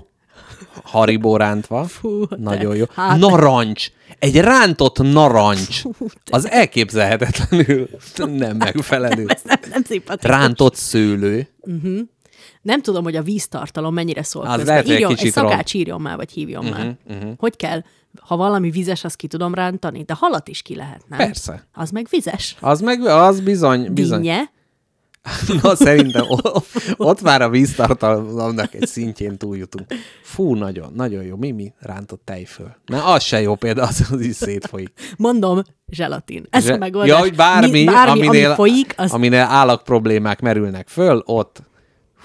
Speaker 2: Haribo rántva, Fú,
Speaker 3: de.
Speaker 2: nagyon jó. Hát...
Speaker 3: Hát-
Speaker 2: Narancs, egy rántott narancs, az elképzelhetetlenül nem megfelelő.
Speaker 3: ez nem, nem szimpatikus.
Speaker 2: Rántott szőlő,
Speaker 3: Nem tudom, hogy a víztartalom mennyire szól
Speaker 2: Az lehet, hogy egy
Speaker 3: írjon, egy
Speaker 2: kicsit Mhm, ront.
Speaker 3: szakács írjon már, vagy hívjon uh-huh, már. Uh-huh. Hogy kell? Ha valami vizes, azt ki tudom rántani, de halat is ki lehet, nem?
Speaker 2: Persze.
Speaker 3: Az meg vizes.
Speaker 2: az meg, az bizony, bizony.
Speaker 3: Dinnye.
Speaker 2: Na, szerintem o- ott már a víztartalomnak egy szintjén túljutunk. Fú, nagyon, nagyon jó. Mi, mi? Rántott tejföl. Na, az se jó példa, az, az is szétfolyik.
Speaker 3: Mondom, zselatin. Ez a
Speaker 2: Zse-
Speaker 3: megoldás.
Speaker 2: Ja, hogy bármi,
Speaker 3: Mi-
Speaker 2: bármi
Speaker 3: bármi
Speaker 2: aminél,
Speaker 3: ami folyik, az... Ami...
Speaker 2: aminél állak problémák merülnek föl, ott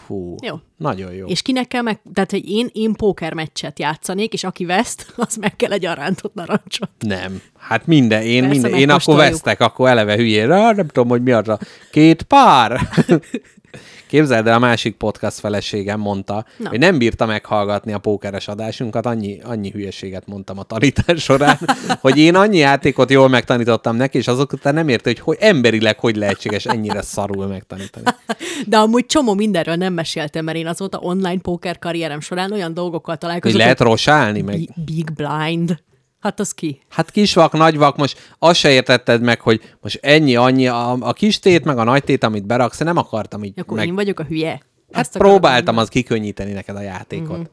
Speaker 2: fú,
Speaker 3: Jó.
Speaker 2: nagyon jó.
Speaker 3: És kinek kell meg... Tehát, hogy én, én pókermeccset játszanék, és aki veszt, az meg kell egy arántott narancsot.
Speaker 2: Nem. Hát minden, én,
Speaker 3: Persze,
Speaker 2: minden, én akkor
Speaker 3: megkóstoljuk.
Speaker 2: vesztek, akkor eleve hülyére, "Ah, nem tudom, hogy mi az a két pár. Képzeld el, a másik podcast feleségem mondta, Na.
Speaker 3: Na.
Speaker 2: hogy nem bírta meghallgatni a pókeres adásunkat, annyi, annyi hülyeséget mondtam a tanítás során, hogy én annyi játékot jól megtanítottam neki, és azok után nem érte, hogy, hogy emberileg hogy lehetséges ennyire szarul megtanítani.
Speaker 3: De amúgy csomó mindenről nem meséltem, mert én azóta online póker karrierem során olyan dolgokkal
Speaker 2: Hogy
Speaker 3: találkozom,
Speaker 2: lehet rosálni, meg
Speaker 3: Bi- Big Blind. Hát az ki?
Speaker 2: Hát kisvak, nagyvak, most azt se értetted meg, hogy most ennyi, annyi a, a kis tét, meg a nagy tét, amit beraksz, én nem akartam így
Speaker 3: Akkor
Speaker 2: meg...
Speaker 3: én vagyok a hülye.
Speaker 2: Hát
Speaker 3: akarom
Speaker 2: próbáltam az kikönnyíteni neked a játékot.
Speaker 3: Mhm.
Speaker 2: Mm-hmm.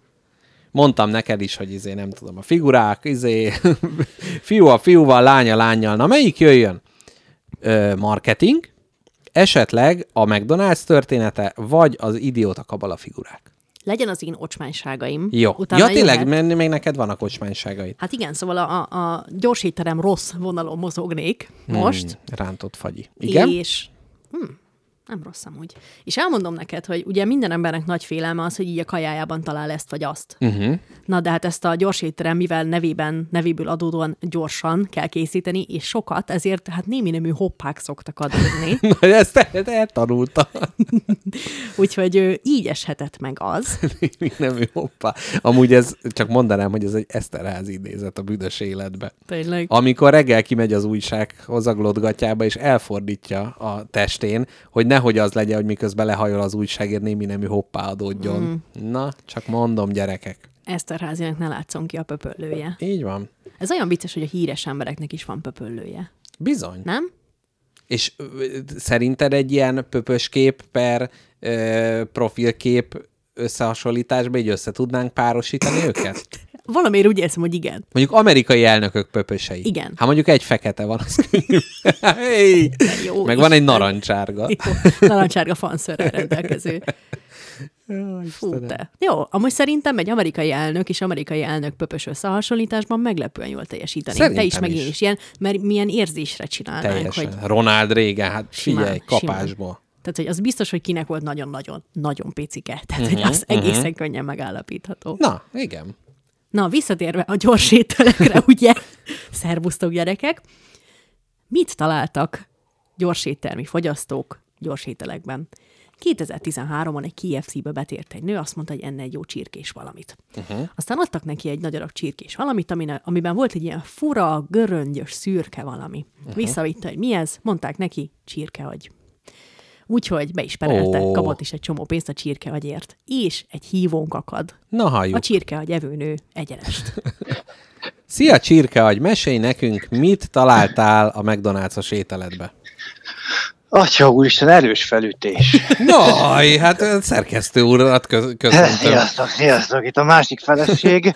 Speaker 2: Mondtam neked is, hogy izé, nem tudom, a figurák, izé, fiú a fiúval, lánya lányjal. Na, melyik jöjjön? Ö, marketing, esetleg a McDonald's története, vagy az idióta kabala figurák.
Speaker 3: Legyen az én ocsmányságaim.
Speaker 2: Jó.
Speaker 3: Utána
Speaker 2: ja, tényleg,
Speaker 3: jöhet-
Speaker 2: mert még neked vannak ocsmányságaid.
Speaker 3: Hát igen, szóval a, a, a gyors étterem rossz vonalon mozognék most.
Speaker 2: Hmm, rántott fagyi. Igen?
Speaker 3: És... Hm, nem rossz amúgy. És elmondom neked, hogy ugye minden embernek nagy félelme az, hogy így a kajájában talál ezt vagy azt. Uh-huh. Na, de hát ezt a gyors étterem, mivel nevében, nevéből adódóan gyorsan kell készíteni, és sokat, ezért hát némi nemű hoppák szoktak adni.
Speaker 2: Na, ezt el- eltanulta.
Speaker 3: Úgyhogy ö, így eshetett meg az.
Speaker 2: Nem ő, hoppá. Amúgy ez, csak mondanám, hogy ez egy Eszterházi idézet a büdös életbe.
Speaker 3: Tényleg.
Speaker 2: Amikor reggel kimegy az újsághoz a glotgatjába, és elfordítja a testén, hogy nehogy az legyen, hogy miközben lehajol az újságért, némi nemű hoppá adódjon. Mm. Na, csak mondom, gyerekek.
Speaker 3: Eszterházinak ne látszon ki a pöpöllője.
Speaker 2: Így van.
Speaker 3: Ez olyan vicces, hogy a híres embereknek is van pöpöllője,
Speaker 2: Bizony. Na.
Speaker 3: nem?
Speaker 2: És ö, ö, szerinted egy ilyen pöpös kép per ö, profilkép összehasonlításban így össze tudnánk párosítani őket?
Speaker 3: Valamiért úgy érzem, hogy igen.
Speaker 2: Mondjuk amerikai elnökök pöpösei.
Speaker 3: Igen.
Speaker 2: Hát mondjuk egy fekete van, az könnyű. hey!
Speaker 3: Jó,
Speaker 2: Meg van egy
Speaker 3: Isten.
Speaker 2: narancsárga.
Speaker 3: Jó, Narancsárga fanszörrel rendelkező.
Speaker 2: Jó,
Speaker 3: Fú,
Speaker 2: Istenem.
Speaker 3: te. Jó, amúgy szerintem egy amerikai elnök és amerikai elnök pöpös összehasonlításban meglepően jól teljesítenénk. Te is,
Speaker 2: Szerintem
Speaker 3: meg
Speaker 2: is.
Speaker 3: én is ilyen, mert milyen érzésre csinálnánk,
Speaker 2: Teljesen.
Speaker 3: hogy
Speaker 2: Ronald Reagan, hát
Speaker 3: Simán,
Speaker 2: figyelj,
Speaker 3: simán.
Speaker 2: kapásból.
Speaker 3: Tehát, hogy az biztos, hogy kinek volt nagyon-nagyon, nagyon picike. Tehát, hogy
Speaker 2: Mhm,
Speaker 3: az egészen könnyen megállapítható. Na,
Speaker 2: Na, igen.
Speaker 3: Na visszatérve a gyors ételekre, ugye? Szervusztok, gyerekek! Mit találtak gyors éttermi fogyasztók gyors ételekben? 2013-ban egy KFC-be betért egy nő, azt mondta, hogy enne egy jó csirkés valamit. Uh-huh. Aztán adtak neki egy nagy adag csirkés valamit, amin, amiben volt egy ilyen fura, göröngyös, szürke valami. Uh-huh. Visszavitte, hogy mi ez, mondták neki, csirkeagy. Úgyhogy be is perelte,
Speaker 2: Ó.
Speaker 3: oh. kapott is egy csomó pénzt a csirkeagyért. És egy hívónk akad.
Speaker 2: Na
Speaker 3: A
Speaker 2: halljuk.
Speaker 3: csirke a gyevőnő egyenest.
Speaker 2: Szia Csirke, hogy mesélj nekünk, mit találtál a McDonald's-os ételedbe.
Speaker 7: Atya úristen, erős felütés.
Speaker 2: Naj, hát ö, szerkesztő urat köz- köszöntöm.
Speaker 7: Sziasztok, sziasztok, itt a másik feleség,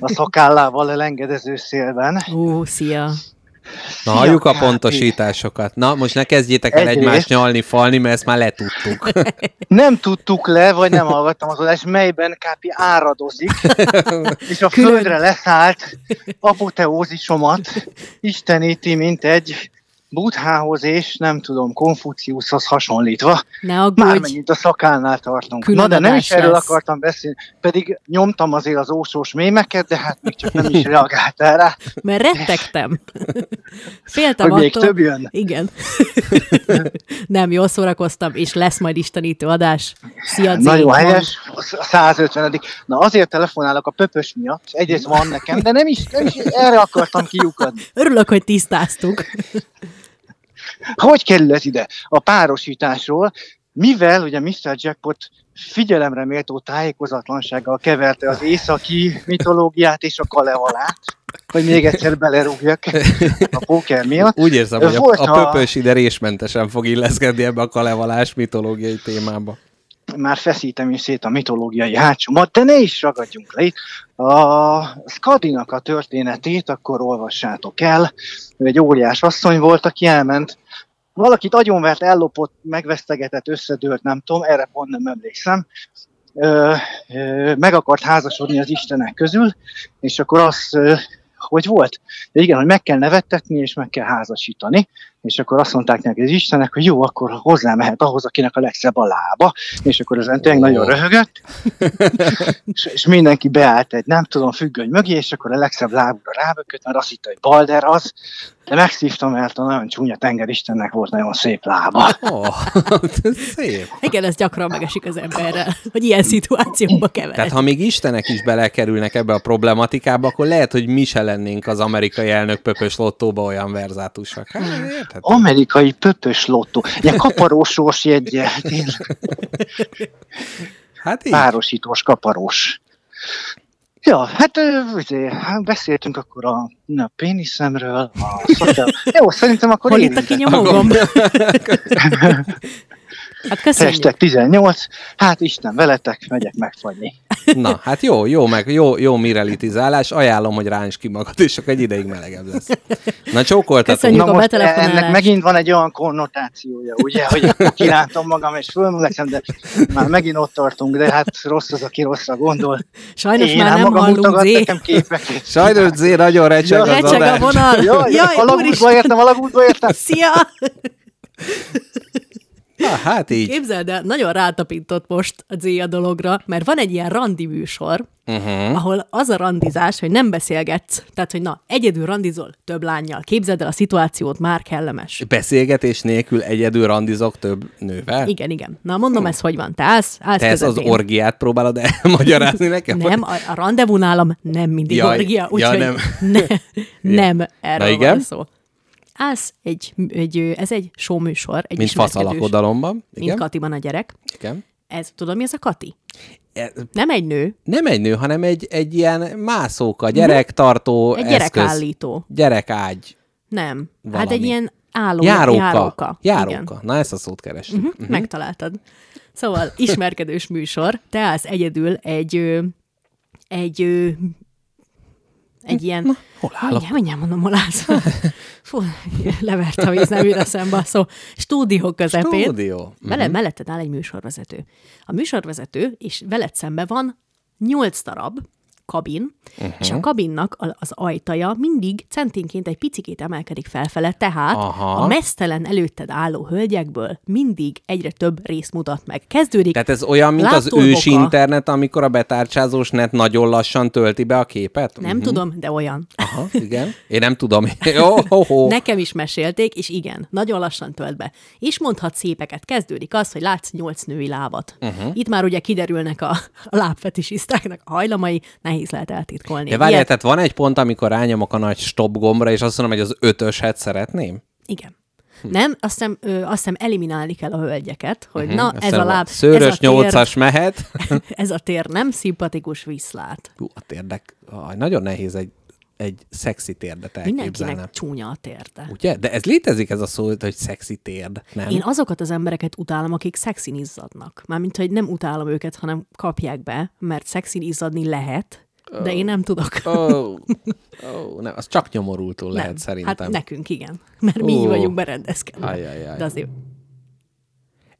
Speaker 7: a szakállával elengedező szélben.
Speaker 3: Ó, szia!
Speaker 2: Na, halljuk a
Speaker 7: Kápi.
Speaker 2: pontosításokat. Na, most ne kezdjétek el
Speaker 7: Egyrészt-
Speaker 2: egymást nyalni, falni, mert ezt már letudtuk.
Speaker 7: Nem tudtuk le, vagy nem hallgattam az adást, melyben Kápi áradozik, és a
Speaker 3: Külön.
Speaker 7: földre leszállt apoteózisomat, isteníti, mint egy Buthához és nem tudom, Konfuciuszhoz hasonlítva.
Speaker 3: Ne aggódj!
Speaker 7: Mármennyit a szakánál tartunk.
Speaker 3: Külön
Speaker 7: Na de nem
Speaker 3: adás
Speaker 7: is erről
Speaker 3: lesz.
Speaker 7: akartam beszélni, pedig nyomtam azért az ósós mémeket, de hát még csak nem is reagáltál rá,
Speaker 3: Mert rettegtem. Féltem
Speaker 7: hogy még
Speaker 3: attól.
Speaker 7: több jön.
Speaker 3: Igen. nem, jól szórakoztam, és lesz majd istenítő adás. Szia, Zé,
Speaker 7: Nagyon
Speaker 3: van.
Speaker 7: helyes, a 150 Na azért telefonálok a pöpös miatt, egyrészt van nekem, de nem is, nem is erre akartam kiukadni.
Speaker 3: Örülök, hogy tisztáztuk.
Speaker 7: Hogy kerül ez ide? A párosításról, mivel ugye Mr. Jackpot figyelemre méltó tájékozatlansággal keverte az északi mitológiát és a kalevalát, hogy még egyszer belerúgjak a póker miatt.
Speaker 2: Úgy érzem, hogy a,
Speaker 7: Volt
Speaker 2: a
Speaker 7: a-
Speaker 2: pöpös ide résmentesen fog illeszkedni ebbe a kalevalás mitológiai témába.
Speaker 7: már feszítem is szét a mitológiai hátsómat, de ne is ragadjunk le itt. A Skadinak a történetét akkor olvassátok el. Ő egy óriás asszony volt, aki elment. Valakit agyonvert, ellopott, megvesztegetett, összedőlt, nem tudom, erre pont nem emlékszem. Ö, ö, meg akart házasodni az istenek közül, és akkor az, ö, hogy volt? Igen, hogy meg kell nevettetni, és meg kell házasítani. És akkor azt mondták neki az istenek, hogy jó, akkor hozzá mehet ahhoz, akinek a legszebb a lába és akkor az tényleg
Speaker 2: Ó.
Speaker 7: nagyon röhögött, és, és mindenki beállt egy nem tudom függöny mögé, és akkor a legszebb lábúra rábökött, mert azt hitte, hogy Balder az, de megszívtam, mert a nagyon csúnya tengeristennek volt nagyon szép lába.
Speaker 2: Ó, ez szép.
Speaker 3: Igen, ez gyakran megesik az emberrel, hogy ilyen szituációba
Speaker 2: Tehát
Speaker 3: keveredik.
Speaker 2: ha még istenek is belekerülnek ebbe a problematikába, akkor lehet, hogy mi se lennénk az amerikai elnök pöpös lottóba olyan verzátusak. Hát, érted?
Speaker 7: Amerikai pöpös lottó, ilyen kaparósós jegye, tényleg,
Speaker 2: hát így.
Speaker 7: párosítós kaparós. Ja, hát ö, izé, hát beszéltünk akkor a, a péniszemről, a szakel... Jó, szerintem akkor
Speaker 3: Hol
Speaker 7: én
Speaker 3: itt a kinyomógomb? Hát köszönjük.
Speaker 7: Hashtag 18, hát Isten veletek, megyek megfagyni.
Speaker 2: Na, hát jó, jó, meg jó, jó mirelitizálás. Ajánlom, hogy ráncs ki magad, és akkor egy ideig melegebb lesz. Na, csókoltatunk.
Speaker 3: Köszönjük.
Speaker 7: Na
Speaker 3: a
Speaker 7: most
Speaker 3: betelefonálás.
Speaker 7: ennek megint van egy olyan konnotációja, ugye, hogy akkor kirántom magam és fölmelekszem, de már megint ott tartunk, de hát rossz az, aki rosszra gondol.
Speaker 3: Sajnos
Speaker 7: Én
Speaker 3: már
Speaker 7: ám
Speaker 3: nem
Speaker 7: magam
Speaker 3: hallunk,
Speaker 7: mutogat
Speaker 3: Zé.
Speaker 7: nekem képeket.
Speaker 2: Sajnos Zé nagyon recseg az
Speaker 3: Recseg a
Speaker 2: adás.
Speaker 3: vonal.
Speaker 7: Jaj, Jaj a lagútba
Speaker 3: úristen.
Speaker 7: értem, a lagútba értem.
Speaker 3: Szia!
Speaker 2: Na, hát így.
Speaker 3: Képzeld el, nagyon rátapintott most a Zé a dologra, mert van egy ilyen randi műsor, uh-huh. ahol az a randizás, hogy nem beszélgetsz, tehát, hogy na, egyedül randizol több lányjal. Képzeld el a szituációt, már kellemes.
Speaker 2: Beszélgetés nélkül egyedül randizok több nővel?
Speaker 3: Igen, igen. Na, mondom, ez hogy van. Te állsz, állsz
Speaker 2: Te ezt az
Speaker 3: közepén.
Speaker 2: orgiát próbálod elmagyarázni nekem?
Speaker 3: Nem, a, a rendezvú nálam nem mindig
Speaker 2: Jaj,
Speaker 3: Jaj, orgia,
Speaker 2: ja,
Speaker 3: úgyhogy
Speaker 2: nem.
Speaker 3: nem. Ne, nem erről
Speaker 2: igen?
Speaker 3: van szó. Állsz egy, egy, ez egy showműsor, egy
Speaker 2: Mint fasz
Speaker 3: ismerkedős,
Speaker 2: alakodalomban.
Speaker 3: mint
Speaker 2: Igen?
Speaker 3: Katiban a gyerek.
Speaker 2: Igen.
Speaker 3: Ez, tudod, mi ez a Kati?
Speaker 2: E-
Speaker 3: Nem egy nő,
Speaker 2: Nem egy nő, hanem egy, egy ilyen mászóka, gyerektartó
Speaker 3: Mhm. egy
Speaker 2: eszköz.
Speaker 3: gyerekállító.
Speaker 2: Gyerekágy.
Speaker 3: Nem.
Speaker 2: Valami.
Speaker 3: Hát egy ilyen álló,
Speaker 2: Járóka.
Speaker 3: járóka. Járóka.
Speaker 2: Járóka. Mhm. Na, ezt a szót kerestük.
Speaker 3: Igen. Uh-huh. Megtaláltad. Szóval ismerkedős műsor, te állsz egyedül egy, ö, egy, ö, egy ilyen...
Speaker 2: Hol állok?
Speaker 3: Mindjárt, mindjárt mondom, hol állsz. Fú, levert a víz, nem üre szembe a szó. Stúdió közepén.
Speaker 2: Stúdió.
Speaker 3: Vele, melletted áll egy műsorvezető. A műsorvezető, és veled szembe van nyolc darab kabin, uh-huh.
Speaker 2: Mhm.
Speaker 3: és a kabinnak a- az ajtaja mindig centinként egy picikét emelkedik felfele, tehát
Speaker 2: Aha.
Speaker 3: Aha. a mesztelen előtted álló hölgyekből mindig egyre több rész mutat meg. Kezdődik
Speaker 2: Tehát ez olyan, mint az
Speaker 3: Látólboka.
Speaker 2: ősi internet, amikor a betárcsázós net nagyon lassan tölti be a képet?
Speaker 3: Nem tudom, de olyan.
Speaker 2: Mhm. Aha, igen. Én nem tudom. Jó, ho, ho.
Speaker 3: Nekem is mesélték, és igen, nagyon lassan tölt be. És mondhat szépeket. Kezdődik az, hogy látsz nyolc női lábat. Uh-huh. Itt már ugye kiderülnek a, a lábfetisisztáknak a hajlamai, nehéz lehet eltitkolni.
Speaker 2: De várjál,
Speaker 3: Ilyet-
Speaker 2: tehát van egy pont, amikor rányomok a nagy stop gombra, és azt mondom, hogy az ötöset szeretném?
Speaker 3: Igen. Hm. Nem, azt hiszem, ö, azt hiszem eliminálni kell a hölgyeket, hogy uh-huh. na, ez
Speaker 2: Aztán
Speaker 3: a láb,
Speaker 2: Szőrös
Speaker 3: ez a
Speaker 2: nyolcas mehet.
Speaker 3: Tér, ez a tér nem szimpatikus viszlát.
Speaker 2: Hú, a térdek, aj, nagyon nehéz egy, egy szexi térdet elképzelnem.
Speaker 3: Mindenkinek csúnya a térde.
Speaker 2: Ugye? De ez létezik ez a szó, hogy szexi térd, nem?
Speaker 3: Én azokat az embereket utálom, akik szexin izzadnak. Mármint, hogy nem utálom őket, hanem kapják be, mert szexin izzadni lehet, de én nem tudok.
Speaker 2: Ó, oh, oh, nem, az csak nyomorultul
Speaker 3: nem.
Speaker 2: lehet szerintem.
Speaker 3: Hát nekünk igen, mert mi így
Speaker 2: Ó.
Speaker 3: vagyunk berendezkedve.
Speaker 2: Ajajaj.
Speaker 3: De azért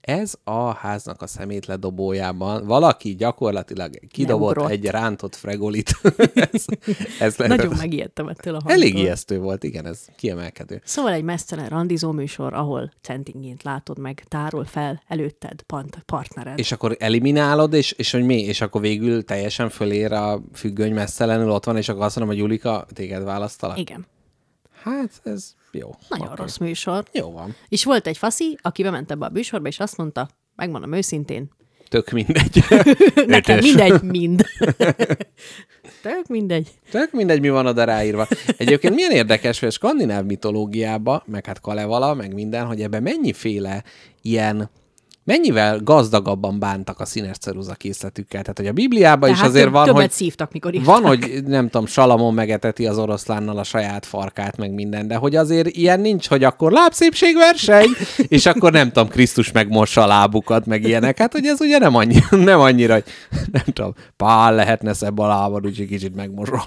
Speaker 2: Ez a háznak a szemétledobójában valaki gyakorlatilag kidobott
Speaker 3: ugrott.
Speaker 2: egy rántott fregolit. ez, ez lehet,
Speaker 3: nagyon megijedtem ettől a hangtól.
Speaker 2: Elég ijesztő volt, igen, ez kiemelkedő.
Speaker 3: Szóval egy mesztelen randizó műsor, ahol centingént látod meg, tárol fel előtted pant, partnered.
Speaker 2: És akkor eliminálod, és, és hogy mi? És akkor végül teljesen fölér a függöny messzelenül ott van, és akkor azt mondom, hogy Julika, téged választalak?
Speaker 3: Igen.
Speaker 2: Hát ez jó.
Speaker 3: Nagyon
Speaker 2: Oké.
Speaker 3: rossz műsor.
Speaker 2: Jó van.
Speaker 3: És volt egy faszi, aki bement ebbe a műsorba, és azt mondta, megmondom őszintén,
Speaker 2: Tök mindegy.
Speaker 3: nekem
Speaker 2: Ötös.
Speaker 3: mindegy, mind. Tök mindegy.
Speaker 2: Tök mindegy, mi van oda ráírva. Egyébként milyen érdekes, hogy a skandináv mitológiába, meg hát Kalevala, meg minden, hogy ebben mennyiféle ilyen mennyivel gazdagabban bántak a színes ceruza készletükkel. Tehát, hogy a Bibliában
Speaker 3: Tehát
Speaker 2: is azért
Speaker 3: több-
Speaker 2: van,
Speaker 3: többet
Speaker 2: hogy
Speaker 3: szívtak, mikor írták.
Speaker 2: van, hogy nem tudom, Salamon megeteti az oroszlánnal a saját farkát, meg minden, de hogy azért ilyen nincs, hogy akkor lábszépségverseny, és akkor nem tudom, Krisztus megmossa a lábukat, meg ilyenek. Hát, hogy ez ugye nem, annyi, nem annyira, hogy nem tudom, pál lehetne szebb a lábad, úgyhogy kicsit megmosom.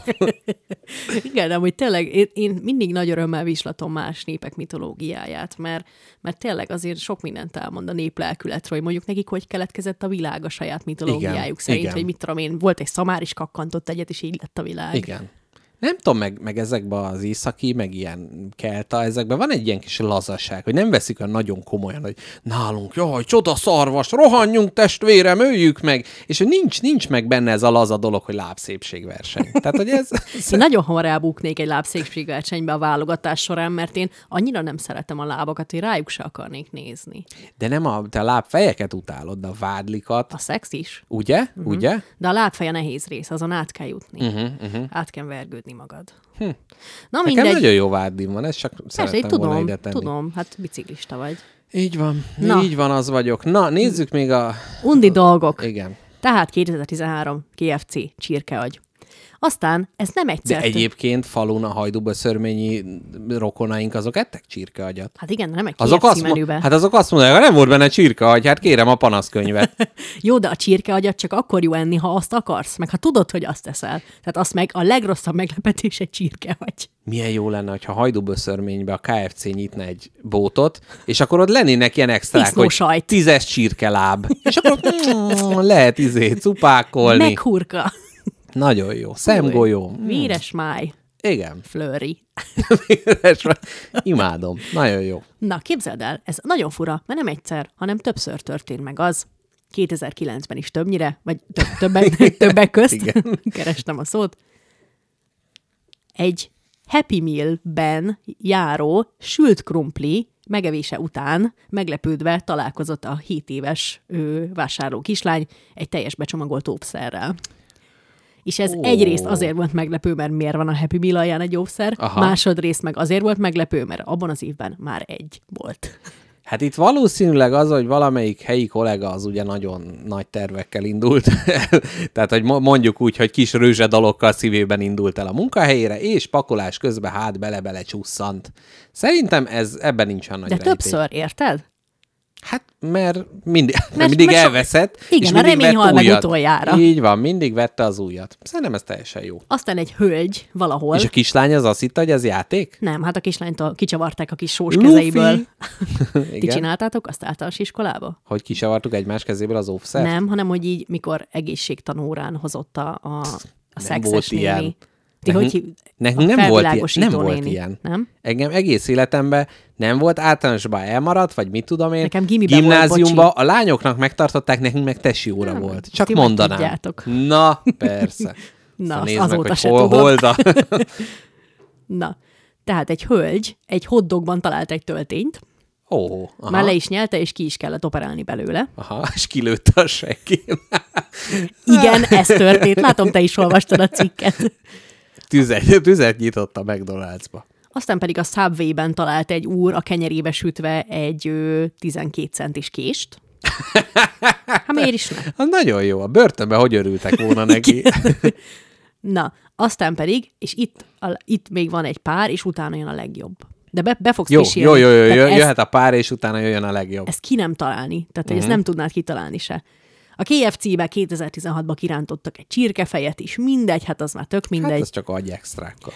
Speaker 3: Igen, de amúgy tényleg én, én mindig nagy örömmel vislatom más népek mitológiáját, mert, mert tényleg azért sok mindent elmond a néplelkületről, hogy mondjuk nekik hogy keletkezett a világ a saját mitológiájuk
Speaker 2: Igen,
Speaker 3: szerint,
Speaker 2: igen.
Speaker 3: hogy mit tudom én, volt egy szamár is kakkantott egyet, és így lett a világ.
Speaker 2: Igen. Nem tudom, meg, meg ezekben az északi, meg ilyen kelta, ezekben van egy ilyen kis lazaság, hogy nem veszik olyan nagyon komolyan, hogy nálunk, jaj, csoda szarvas, rohanjunk testvérem, öljük meg, és hogy nincs, nincs meg benne ez a laza dolog, hogy lábszépségverseny. Tehát, hogy ez...
Speaker 3: Én Szóval nagyon hamar elbuknék egy lábszépségversenybe a válogatás során, mert én annyira nem szeretem a lábakat, hogy rájuk se akarnék nézni.
Speaker 2: De nem a, te a lábfejeket utálod, de a vádlikat,
Speaker 3: A szex is,
Speaker 2: ugye?
Speaker 3: Mhm.
Speaker 2: Ugye?
Speaker 3: de a lábfeje nehéz rész, azon át kell jutni. Uh-huh, uh-huh. Át kell vergődni magad. Hm. Na
Speaker 2: Nekem
Speaker 3: mindegy.
Speaker 2: nagyon jó vádlim van, ezt csak
Speaker 3: Persze,
Speaker 2: szerettem
Speaker 3: így tudom,
Speaker 2: volna ide tenni.
Speaker 3: tudom, hát biciklista vagy.
Speaker 2: Így van, Na.
Speaker 3: Na.
Speaker 2: így van, az vagyok. Na, nézzük még a...
Speaker 3: Undi dolgok.
Speaker 2: Igen.
Speaker 3: Tehát 2013 KFC csirkeagy. Aztán ez nem
Speaker 2: De
Speaker 3: egyszer.
Speaker 2: egyébként falun a hajdúböszörményi rokonaink azok ettek csirkeagyat.
Speaker 3: Hát igen, de nem egy KFC
Speaker 2: Azok azt, mo-
Speaker 3: menübe.
Speaker 2: hát azok azt mondják, hogy nem volt benne csirkeagy, hát kérem a panaszkönyvet.
Speaker 3: Jó, de a csirkeagyat csak akkor jó enni, ha azt akarsz, meg ha tudod, hogy azt eszel. Tehát azt meg a legrosszabb meglepetés egy csirkeagy.
Speaker 2: Milyen jó lenne, ha hajdúböszörménybe a KFC nyitna egy bótot, és akkor ott lennének ilyen extrák, hogy
Speaker 3: Disznósajt.
Speaker 2: tízes csirkeláb. És akkor mm, lehet izé cupákolni. Meg...
Speaker 3: Meghurka.
Speaker 2: Nagyon jó. Szemgolyó. Mm,
Speaker 3: Víres máj.
Speaker 2: Igen.
Speaker 3: Flöri.
Speaker 2: Imádom. Nagyon jó.
Speaker 3: Na, képzeld el, ez nagyon fura, mert nem egyszer, hanem többször történt meg az, 2009-ben is többnyire, vagy több, többek, többek közt,
Speaker 2: Igen.
Speaker 3: kerestem a szót, egy Happy Meal-ben járó sült krumpli megevése után meglepődve találkozott a 7 éves ő, vásárló kislány egy teljes becsomagolt óvszerrel. És ez
Speaker 2: Ó.
Speaker 3: oh. egyrészt azért volt meglepő, mert miért van a Happy Meal alján egy óvszer,
Speaker 2: Aha.
Speaker 3: Aha. másodrészt meg azért volt meglepő, mert abban az évben már egy volt.
Speaker 2: Hát itt valószínűleg az, hogy valamelyik helyi kollega az ugye nagyon nagy tervekkel indult el. Tehát, hogy mo- mondjuk úgy, hogy kis rőzsedalokkal szívében indult el a munkahelyére, és pakolás közben hát bele-bele csusszant. Szerintem ez ebben nincs olyan nagy
Speaker 3: De
Speaker 2: rejtély.
Speaker 3: többször, érted?
Speaker 2: Hát, mert mindig, mert
Speaker 3: Mert-
Speaker 2: mindig
Speaker 3: mert so-
Speaker 2: elveszett,
Speaker 3: Igen,
Speaker 2: és
Speaker 3: a
Speaker 2: mindig
Speaker 3: remény
Speaker 2: vett
Speaker 3: hal meg
Speaker 2: újat.
Speaker 3: utoljára.
Speaker 2: Így van, mindig vette az újat. Szerintem ez teljesen jó.
Speaker 3: Aztán egy hölgy valahol.
Speaker 2: És a kislány az azt hitte, hogy ez játék?
Speaker 3: Nem, hát a kislánytól kicsavarták a kis sós
Speaker 2: Luffy!
Speaker 3: kezeiből. Ti
Speaker 2: Igen.
Speaker 3: csináltátok azt általános iskolába?
Speaker 2: Hogy kisavartuk egymás kezéből az óvszert?
Speaker 3: Nem, hanem hogy így, mikor egészségtanórán hozott a, a, a szexes
Speaker 2: volt
Speaker 3: néni.
Speaker 2: ilyen.
Speaker 3: Ti
Speaker 2: Nekünk-
Speaker 3: hogy hív...
Speaker 2: nekünk
Speaker 3: a
Speaker 2: nem volt ilyen-
Speaker 3: felvilágosító
Speaker 2: nem volt
Speaker 3: néni.
Speaker 2: ilyen.
Speaker 3: Nem?
Speaker 2: Engem egész életemben nem volt, általánosban elmaradt, vagy mit tudom én.
Speaker 3: Nekem gimiben volt,
Speaker 2: Gimnáziumban
Speaker 3: bocsi.
Speaker 2: a lányoknak megtartották, nekünk meg tesi óra
Speaker 3: Nem,
Speaker 2: volt. Csak
Speaker 3: ti meg
Speaker 2: mondanám.
Speaker 3: tudjátok.
Speaker 2: Na, persze.
Speaker 3: Na,
Speaker 2: Aztán
Speaker 3: azt
Speaker 2: nézd meg,
Speaker 3: azóta
Speaker 2: hogy
Speaker 3: se
Speaker 2: hol,
Speaker 3: tudod.
Speaker 2: holda.
Speaker 3: Na, tehát egy hölgy egy hoddogban talált egy töltényt,
Speaker 2: Ó, aha.
Speaker 3: Aha. már le is nyelte, és ki is kellett operálni belőle.
Speaker 2: Aha, és kilőtte a seggén.
Speaker 3: Igen, ez történt. Látom, te is olvastad a cikket.
Speaker 2: Tüzet, tüzet nyitott a McDonald'sba.
Speaker 3: Aztán pedig a Subway-ben talált egy úr a kenyerébe sütve egy ö, 12 centis kést. Hát miért is ne?
Speaker 2: Az nagyon jó. A börtönben hogy örültek volna neki?
Speaker 3: Na, aztán pedig, és itt, a, itt még van egy pár, és utána jön a legjobb. De be, be fogsz
Speaker 2: jó,
Speaker 3: pisilni.
Speaker 2: jó, jó, jó, jó,
Speaker 3: Tehát ezt,
Speaker 2: jöhet a pár, és utána jöjjön a legjobb.
Speaker 3: ezt ki nem találni, tehát
Speaker 2: Mhm.
Speaker 3: hogy ezt nem tudnád kitalálni se. A KFC-be 2016-ban kirántottak egy csirkefejet is, mindegy, hát az már tök
Speaker 2: Hát
Speaker 3: mindegy.
Speaker 2: ez csak agy extrákkal.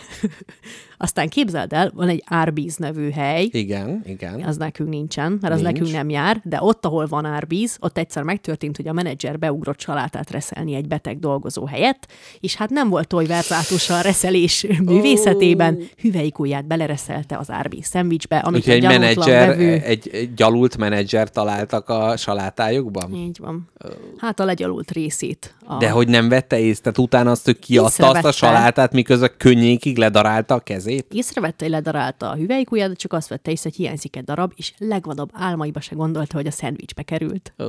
Speaker 3: Aztán képzeld el, van egy Arby's nevű hely,
Speaker 2: Igen, igen.
Speaker 3: az nekünk nincsen, mert az
Speaker 2: Nincs.
Speaker 3: nekünk nem jár, de ott, ahol van Arby's, ott egyszer megtörtént, hogy a menedzser beugrott salátát reszelni egy beteg dolgozó helyett, és hát nem volt oly verzátus a reszelés művészetében, hüvelyik ujját belereszelte az Arby's szendvicsbe, amit
Speaker 2: Úgyhogy
Speaker 3: egy
Speaker 2: egy
Speaker 3: gyanútlan
Speaker 2: menedzser, eh,
Speaker 3: vevő...
Speaker 2: egy, egy gyalult menedzser találtak a salátájukban?
Speaker 3: Így van. Hát a legyalult részét. A...
Speaker 2: De hogy nem vette észre, tehát utána azt, hogy kiadta azt a
Speaker 3: Észrevette.
Speaker 2: salátát, miközben könnyékig ledarálta a kezét?
Speaker 3: Észrevette, hogy ledarálta a hüvelyik ujját, de csak azt vette észre, hogy hiányzik egy darab, és legvadabb álmaiba se gondolta, hogy a szendvicsbe került.
Speaker 2: Ó.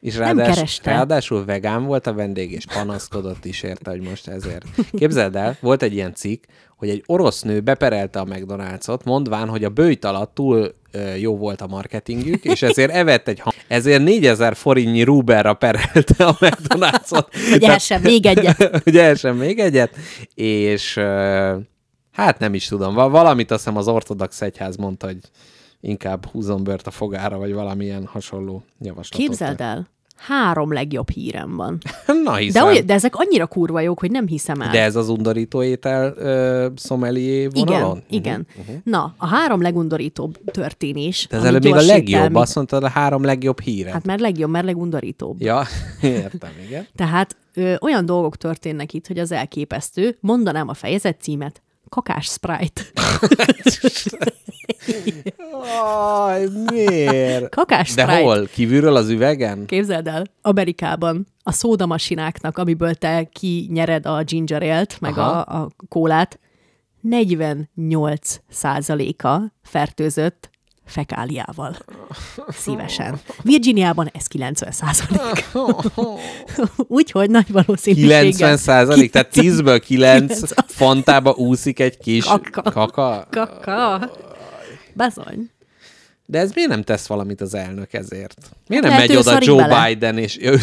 Speaker 2: És
Speaker 3: Nem
Speaker 2: ráadás,
Speaker 3: kereste.
Speaker 2: ráadásul vegán volt a vendég, és panaszkodott is érte, hogy most ezért. Képzeld el, volt egy ilyen cikk, hogy egy orosz nő beperelte a McDonald's-ot, mondván, hogy a bőjt alatt túl ö, jó volt a marketingük, és ezért evett egy hang... Ezért 4000 forintnyi rúberra perelte a McDonald's-ot.
Speaker 3: Hogy el sem még egyet.
Speaker 2: hogy elsen még egyet, és ö, hát nem is tudom, va- valamit azt hiszem az ortodox egyház mondta, hogy inkább húzom bört a fogára, vagy valamilyen hasonló javaslatot.
Speaker 3: Képzeld el, három legjobb hírem van.
Speaker 2: Na
Speaker 3: De,
Speaker 2: hiszem.
Speaker 3: olyan, de ezek annyira kurva jók, hogy nem hiszem el.
Speaker 2: de ez az undorító étel ö, szomelié vonalon? Mhm,
Speaker 3: igen, igen. Uh-huh. Na, a három legundorítóbb történés.
Speaker 2: De ez
Speaker 3: ami
Speaker 2: előbb még a
Speaker 3: gyors
Speaker 2: legjobb,
Speaker 3: értelmi-
Speaker 2: azt mondtad a három legjobb híre.
Speaker 3: Hát mert legjobb, mert legundorítóbb.
Speaker 2: Ja, értem, igen.
Speaker 3: Tehát ö, olyan dolgok történnek itt, hogy az elképesztő. Mondanám a fejezet címet. Kakás Sprite.
Speaker 2: Aj, miért?
Speaker 3: Kakás
Speaker 2: De
Speaker 3: Sprite.
Speaker 2: hol? Kívülről az üvegen?
Speaker 3: Képzeld el, Amerikában a szódamasináknak, amiből te kinyered a ginger ale-t, meg
Speaker 2: Aha.
Speaker 3: a, a kólát, 48 százaléka fertőzött fekáliával. Szívesen. Virginiában ez 90 százalék. Úgyhogy nagy valószínűséggel.
Speaker 2: 90 százalék, tehát 10-ből 9
Speaker 3: Kilenc.
Speaker 2: fantába úszik egy kis
Speaker 3: Kaka.
Speaker 2: kaka.
Speaker 3: Kaka. Bazony.
Speaker 2: De ez miért nem tesz valamit az elnök ezért? Miért nem
Speaker 3: Lehet,
Speaker 2: megy
Speaker 3: ő
Speaker 2: oda
Speaker 3: szarik
Speaker 2: Joe
Speaker 3: bele.
Speaker 2: Biden, és ő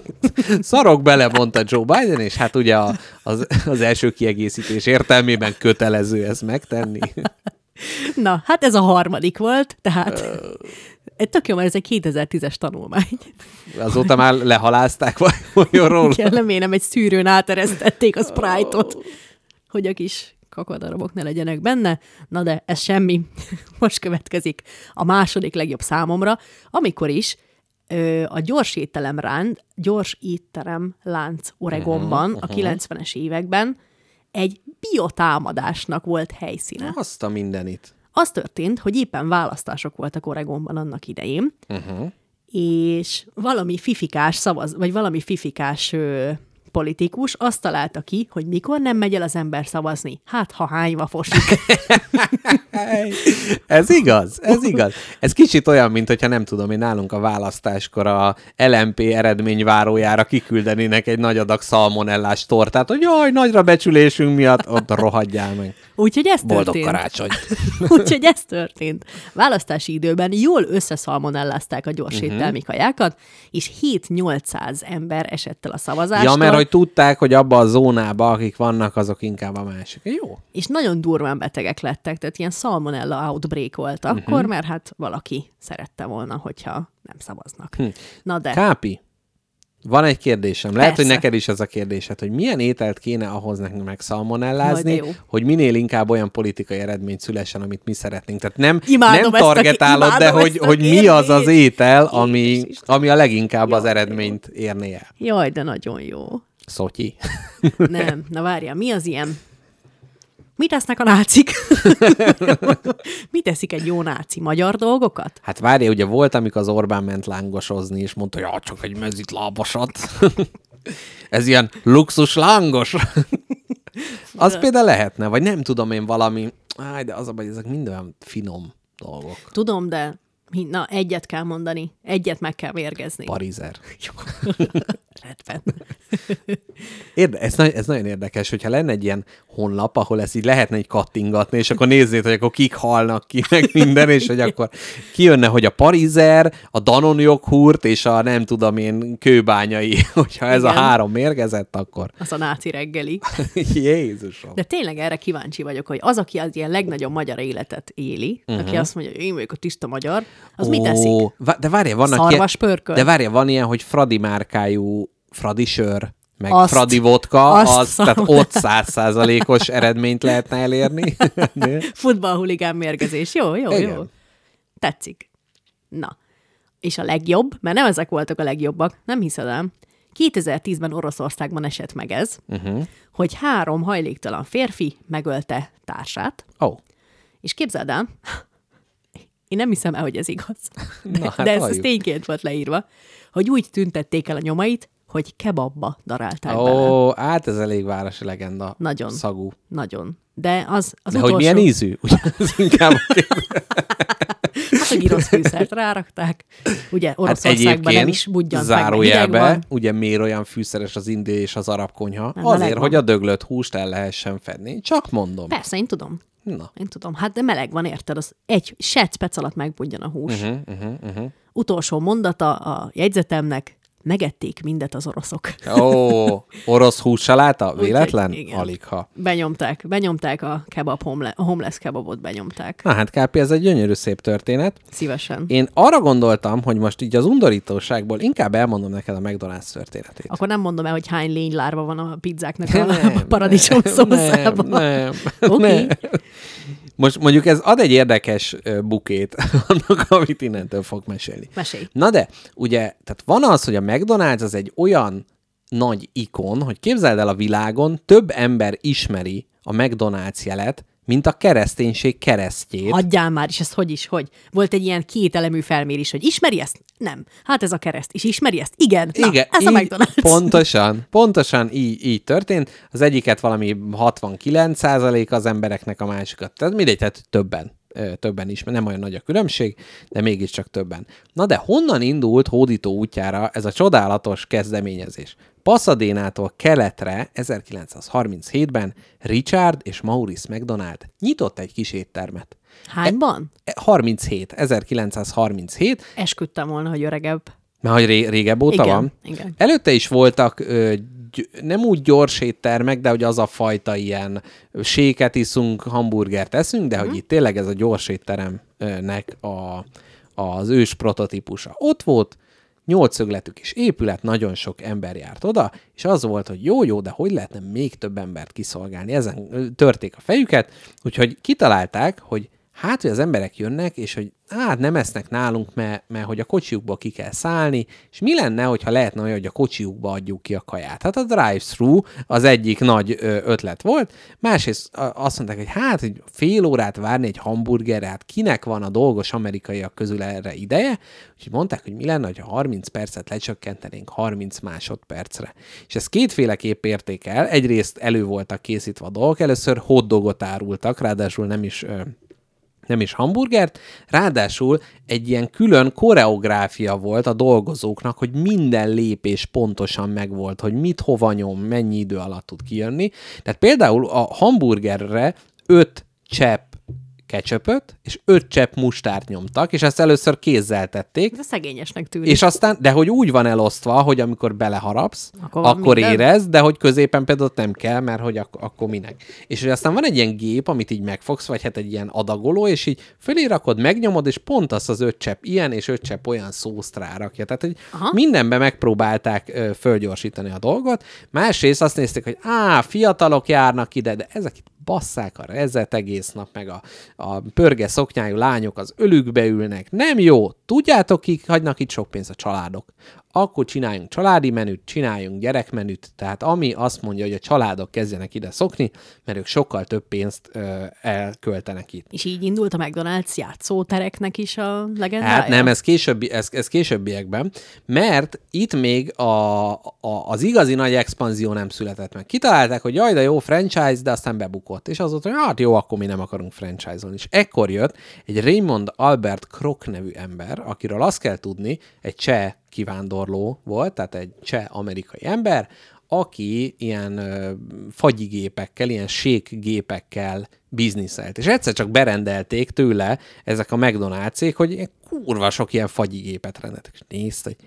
Speaker 2: szarok bele, mondta Joe Biden, és hát ugye a, az, az első kiegészítés értelmében kötelező ezt megtenni.
Speaker 3: Na, hát ez a harmadik volt, tehát Ö... tök jó, mert ez egy 2010-es tanulmány.
Speaker 2: Azóta már lehalázták vajon róla.
Speaker 3: Igen, remélem, egy szűrőn áteresztették a Sprite-ot, hogy a kis kakadarabok ne legyenek benne. Na de ez semmi. Most következik a második legjobb számomra, amikor is ö, a gyors étterem ránd, gyors étterem lánc Oregonban a 90-es években egy biotámadásnak volt helyszíne.
Speaker 2: Azt a mindenit.
Speaker 3: Az történt, hogy éppen választások voltak Oregonban annak idején,
Speaker 2: Uh-huh.
Speaker 3: és valami fifikás szavaz, vagy valami fifikás ö, politikus azt találta ki, hogy mikor nem megy el az ember szavazni. Hát, ha hányva fosik.
Speaker 2: Ez igaz, ez igaz. Ez kicsit olyan, mint hogyha nem tudom, én nálunk a választáskor a LMP eredményvárójára kiküldenének egy nagy adag szalmonellás tortát, hogy jaj, nagyra becsülésünk miatt ott rohadjál meg.
Speaker 3: Úgyhogy ez
Speaker 2: Boldog
Speaker 3: történt.
Speaker 2: karácsony.
Speaker 3: Úgyhogy ez történt. Választási időben jól
Speaker 2: Mhm.
Speaker 3: összeszalmonellázták a gyorséttelmi kajákat, és 7-800 ember esett el a szavazásra.
Speaker 2: Ja, mert hogy tudták, hogy abba a zónába, akik vannak, azok inkább a másik. Jó.
Speaker 3: És nagyon durván betegek lettek, tehát ilyen salmonella outbreak volt akkor, uh-huh. mert hát valaki szerette volna, hogyha nem szavaznak. Hm. Na de,
Speaker 2: Kápi, van egy kérdésem. Lehet,
Speaker 3: Persze.
Speaker 2: hogy neked is ez a kérdésed, hogy milyen ételt kéne ahhoz nekünk meg szalmonellázni,
Speaker 3: Majd de jó.
Speaker 2: hogy minél inkább olyan politikai eredmény szülessen, amit mi szeretnénk. Tehát nem,
Speaker 3: Imádom
Speaker 2: nem
Speaker 3: ezt a-
Speaker 2: targetálod, de
Speaker 3: imádom
Speaker 2: hogy,
Speaker 3: ezt a
Speaker 2: hogy mi az az
Speaker 3: kérdést.
Speaker 2: étel,
Speaker 3: Jézus
Speaker 2: ami,
Speaker 3: Isten.
Speaker 2: ami a leginkább az
Speaker 3: Jaj, de jó.
Speaker 2: eredményt érné el.
Speaker 3: jaj, de nagyon jó.
Speaker 2: Szotyi.
Speaker 3: Nem, na várjál, mi az ilyen? Mit tesznek a nácik? Mit teszik egy jó náci? Magyar dolgokat?
Speaker 2: Hát várja, ugye volt, amikor az Orbán ment lángosozni, és mondta, hogy "Ja, csak egy mezit lábasat. Ez ilyen luxus lángos. az például lehetne, vagy nem tudom én valami, áj, de az a baj, ezek mind olyan finom dolgok.
Speaker 3: Tudom, de mi- na, egyet kell mondani. Egyet meg kell vérgezni.
Speaker 2: Parizer.
Speaker 3: Rendben.
Speaker 2: Érde, ez, na- ez nagyon érdekes, hogyha lenne egy ilyen honlap, ahol ezt így lehetne egy kattingatni, és akkor nézzét, hogy akkor kik halnak ki, meg minden, és hogy akkor kijönne, hogy a parizer, a danon joghurt, és a nem tudom én kőbányai, hogyha ez Igen. a
Speaker 3: Igen.
Speaker 2: három mérgezett, akkor
Speaker 3: Az a náci reggeli.
Speaker 2: Jézusom.
Speaker 3: De tényleg erre kíváncsi vagyok, hogy az, aki az ilyen legnagyobb magyar életet éli, uh-huh.
Speaker 2: Mhm.
Speaker 3: aki azt mondja, hogy én vagyok a tiszta magyar, az mit teszik?
Speaker 2: va- De várja, vannak
Speaker 3: Szarvas
Speaker 2: ilyen,
Speaker 3: pörkölt?
Speaker 2: De várja, van ilyen, hogy Fradi márkájú Fradi sör, meg
Speaker 3: Azt-
Speaker 2: azt, Fradi vodka,
Speaker 3: azt
Speaker 2: azt az, tehát
Speaker 3: szalmonella.
Speaker 2: ott százszázalékos eredményt lehetne elérni.
Speaker 3: Futballhuligán mérgezés. Jó, jó,
Speaker 2: Igen.
Speaker 3: jó. Tetszik. Na. És a legjobb, mert nem ezek voltak a legjobbak, nem hiszed el, 2010-ben Oroszországban esett meg ez,
Speaker 2: Mhm.
Speaker 3: uh-huh. hogy három hajléktalan férfi megölte társát,
Speaker 2: Ó, oh,
Speaker 3: és képzeld el, én nem hiszem el, hogy ez igaz, de,
Speaker 2: Na, hát
Speaker 3: de ez, ez
Speaker 2: halljuk.
Speaker 3: tényként volt leírva, hogy úgy tüntették el a nyomait, hogy kebabba darálták bele.
Speaker 2: ó, hát ez elég városi legenda.
Speaker 3: Nagyon.
Speaker 2: Szagú.
Speaker 3: Nagyon. De az, az
Speaker 2: De
Speaker 3: utolsó...
Speaker 2: hogy milyen ízű? Ugye, ez inkább a kérdés.
Speaker 3: Hát, hogy rossz fűszert rárakták. Ugye
Speaker 2: hát
Speaker 3: Oroszországban hát nem is
Speaker 2: egyébként
Speaker 3: budjant meg, mert hideg
Speaker 2: zárójelbe,
Speaker 3: van.
Speaker 2: ugye miért olyan fűszeres az indi és az arab konyha?
Speaker 3: Mert meleg
Speaker 2: Azért,
Speaker 3: van.
Speaker 2: hogy a döglött húst el lehessen fedni. Csak mondom.
Speaker 3: Persze, én tudom.
Speaker 2: Na.
Speaker 3: Én tudom. Hát de meleg van, érted? Az egy secpec alatt megbudjan a hús. Uh-huh, uh-huh, uh-huh. Utolsó mondata a jegyzetemnek, megették mindet az oroszok.
Speaker 2: Ó, orosz hússaláta? Véletlen?
Speaker 3: igen.
Speaker 2: Alig ha.
Speaker 3: Benyomták, benyomták a kebab homle, a homeless kebabot, benyomták.
Speaker 2: Na hát, Kápi, ez egy gyönyörű szép történet.
Speaker 3: Szívesen.
Speaker 2: Én arra gondoltam, hogy most így az undorítóságból inkább elmondom neked a McDonald's történetét.
Speaker 3: Akkor nem mondom el, hogy hány lénylárva van a pizzáknak a, a paradicsom szószában.
Speaker 2: Nem, nem,
Speaker 3: Oké.
Speaker 2: nem. Most mondjuk ez ad egy érdekes ö, bukét annak, amit innentől fog mesélni.
Speaker 3: Mesélj.
Speaker 2: Na de, ugye, tehát van az, hogy a McDonald's az egy olyan nagy ikon, hogy képzeld el a világon, több ember ismeri a McDonald's jelet, mint a kereszténység keresztjét.
Speaker 3: Adjál már, és ez hogy is, hogy? Volt egy ilyen kételemű felmérés, hogy ismeri ezt? Nem. Hát ez a kereszt. És ismeri ezt? Igen. Na,
Speaker 2: Igen,
Speaker 3: ez a
Speaker 2: így-
Speaker 3: McDonald's.
Speaker 2: Pontosan, pontosan így, így történt. Az egyiket valami 69% az embereknek, a másikat. Tehát mindegy, tehát többen ö, többen is, nem olyan nagy a különbség, de mégiscsak többen. Na de honnan indult hódító útjára ez a csodálatos kezdeményezés? Pasadénától keletre 1937-ben Richard és Maurice McDonald nyitott egy kis éttermet. E,
Speaker 3: Hányban?
Speaker 2: 37, 1937,
Speaker 3: Esküdtem volna, hogy öregebb.
Speaker 2: mert hogy ré- régebb óta
Speaker 3: Igen,
Speaker 2: van?
Speaker 3: igen.
Speaker 2: Előtte is voltak ö, gy- nem úgy gyors éttermek, de hogy az a fajta ilyen séket iszunk, hamburgert eszünk, de
Speaker 3: Mhm.
Speaker 2: hogy itt tényleg ez a gyors étteremnek a, az ős prototípusa ott volt, nyolcszögletű kis épület, nagyon sok ember járt oda, és az volt, hogy jó-jó, de hogy lehetne még több embert kiszolgálni? Ezen ö, törték a fejüket, úgyhogy kitalálták, hogy hát, hogy az emberek jönnek, és hogy hát nem esznek nálunk, mert, mert hogy a kocsiukba ki kell szállni, és mi lenne, hogyha lehetne olyan, hogy a kocsiukba adjuk ki a kaját? Hát a drive-thru az egyik nagy ö, ötlet volt, másrészt a- azt mondták, hogy hát, hogy fél órát várni egy hamburgerre, hát kinek van a dolgos amerikaiak közül erre ideje, úgyhogy mondták, hogy mi lenne, ha 30 percet lecsökkentenénk 30 másodpercre. És ez kétféleképp érték el, egyrészt elő voltak készítve a dolgok, először hotdogot árultak, ráadásul nem is ö, nem is hamburgert, ráadásul egy ilyen külön koreográfia volt a dolgozóknak, hogy minden lépés pontosan megvolt, hogy mit hova nyom, mennyi idő alatt tud kijönni. Tehát például a hamburgerre öt csepp ketchupöt, és öt csepp mustárt nyomtak, és ezt először kézzel tették,
Speaker 3: Ez szegényesnek tűnik.
Speaker 2: és aztán, de hogy úgy van elosztva, hogy amikor beleharapsz,
Speaker 3: Akkor
Speaker 2: akkor,
Speaker 3: van
Speaker 2: akkor
Speaker 3: minden?
Speaker 2: érez, de hogy középen például ott nem kell, mert hogy ak- akkor minek. És hogy aztán van egy ilyen gép, amit így megfogsz, vagy hát egy ilyen adagoló, és így fölé rakod, megnyomod, és pont azt az öt csepp ilyen és öt csepp olyan szószt rárakja. Tehát, hogy
Speaker 3: Aha.
Speaker 2: Aha. mindenben megpróbálták ö, fölgyorsítani a dolgot. Másrészt azt nézték, hogy á, fiatalok járnak ide, de ezek itt basszák a rezet egész nap, meg a, a pörge szoknyájú lányok az ölükbe ülnek. Nem jó. Tudjátok, kik hagynak itt sok pénzt a családok. Akkor csináljunk családi menüt, csináljunk gyerekmenüt, tehát ami azt mondja, hogy a családok kezdjenek ide szokni, mert ők sokkal több pénzt ö, elköltenek itt.
Speaker 3: És így indult a McDonald's játszótereknek is a legendája?
Speaker 2: Hát nem, ez, későbbi, ez, ez későbbiekben, mert itt még a, a, az igazi nagy expanzió nem született meg. Kitalálták, hogy jaj, de jó franchise, de aztán bebukott. És azóta, hogy hát jó, akkor mi nem akarunk franchise-olni. És ekkor jött egy Raymond Albert Krok nevű ember, akiről azt kell tudni, egy cseh kivándorló volt, tehát egy cseh amerikai ember, aki ilyen ö, fagyigépekkel, ilyen sékgépekkel bizniszelt. És egyszer csak berendelték tőle ezek a McDonald's-ék, hogy ilyen kurva sok ilyen fagyigépet rendeltek. És nézte, hogy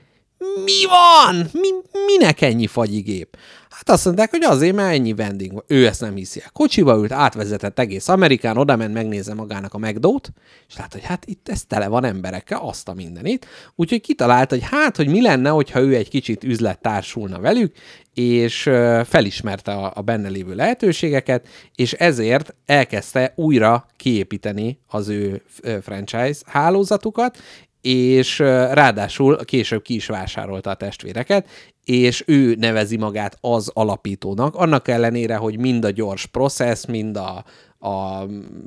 Speaker 2: mi van? Mi, minek ennyi fagyigép? Hát azt mondták, hogy azért, mert ennyi vendég van. Ő ezt nem hiszi. el. Kocsiba ült, átvezetett egész Amerikán, oda ment, megnézze magának a megdót, és látta, hogy hát itt ez tele van emberekkel, azt a mindenit. Úgyhogy kitalált, hogy hát, hogy mi lenne, hogyha ő egy kicsit üzlettársulna velük, és ö, felismerte a, a benne lévő lehetőségeket, és ezért elkezdte újra kiépíteni az ő ö, franchise hálózatukat, és ö, ráadásul később ki is vásárolta a testvéreket, és ő nevezi magát az alapítónak, annak ellenére, hogy mind a gyors process, mind a, a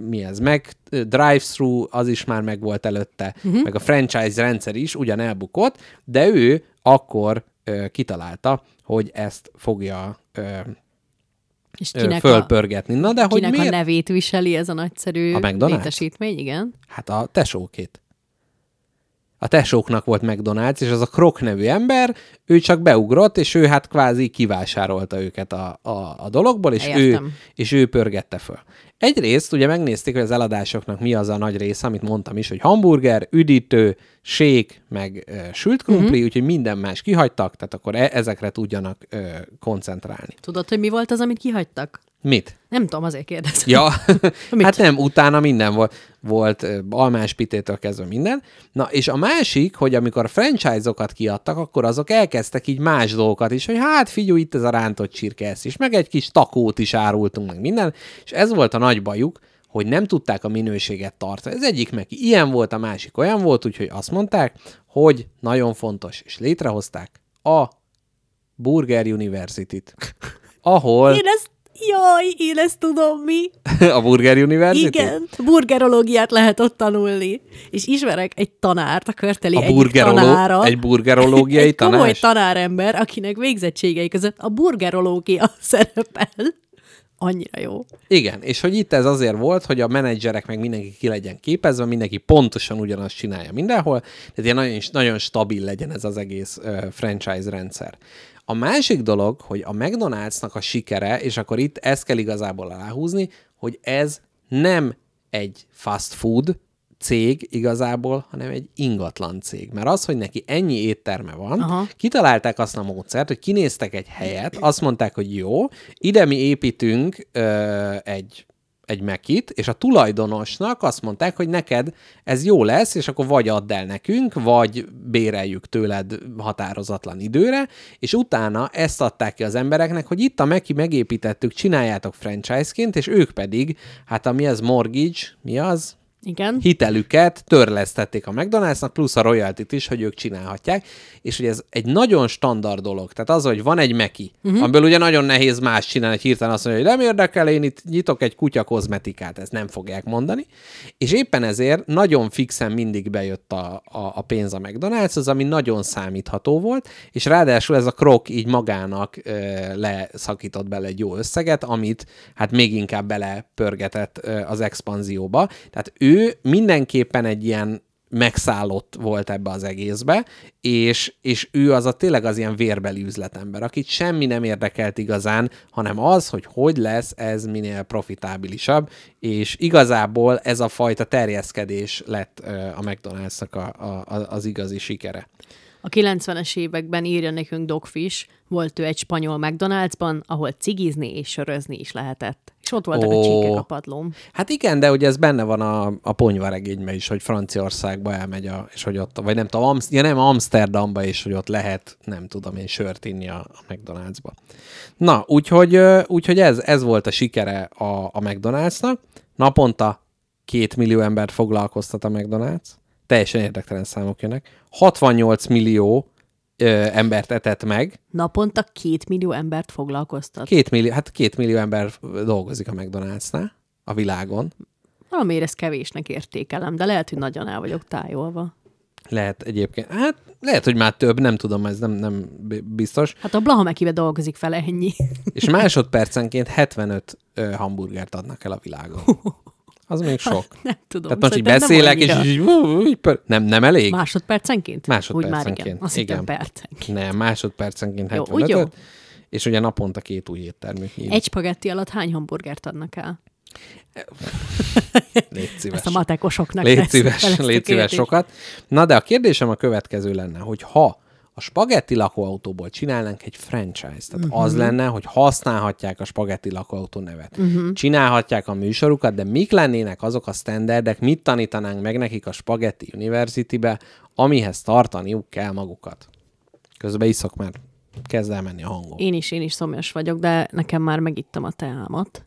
Speaker 2: mi ez meg, drive-thru, az is már megvolt előtte,
Speaker 3: Mhm.
Speaker 2: uh-huh. meg a franchise rendszer is ugyan elbukott, de ő akkor ö, kitalálta, hogy ezt fogja ö,
Speaker 3: És
Speaker 2: ö,
Speaker 3: kinek, a,
Speaker 2: fölpörgetni. Na, de hogy
Speaker 3: kinek a
Speaker 2: miért?
Speaker 3: nevét viseli ez a nagyszerű
Speaker 2: A McDonald's?
Speaker 3: létesítmény? Igen.
Speaker 2: Hát a tesókét. A tesóknak volt McDonald's, és az a Krok nevű ember, ő csak beugrott, és ő hát kvázi kivásárolta őket a, a, a dologból, és ő,
Speaker 3: Értem.
Speaker 2: és ő pörgette föl. Egyrészt ugye megnézték, hogy az eladásoknak mi az a nagy része, amit mondtam is, hogy hamburger, üdítő, sék, meg ö, sült krumpli, mm-hmm. úgyhogy minden más kihagytak, tehát akkor e- ezekre tudjanak ö, koncentrálni.
Speaker 3: Tudod, hogy mi volt az, amit kihagytak?
Speaker 2: Mit?
Speaker 3: Nem tudom, azért kérdezem.
Speaker 2: Ja,
Speaker 3: Mit?
Speaker 2: hát nem, utána minden volt, volt ö, almás pitétől kezdve minden. Na, és a másik, hogy amikor franchise-okat kiadtak, akkor azok elkezdtek így más dolgokat is, hogy hát figyelj, itt ez a rántott csirke, ezt is, meg egy kis takót is árultunk, meg minden, és ez volt a nagy bajuk, hogy nem tudták a minőséget tartani. Ez egyik meg ilyen volt, a másik olyan volt, úgyhogy azt mondták, hogy nagyon fontos, és létrehozták a Burger University-t, ahol
Speaker 3: Én ezt, jaj, én ezt tudom mi.
Speaker 2: a Burger University?
Speaker 3: Igen, burgerológiát lehet ott tanulni. És ismerek egy tanárt, a körteli
Speaker 2: a
Speaker 3: egyik
Speaker 2: burgeroló,
Speaker 3: tanára.
Speaker 2: egy burgerológiai
Speaker 3: egy komoly
Speaker 2: tanás?
Speaker 3: tanárember, akinek végzettségei között a burgerológia szerepel. Annyira jó.
Speaker 2: Igen, és hogy itt ez azért volt, hogy a menedzserek meg mindenki ki legyen képezve, mindenki pontosan ugyanazt csinálja mindenhol, tehát ilyen nagyon, nagyon stabil legyen ez az egész ö, franchise rendszer. A másik dolog, hogy a McDonald'snak a sikere, és akkor itt ezt kell igazából aláhúzni, hogy ez nem egy fast food cég igazából, hanem egy ingatlan cég. Mert az, hogy neki ennyi étterme van,
Speaker 3: Aha.
Speaker 2: Aha. kitalálták azt a módszert, hogy kinéztek egy helyet, azt mondták, hogy jó, ide mi építünk ö, egy egy mekit, és a tulajdonosnak azt mondták, hogy neked ez jó lesz, és akkor vagy add el nekünk, vagy béreljük tőled határozatlan időre, és utána ezt adták ki az embereknek, hogy itt a Meki megépítettük, csináljátok franchise-ként, és ők pedig, hát ami ez mortgage, mi az?
Speaker 3: Igen.
Speaker 2: hitelüket törlesztették a McDonald'snak, plusz a royalty is, hogy ők csinálhatják, és hogy ez egy nagyon standard dolog. Tehát az, hogy van egy meki, uh-huh. amiből ugye nagyon nehéz más csinálni, hogy hirtelen azt mondja, hogy nem érdekel, én itt nyitok egy kutya kozmetikát, ezt nem fogják mondani. És éppen ezért nagyon fixen mindig bejött a, a, a pénz a McDonald's, az, ami nagyon számítható volt, és ráadásul ez a krok így magának ö, leszakított bele egy jó összeget, amit hát még inkább belepörgetett ö, az expanzióba. Tehát ő mindenképpen egy ilyen megszállott volt ebbe az egészbe, és, és ő az a tényleg az ilyen vérbeli üzletember, akit semmi nem érdekelt igazán, hanem az, hogy hogy lesz ez minél profitábilisabb, és igazából ez a fajta terjeszkedés lett ö, a McDonald's-nak a, a, a- az igazi sikere.
Speaker 3: A 90-es években írja nekünk Dogfish, volt ő egy spanyol McDonald'sban, ahol cigizni és sörözni is lehetett. És ott voltak oh.
Speaker 2: Ó.
Speaker 3: a csíkek a padlón.
Speaker 2: Hát igen, de ugye ez benne van a, a ponyvaregényben is, hogy Franciaországba elmegy, a, és hogy ott, vagy nem tudom, Amsz, ja nem, Amsterdamba is, hogy ott lehet, nem tudom én, sört inni a, a McDonald'sba. Na, úgyhogy, ö, úgyhogy ez, ez volt a sikere a, a McDonald'snak. Naponta két millió embert foglalkoztat a McDonald's. Teljesen érdektelen számok jönnek. 68 millió ö, embert etett meg.
Speaker 3: Naponta két millió embert foglalkoztat.
Speaker 2: Két millió, hát két millió ember dolgozik a McDonald'snál a világon.
Speaker 3: Valamiért ezt kevésnek értékelem, de lehet, hogy nagyon el vagyok tájolva.
Speaker 2: Lehet egyébként. Hát lehet, hogy már több, nem tudom, ez nem, nem b- biztos.
Speaker 3: Hát a Blahamekibe dolgozik fele ennyi.
Speaker 2: És másodpercenként 75 ö, hamburgert adnak el a világon. Az még sok.
Speaker 3: Nem tudom.
Speaker 2: Tehát most így
Speaker 3: szerintem nem
Speaker 2: beszélek, és
Speaker 3: annyira.
Speaker 2: így, ú, ú, így pör- nem, nem elég?
Speaker 3: Másodpercenként? Úgy már igen.
Speaker 2: Másodpercenként,
Speaker 3: Azt hittem
Speaker 2: igen.
Speaker 3: percenként.
Speaker 2: Nem, másodpercenként
Speaker 3: Jó, úgy
Speaker 2: 75
Speaker 3: jó.
Speaker 2: És ugye naponta két új éttermük nyílik.
Speaker 3: Egy spagetti alatt hány hamburgert adnak el?
Speaker 2: Légy szíves.
Speaker 3: Ezt a matekosoknak
Speaker 2: Légy
Speaker 3: tesszük fel
Speaker 2: szíves,
Speaker 3: ezt a
Speaker 2: légy szíves
Speaker 3: kérdést.
Speaker 2: sokat. Na de a kérdésem a következő lenne, hogy ha a spagetti lakóautóból csinálnánk egy franchise, tehát uh-huh.
Speaker 3: Mhm.
Speaker 2: az lenne, hogy használhatják a spagetti lakóautó nevet,
Speaker 3: Mhm.
Speaker 2: uh-huh. csinálhatják a műsorukat, de mik lennének azok a standardek, mit tanítanánk meg nekik a spagetti university-be, amihez tartaniuk kell magukat. Közben iszok, mert kezd el menni a hangom.
Speaker 3: Én is, én is szomjas vagyok, de nekem már megittem a teámat.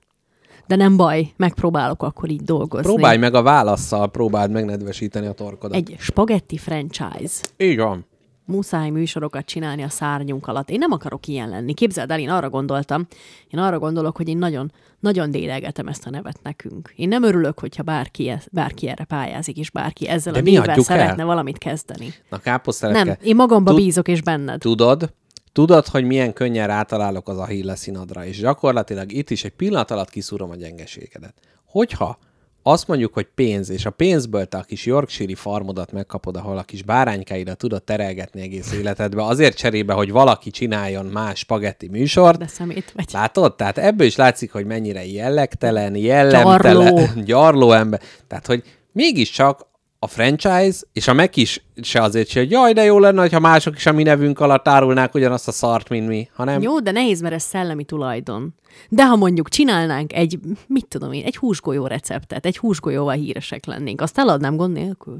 Speaker 3: De nem baj, megpróbálok akkor így dolgozni.
Speaker 2: Próbálj meg a válaszsal, próbáld megnedvesíteni a torkodat.
Speaker 3: Egy spagetti franchise.
Speaker 2: Így van.
Speaker 3: muszáj műsorokat csinálni a szárnyunk alatt. Én nem akarok ilyen lenni. Képzeld el, én arra gondoltam, én arra gondolok, hogy én nagyon, nagyon dédelgetem ezt a nevet nekünk. Én nem örülök, hogyha bárki, e- bárki erre pályázik, és bárki ezzel
Speaker 2: De
Speaker 3: a
Speaker 2: mi
Speaker 3: névvel
Speaker 2: adjuk el?
Speaker 3: szeretne valamit kezdeni.
Speaker 2: Na káposztelepke.
Speaker 3: Nem, én magamba
Speaker 2: Tud-
Speaker 3: bízok, és benned.
Speaker 2: Tudod, tudod, hogy milyen könnyen rátalálok az Achille színadra, és gyakorlatilag itt is egy pillanat alatt kiszúrom a gyengeségedet. Hogyha azt mondjuk, hogy pénz, és a pénzből te a kis Yorkshire farmodat megkapod, ahol a kis báránykáidat tudod terelgetni egész életedbe, azért cserébe, hogy valaki csináljon más spagetti műsort,
Speaker 3: De szemét vagy.
Speaker 2: Látod? Tehát ebből is látszik, hogy mennyire jellegtelen, jellemtelen,
Speaker 3: Gyarló.
Speaker 2: gyarló, gyarló ember. Tehát, hogy mégiscsak a franchise, és a meg is se azért se, hogy jaj, de jó lenne, ha mások is a mi nevünk alatt árulnák ugyanazt a szart, mint mi, hanem jó.
Speaker 3: Jó, de nehéz, mert ez szellemi tulajdon. De ha mondjuk csinálnánk egy, mit tudom én, egy húsgolyó receptet, egy húsgolyóval híresek lennénk, azt eladnám gond nélkül.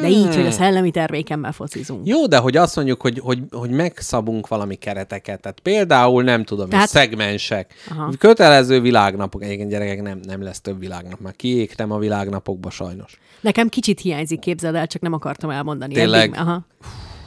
Speaker 3: De így, hogy a szellemi termékemmel focizunk.
Speaker 2: Hmm. jó, de hogy azt mondjuk, hogy, hogy, hogy megszabunk valami kereteket. Tehát például, nem tudom,
Speaker 3: Tehát-
Speaker 2: Tehát... szegmensek,
Speaker 3: Aha.
Speaker 2: Aha. kötelező világnapok. Egyébként gyerekek, nem, nem lesz több világnap, már kiégtem a világnapokba sajnos.
Speaker 3: Nekem kicsit hiányzik, képzeld el, csak nem akartam elmondani.
Speaker 2: Tényleg?
Speaker 3: Eddig, aha.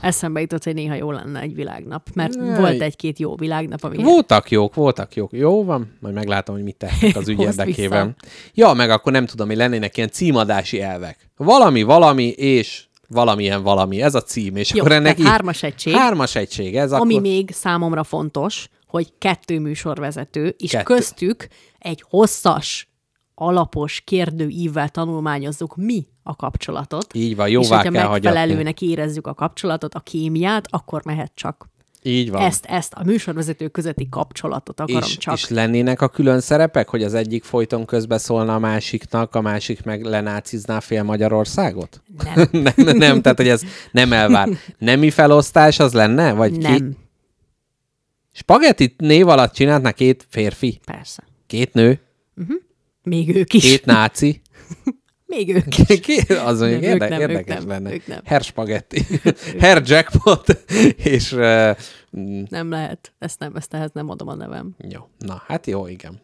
Speaker 3: Eszembe jutott, hogy néha jó lenne egy világnap, mert
Speaker 2: Ne.
Speaker 3: volt egy-két jó világnap, ami...
Speaker 2: Voltak jók, voltak jók. Jó van, majd meglátom, hogy mit tettek az ügy
Speaker 3: Hozd
Speaker 2: érdekében. Ja, meg akkor nem tudom, hogy lennének ilyen címadási elvek. Valami, valami, és valamilyen valami. Ez a cím, és
Speaker 3: Jó,
Speaker 2: akkor ennek
Speaker 3: tehát hármas egység.
Speaker 2: Hármas egység, ez
Speaker 3: Ami
Speaker 2: akkor...
Speaker 3: még számomra fontos, hogy kettő műsorvezető, és
Speaker 2: Kettő.
Speaker 3: köztük egy hosszas, alapos kérdőívvel tanulmányozzuk mi a kapcsolatot.
Speaker 2: Így van, jóvá
Speaker 3: és hogyha
Speaker 2: kell hagyatni.
Speaker 3: megfelelőnek érezzük a kapcsolatot, a kémiát, akkor mehet csak.
Speaker 2: Így van.
Speaker 3: Ezt, ezt a műsorvezető közötti kapcsolatot akarom
Speaker 2: és,
Speaker 3: csak.
Speaker 2: és lennének a külön szerepek, hogy az egyik folyton közbeszólna a másiknak, a másik meg lenácizná fél Magyarországot?
Speaker 3: Nem.
Speaker 2: nem, nem, tehát hogy ez nem elvár. Nemi felosztás az lenne? Vagy Ki?
Speaker 3: Nem,
Speaker 2: Spagetti név alatt csináltna két férfi,
Speaker 3: persze.
Speaker 2: két nő,
Speaker 3: Még ők is.
Speaker 2: két náci.
Speaker 3: Még ők is.
Speaker 2: Ki- Az mondjuk
Speaker 3: Nem, ők
Speaker 2: érde-
Speaker 3: nem, ők
Speaker 2: érdekes
Speaker 3: nem,
Speaker 2: lenne.
Speaker 3: ők nem.
Speaker 2: Herr spagetti, Herr jackpot, és ö, mm,
Speaker 3: Nem lehet. Ezt nem, ezt ehhez nem adom a nevem.
Speaker 2: jó. Na, hát jó, igen.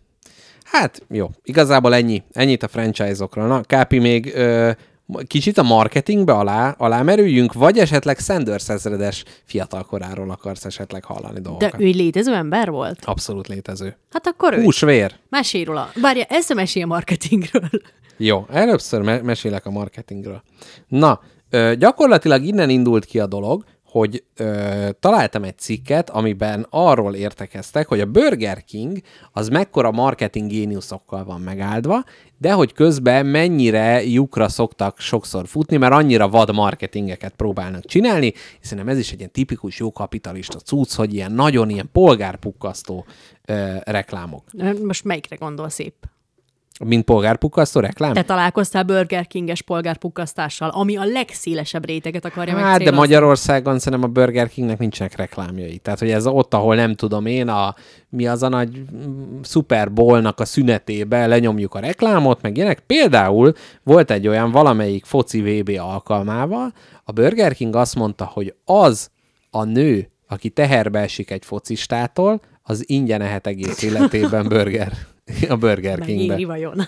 Speaker 2: Hát jó, igazából ennyi. Ennyit a franchise-okról. Na, Kápi, még ö, ma- kicsit a marketingbe alá, alá merüljünk, vagy esetleg Sanders ezredes fiatalkoráról akarsz esetleg hallani
Speaker 3: De
Speaker 2: dolgokat.
Speaker 3: ő egy létező ember volt?
Speaker 2: Abszolút létező.
Speaker 3: Hát akkor ő.
Speaker 2: Húsvér.
Speaker 3: Mesél róla. Várja, ezt sem mesél a marketingről.
Speaker 2: Jó, először me- mesélek a marketingről. Na, ö, gyakorlatilag innen indult ki a dolog, hogy ö, találtam egy cikket, amiben arról értekeztek, hogy a Burger King az mekkora marketing géniuszokkal van megáldva, de hogy közben mennyire lyukra szoktak sokszor futni, mert annyira vad marketingeket próbálnak csinálni, hiszen nem ez is egy ilyen tipikus jó kapitalista cucc, hogy ilyen nagyon ilyen polgárpukkasztó ö, reklámok.
Speaker 3: Most melyikre gondolsz épp?
Speaker 2: Mint polgárpukkasztó reklám?
Speaker 3: Te találkoztál Burger King-es polgárpukkasztással, ami a legszélesebb réteget akarja
Speaker 2: Hát, de
Speaker 3: megcélozni.
Speaker 2: Magyarországon szerintem a Burger Kingnek nincsenek reklámjai. Tehát, hogy ez ott, ahol nem tudom én, a, mi az a nagy mm, Super Bowl-nak a szünetébe lenyomjuk a reklámot, meg ilyenek. Például volt egy olyan valamelyik foci VB alkalmával, a Burger King azt mondta, hogy az a nő, aki teherbe esik egy focistától, az ingyen ehet egész életében burger. A Burger
Speaker 3: Megéri
Speaker 2: Kingbe.
Speaker 3: vajon.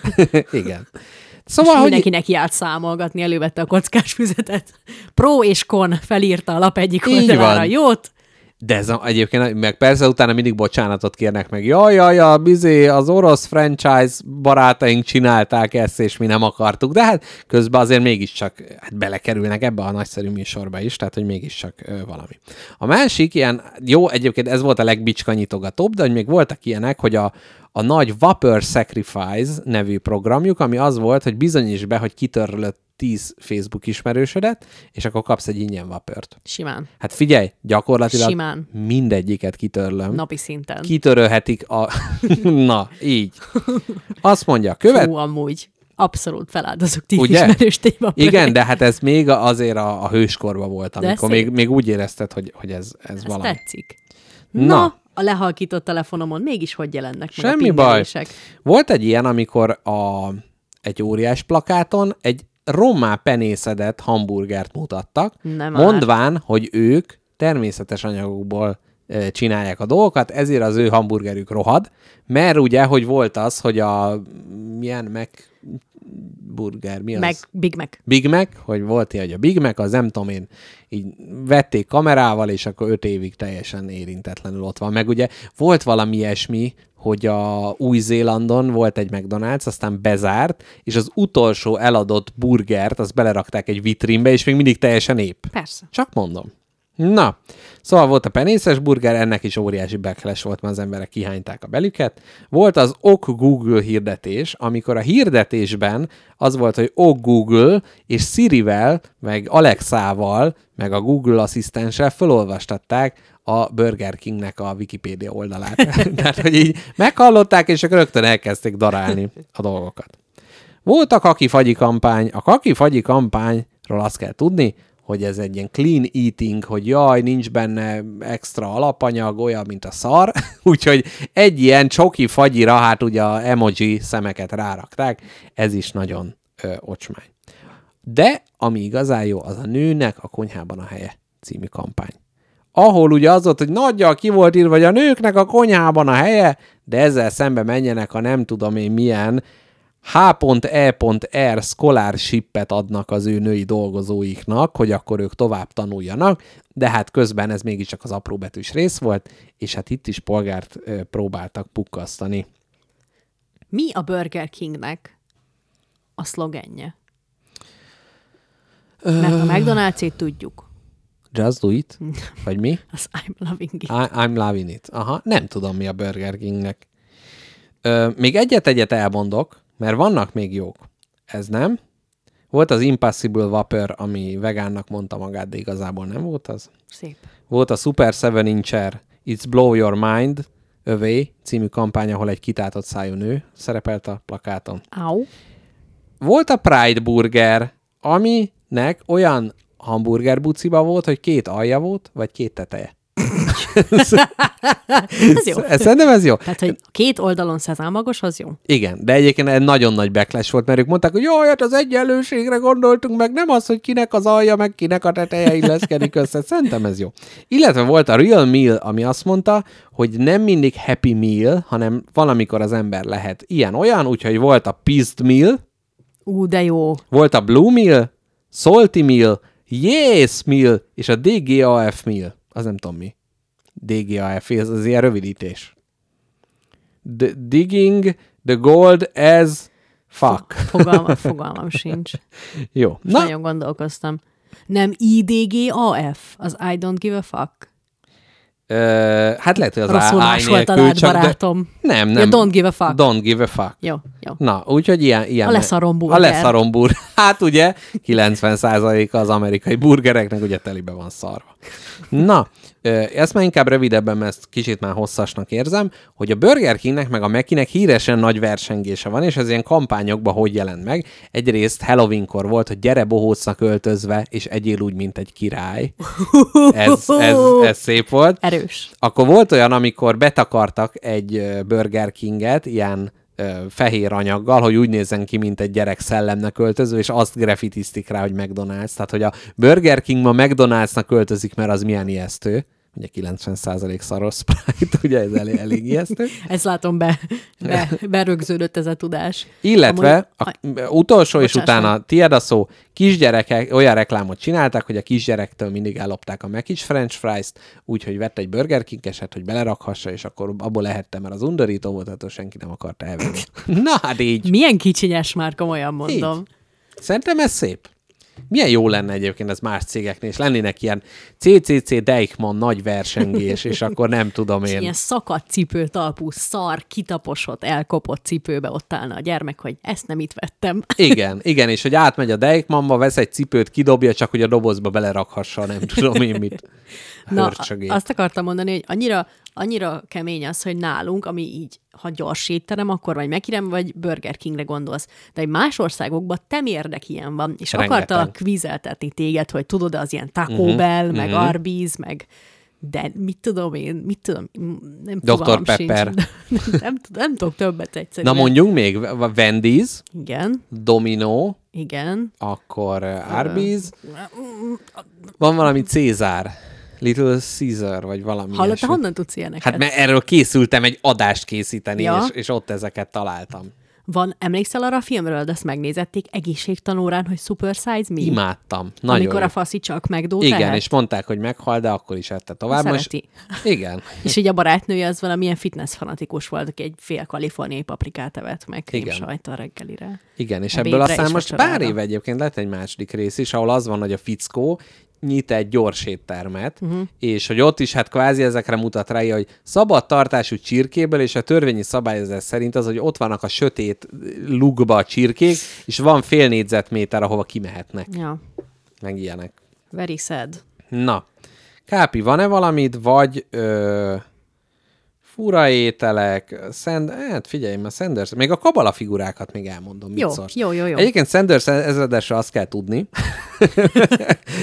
Speaker 2: Igen.
Speaker 3: Szóval,
Speaker 2: Szóval, hogy
Speaker 3: mindenkinek így... járt számolgatni, elővette a kockás füzetet. Pro és kon felírta a lap egyik
Speaker 2: Így
Speaker 3: oldalára.
Speaker 2: van.
Speaker 3: Jót?
Speaker 2: De ez a, egyébként, meg persze utána mindig bocsánatot kérnek meg. Jaj, jaj, jaj, bizé, az orosz franchise barátaink csinálták ezt, és mi nem akartuk. De hát közben azért mégiscsak hát belekerülnek ebbe a nagyszerű műsorba is, tehát hogy mégiscsak ö, valami. A másik ilyen, jó, egyébként ez volt a legbicskanyitogatóbb, de hogy még voltak ilyenek, hogy a, a nagy Vapor Sacrifice nevű programjuk, ami az volt, hogy bizonyíts be, hogy kitörlött 10 Facebook ismerősödet, és akkor kapsz egy ingyen vapört.
Speaker 3: Simán.
Speaker 2: Hát figyelj, gyakorlatilag
Speaker 3: Simán.
Speaker 2: mindegyiket kitörlöm.
Speaker 3: Napi szinten. Ki...
Speaker 2: Kitörölhetik a... Na, így. Azt mondja, a követ...
Speaker 3: Fú, amúgy. Abszolút feláldozok tíz
Speaker 2: Ugye?
Speaker 3: ismerős téma.
Speaker 2: Igen, de hát ez még a- azért a, a hőskorba volt,
Speaker 3: De
Speaker 2: amikor
Speaker 3: szép.
Speaker 2: még, még úgy érezted, hogy, hogy ez, ez
Speaker 3: Ez
Speaker 2: valami.
Speaker 3: tetszik.
Speaker 2: Na.
Speaker 3: Na. Na, a lehalkított telefonomon mégis hogy jelennek meg
Speaker 2: Semmi
Speaker 3: a
Speaker 2: baj.
Speaker 3: pingelések?
Speaker 2: Volt egy ilyen, amikor a, egy óriás plakáton egy rommá penészedett hamburgert mutattak,
Speaker 3: Nem
Speaker 2: mondván, hogy ők természetes anyagokból ö, csinálják a dolgokat, ezért az ő hamburgerük rohad, mert ugye, hogy volt az, hogy a milyen meg burger, mi az?
Speaker 3: Meg Big Mac.
Speaker 2: Big Mac, hogy volt ilyen, hogy a Big Mac, az nem tudom én, így vették kamerával, és akkor öt évig teljesen érintetlenül ott van. Meg ugye volt valami ilyesmi, hogy a Új-Zélandon volt egy McDonald's, aztán bezárt, és az utolsó eladott burgert, azt belerakták egy vitrínbe, és még mindig teljesen épp.
Speaker 3: Persze.
Speaker 2: Csak mondom. Na, szóval volt a penészes burger, ennek is óriási backlash volt, mert az emberek kihányták a belüket. Volt az OK Google hirdetés, amikor a hirdetésben az volt, hogy OK Google és Sirivel, meg Alexával, meg a Google asszisztenssel felolvastatták a Burger Kingnek a Wikipédia oldalát. Tehát, hogy így meghallották, és akkor rögtön elkezdték darálni a dolgokat. Volt a kaki-fagyi kampány. A kaki-fagyi kampányról azt kell tudni, hogy ez egy ilyen clean eating, hogy jaj, nincs benne extra alapanyag, olyan, mint a szar. Úgyhogy egy ilyen csoki fagyira, hát ugye a emoji szemeket rárakták, ez is nagyon ö, ocsmány. De ami igazán jó, az a nőnek a konyhában a helye című kampány. Ahol ugye az volt, hogy nagyjal ki volt írva, hogy a nőknek a konyhában a helye, de ezzel szembe menjenek a nem tudom én milyen H.E.R. scholarship-et adnak az ő női dolgozóiknak, hogy akkor ők tovább tanuljanak, de hát közben ez mégiscsak az apróbetűs rész volt, és hát itt is polgárt ö, próbáltak pukkasztani.
Speaker 3: Mi a Burger Kingnek a szlogenje? Mert a McDonald's-ét tudjuk.
Speaker 2: Just do it? Vagy mi?
Speaker 3: Az I'm loving it.
Speaker 2: I, I'm loving it. Aha, nem tudom mi a Burger Kingnek. Ö, még egyet-egyet elmondok, mert vannak még jók. Ez nem. Volt az Impossible Vapor, ami vegánnak mondta magát, de igazából nem volt az.
Speaker 3: Szép.
Speaker 2: Volt a Super 7 Incher It's Blow Your Mind Away című kampány, ahol egy kitátott szájú nő szerepelt a plakáton.
Speaker 3: Au.
Speaker 2: Volt a Pride Burger, aminek olyan hamburger buciba volt, hogy két alja volt, vagy két teteje.
Speaker 3: Ez jó.
Speaker 2: Ez, szerintem ez jó.
Speaker 3: Tehát, hogy két oldalon szezámagos, az jó.
Speaker 2: Igen, de egyébként egy nagyon nagy backlash volt, mert ők mondták, hogy jaj, hát az egyenlőségre gondoltunk meg, nem az, hogy kinek az alja, meg kinek a teteje illeszkedik össze. Szerintem ez jó. Illetve volt a Real Meal, ami azt mondta, hogy nem mindig Happy Meal, hanem valamikor az ember lehet ilyen-olyan, úgyhogy volt a Pissed Meal,
Speaker 3: Ú, de jó.
Speaker 2: volt a Blue Meal, Salty Meal, Yes Meal, és a DGAF Meal. Az nem tudom mi. DGAF, ez az ilyen rövidítés. The digging the gold as fuck.
Speaker 3: Fogalma, fogalmam sincs.
Speaker 2: Jó.
Speaker 3: Na.
Speaker 2: Na,
Speaker 3: Nagyon gondolkoztam. Nem IDGAF, az I don't give a fuck.
Speaker 2: Ö, hát lehet, hogy az
Speaker 3: Rosszul
Speaker 2: á, I
Speaker 3: másoltad
Speaker 2: nélkül,
Speaker 3: át,
Speaker 2: csak
Speaker 3: barátom.
Speaker 2: De... Nem,
Speaker 3: Ja,
Speaker 2: nem.
Speaker 3: don't give a fuck.
Speaker 2: Don't give a fuck.
Speaker 3: Jó, jó.
Speaker 2: Na, úgyhogy ilyen... ilyen
Speaker 3: A leszaromburger.
Speaker 2: A leszarombur. Hát ugye, 90%-a az amerikai burgereknek ugye telibe van szarva. Na, ö, ezt már inkább rövidebben, mert ezt kicsit már hosszasnak érzem, hogy a Burger Kingnek meg a Mekinek híresen nagy versengése van, és ez ilyen kampányokban hogy jelent meg. Egyrészt Halloweenkor volt, hogy gyere bohócnak öltözve, és egyél úgy, mint egy király. Ez, ez, ez szép volt.
Speaker 3: Erős.
Speaker 2: Akkor volt olyan, amikor betakartak egy ö, Burger Kinget ilyen ö, fehér anyaggal, hogy úgy nézzen ki, mint egy gyerek szellemnek öltöző, és azt grafitiztik rá, hogy McDonald's. Tehát, hogy a Burger King ma McDonald'snak öltözik, mert az milyen ijesztő. Ugye 90% szaros Sprite, ugye ez elég, elég ijesztő.
Speaker 3: Ezt látom be, be, berögződött ez a tudás.
Speaker 2: Illetve a,
Speaker 3: Amúgy-
Speaker 2: a, utolsó és
Speaker 3: Bocsáss meg.
Speaker 2: utána tiéd a szó, kisgyerekek olyan reklámot csinálták, hogy a kisgyerektől mindig ellopták a Mekis French fries-t, úgyhogy vett egy Burger King eset, hogy belerakhassa, és akkor abból lehettem, mert az undorító volt, attól senki nem akart elvenni. Na hát így.
Speaker 3: Milyen kicsinyes már, komolyan mondom.
Speaker 2: Így. Szerintem ez szép. Milyen jó lenne egyébként ez más cégeknél, és lennének ilyen CCC Deichmann nagy versengés, és akkor nem tudom
Speaker 3: Ilyen
Speaker 2: én.
Speaker 3: szakadt cipő talpú, szar, kitaposott, elkopott cipőbe ott állna a gyermek, hogy ezt nem itt vettem.
Speaker 2: Igen, igen, és hogy átmegy a Deichmannba, vesz egy cipőt, kidobja, csak hogy a dobozba belerakhassa, nem tudom én mit.
Speaker 3: Na,
Speaker 2: Hörcsögét.
Speaker 3: azt akartam mondani, hogy annyira, annyira kemény az, hogy nálunk, ami így, ha gyors étterem, akkor vagy megkérem, vagy Burger Kingre gondolsz. De egy más országokban temérdek ilyen van, és
Speaker 2: Rengeteg. Mhm,
Speaker 3: akartalak kvízeltetni téged, hogy tudod, az ilyen Taco Bell, meg Arby's, meg de mit tudom én, mit tudom, nem
Speaker 2: Dr.
Speaker 3: fogalmam sincs.
Speaker 2: Pepper.
Speaker 3: Nem, nem, tud- nem tudok többet
Speaker 2: Na
Speaker 3: egyszerűen.
Speaker 2: mondjunk még, v- v- Wendy's,
Speaker 3: Igen,
Speaker 2: Domino,
Speaker 3: igen.
Speaker 2: akkor ö, Arby's, van valami Cézár, Little Caesar, vagy valami
Speaker 3: Hallottál,
Speaker 2: ilyesmi.
Speaker 3: honnan tudsz ilyeneket?
Speaker 2: Hát mert erről készültem egy adást készíteni,
Speaker 3: Ja.
Speaker 2: ja. és, és ott ezeket találtam.
Speaker 3: Van, emlékszel arra a filmről, de azt megnézették egészségtanórán, hogy Super Size Me?
Speaker 2: Imádtam. Nagyon
Speaker 3: Amikor
Speaker 2: jó.
Speaker 3: a faszi csak megdó
Speaker 2: Igen,
Speaker 3: tehet.
Speaker 2: és mondták, hogy meghal, de akkor is ette tovább.
Speaker 3: Szereti.
Speaker 2: Igen.
Speaker 3: és így a barátnője az valamilyen fitness fanatikus volt, aki egy fél kaliforniai paprikát evett meg
Speaker 2: Igen.
Speaker 3: sajt a reggelire.
Speaker 2: Igen, és
Speaker 3: Ebédre
Speaker 2: ebből aztán
Speaker 3: és
Speaker 2: most
Speaker 3: vacsorára.
Speaker 2: pár éve egyébként lett egy második rész is, ahol az van, hogy a fickó nyit egy gyors éttermet, uh-huh. és hogy ott is hát kvázi ezekre mutat rá, hogy szabad tartású csirkéből, és a törvényi szabályozás szerint az, hogy ott vannak a sötét lukba a csirkék, és van fél négyzetméter, ahova kimehetnek,
Speaker 3: Ja,
Speaker 2: meg ilyenek.
Speaker 3: very sad.
Speaker 2: Na, Kápi, van-e valamit, vagy ö, fura ételek, szend, hát figyelj, már Sanders, még a kabala figurákat még elmondom. mit
Speaker 3: Jó,
Speaker 2: szólsz.
Speaker 3: jó, jó, jó.
Speaker 2: Egyébként Sanders ezredesre azt kell tudni,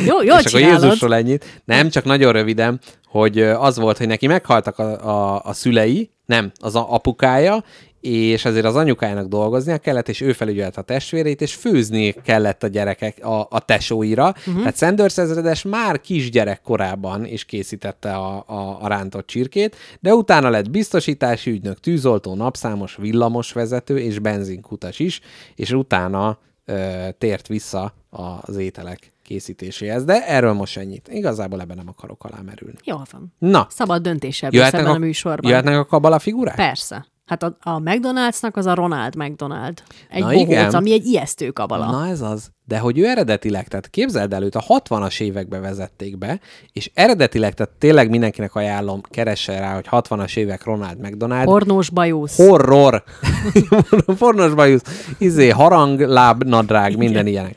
Speaker 3: Jó, jól
Speaker 2: és akkor
Speaker 3: csinálod.
Speaker 2: Jézusról ennyit. Nem, csak nagyon röviden, hogy ö, az volt, hogy neki meghaltak a, a, a szülei, nem, az a apukája, és ezért az anyukájának dolgoznia kellett, és ő felügyelt a testvérét, és főzni kellett a gyerekek a, a tesóira.
Speaker 3: Mhm.
Speaker 2: Uh-huh. Tehát Sanders ezredes már kisgyerek korában is készítette a, a, a rántott csirkét, de utána lett biztosítási ügynök, tűzoltó, napszámos, villamosvezető és benzinkutas is, és utána ö, tért vissza az ételek készítéséhez, de erről most ennyit. Igazából ebben nem akarok alámerülni.
Speaker 3: Jól van.
Speaker 2: Na,
Speaker 3: Szabad döntés ebből
Speaker 2: jöhetnek
Speaker 3: szemben
Speaker 2: a,
Speaker 3: a, műsorban.
Speaker 2: jöhetnek a kabala figurák?
Speaker 3: Persze. Hát a, a McDonald'snak az a Ronald McDonald. Egy
Speaker 2: Na
Speaker 3: bohóc,
Speaker 2: igen.
Speaker 3: ami egy ijesztő kabala.
Speaker 2: Na hát ez az. De hogy ő eredetileg, tehát képzeld el, őt a 60-as évekbe vezették be, és eredetileg, tehát tényleg mindenkinek ajánlom, keresse rá, hogy 60-as évek Ronald McDonald,
Speaker 3: Pornós bajusz.
Speaker 2: horror, fornos bajusz, izé, harang, láb, nadrág, minden ilyenek.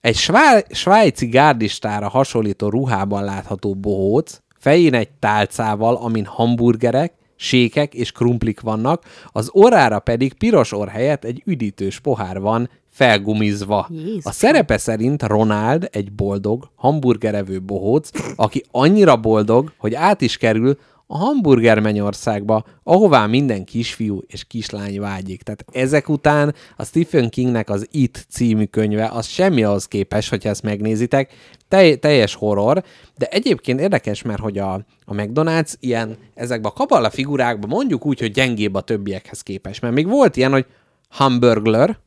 Speaker 2: Egy svá- svájci gárdistára hasonlító ruhában látható bohóc, fején egy tálcával, amin hamburgerek, sékek és krumplik vannak, az orrára pedig piros orr helyett egy üdítős pohár van, felgumizva. A
Speaker 3: Jézusom.
Speaker 2: szerepe szerint Ronald egy boldog, hamburgerevő bohóc, aki annyira boldog, hogy át is kerül a hamburger mennyországba, ahová minden kisfiú és kislány vágyik. Tehát ezek után a Stephen Kingnek az It című könyve, az semmi ahhoz képes, hogyha ezt megnézitek, Tel- teljes horror, de egyébként érdekes, mert hogy a, a McDonald's ilyen, ezekben a kabala figurákban mondjuk úgy, hogy gyengébb a többiekhez képest, mert még volt ilyen, hogy Hamburglar,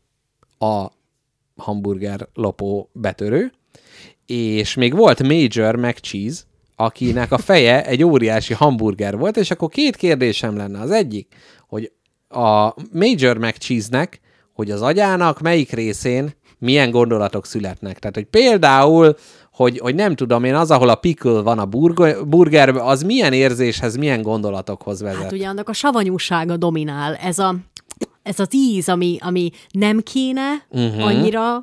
Speaker 2: a hamburger lopó betörő, és még volt Major McCheese, akinek a feje egy óriási hamburger volt, és akkor két kérdésem lenne. Az egyik, hogy a Major McCheese-nek, hogy az agyának melyik részén milyen gondolatok születnek. Tehát, hogy például, hogy, hogy nem tudom én, az, ahol a pickle van a burgo- burgerben, az milyen érzéshez, milyen gondolatokhoz vezet?
Speaker 3: Hát ugye annak a savanyúsága dominál, ez, a, ez az íz, ami, ami nem kéne
Speaker 2: Mhm.
Speaker 3: uh-huh. annyira,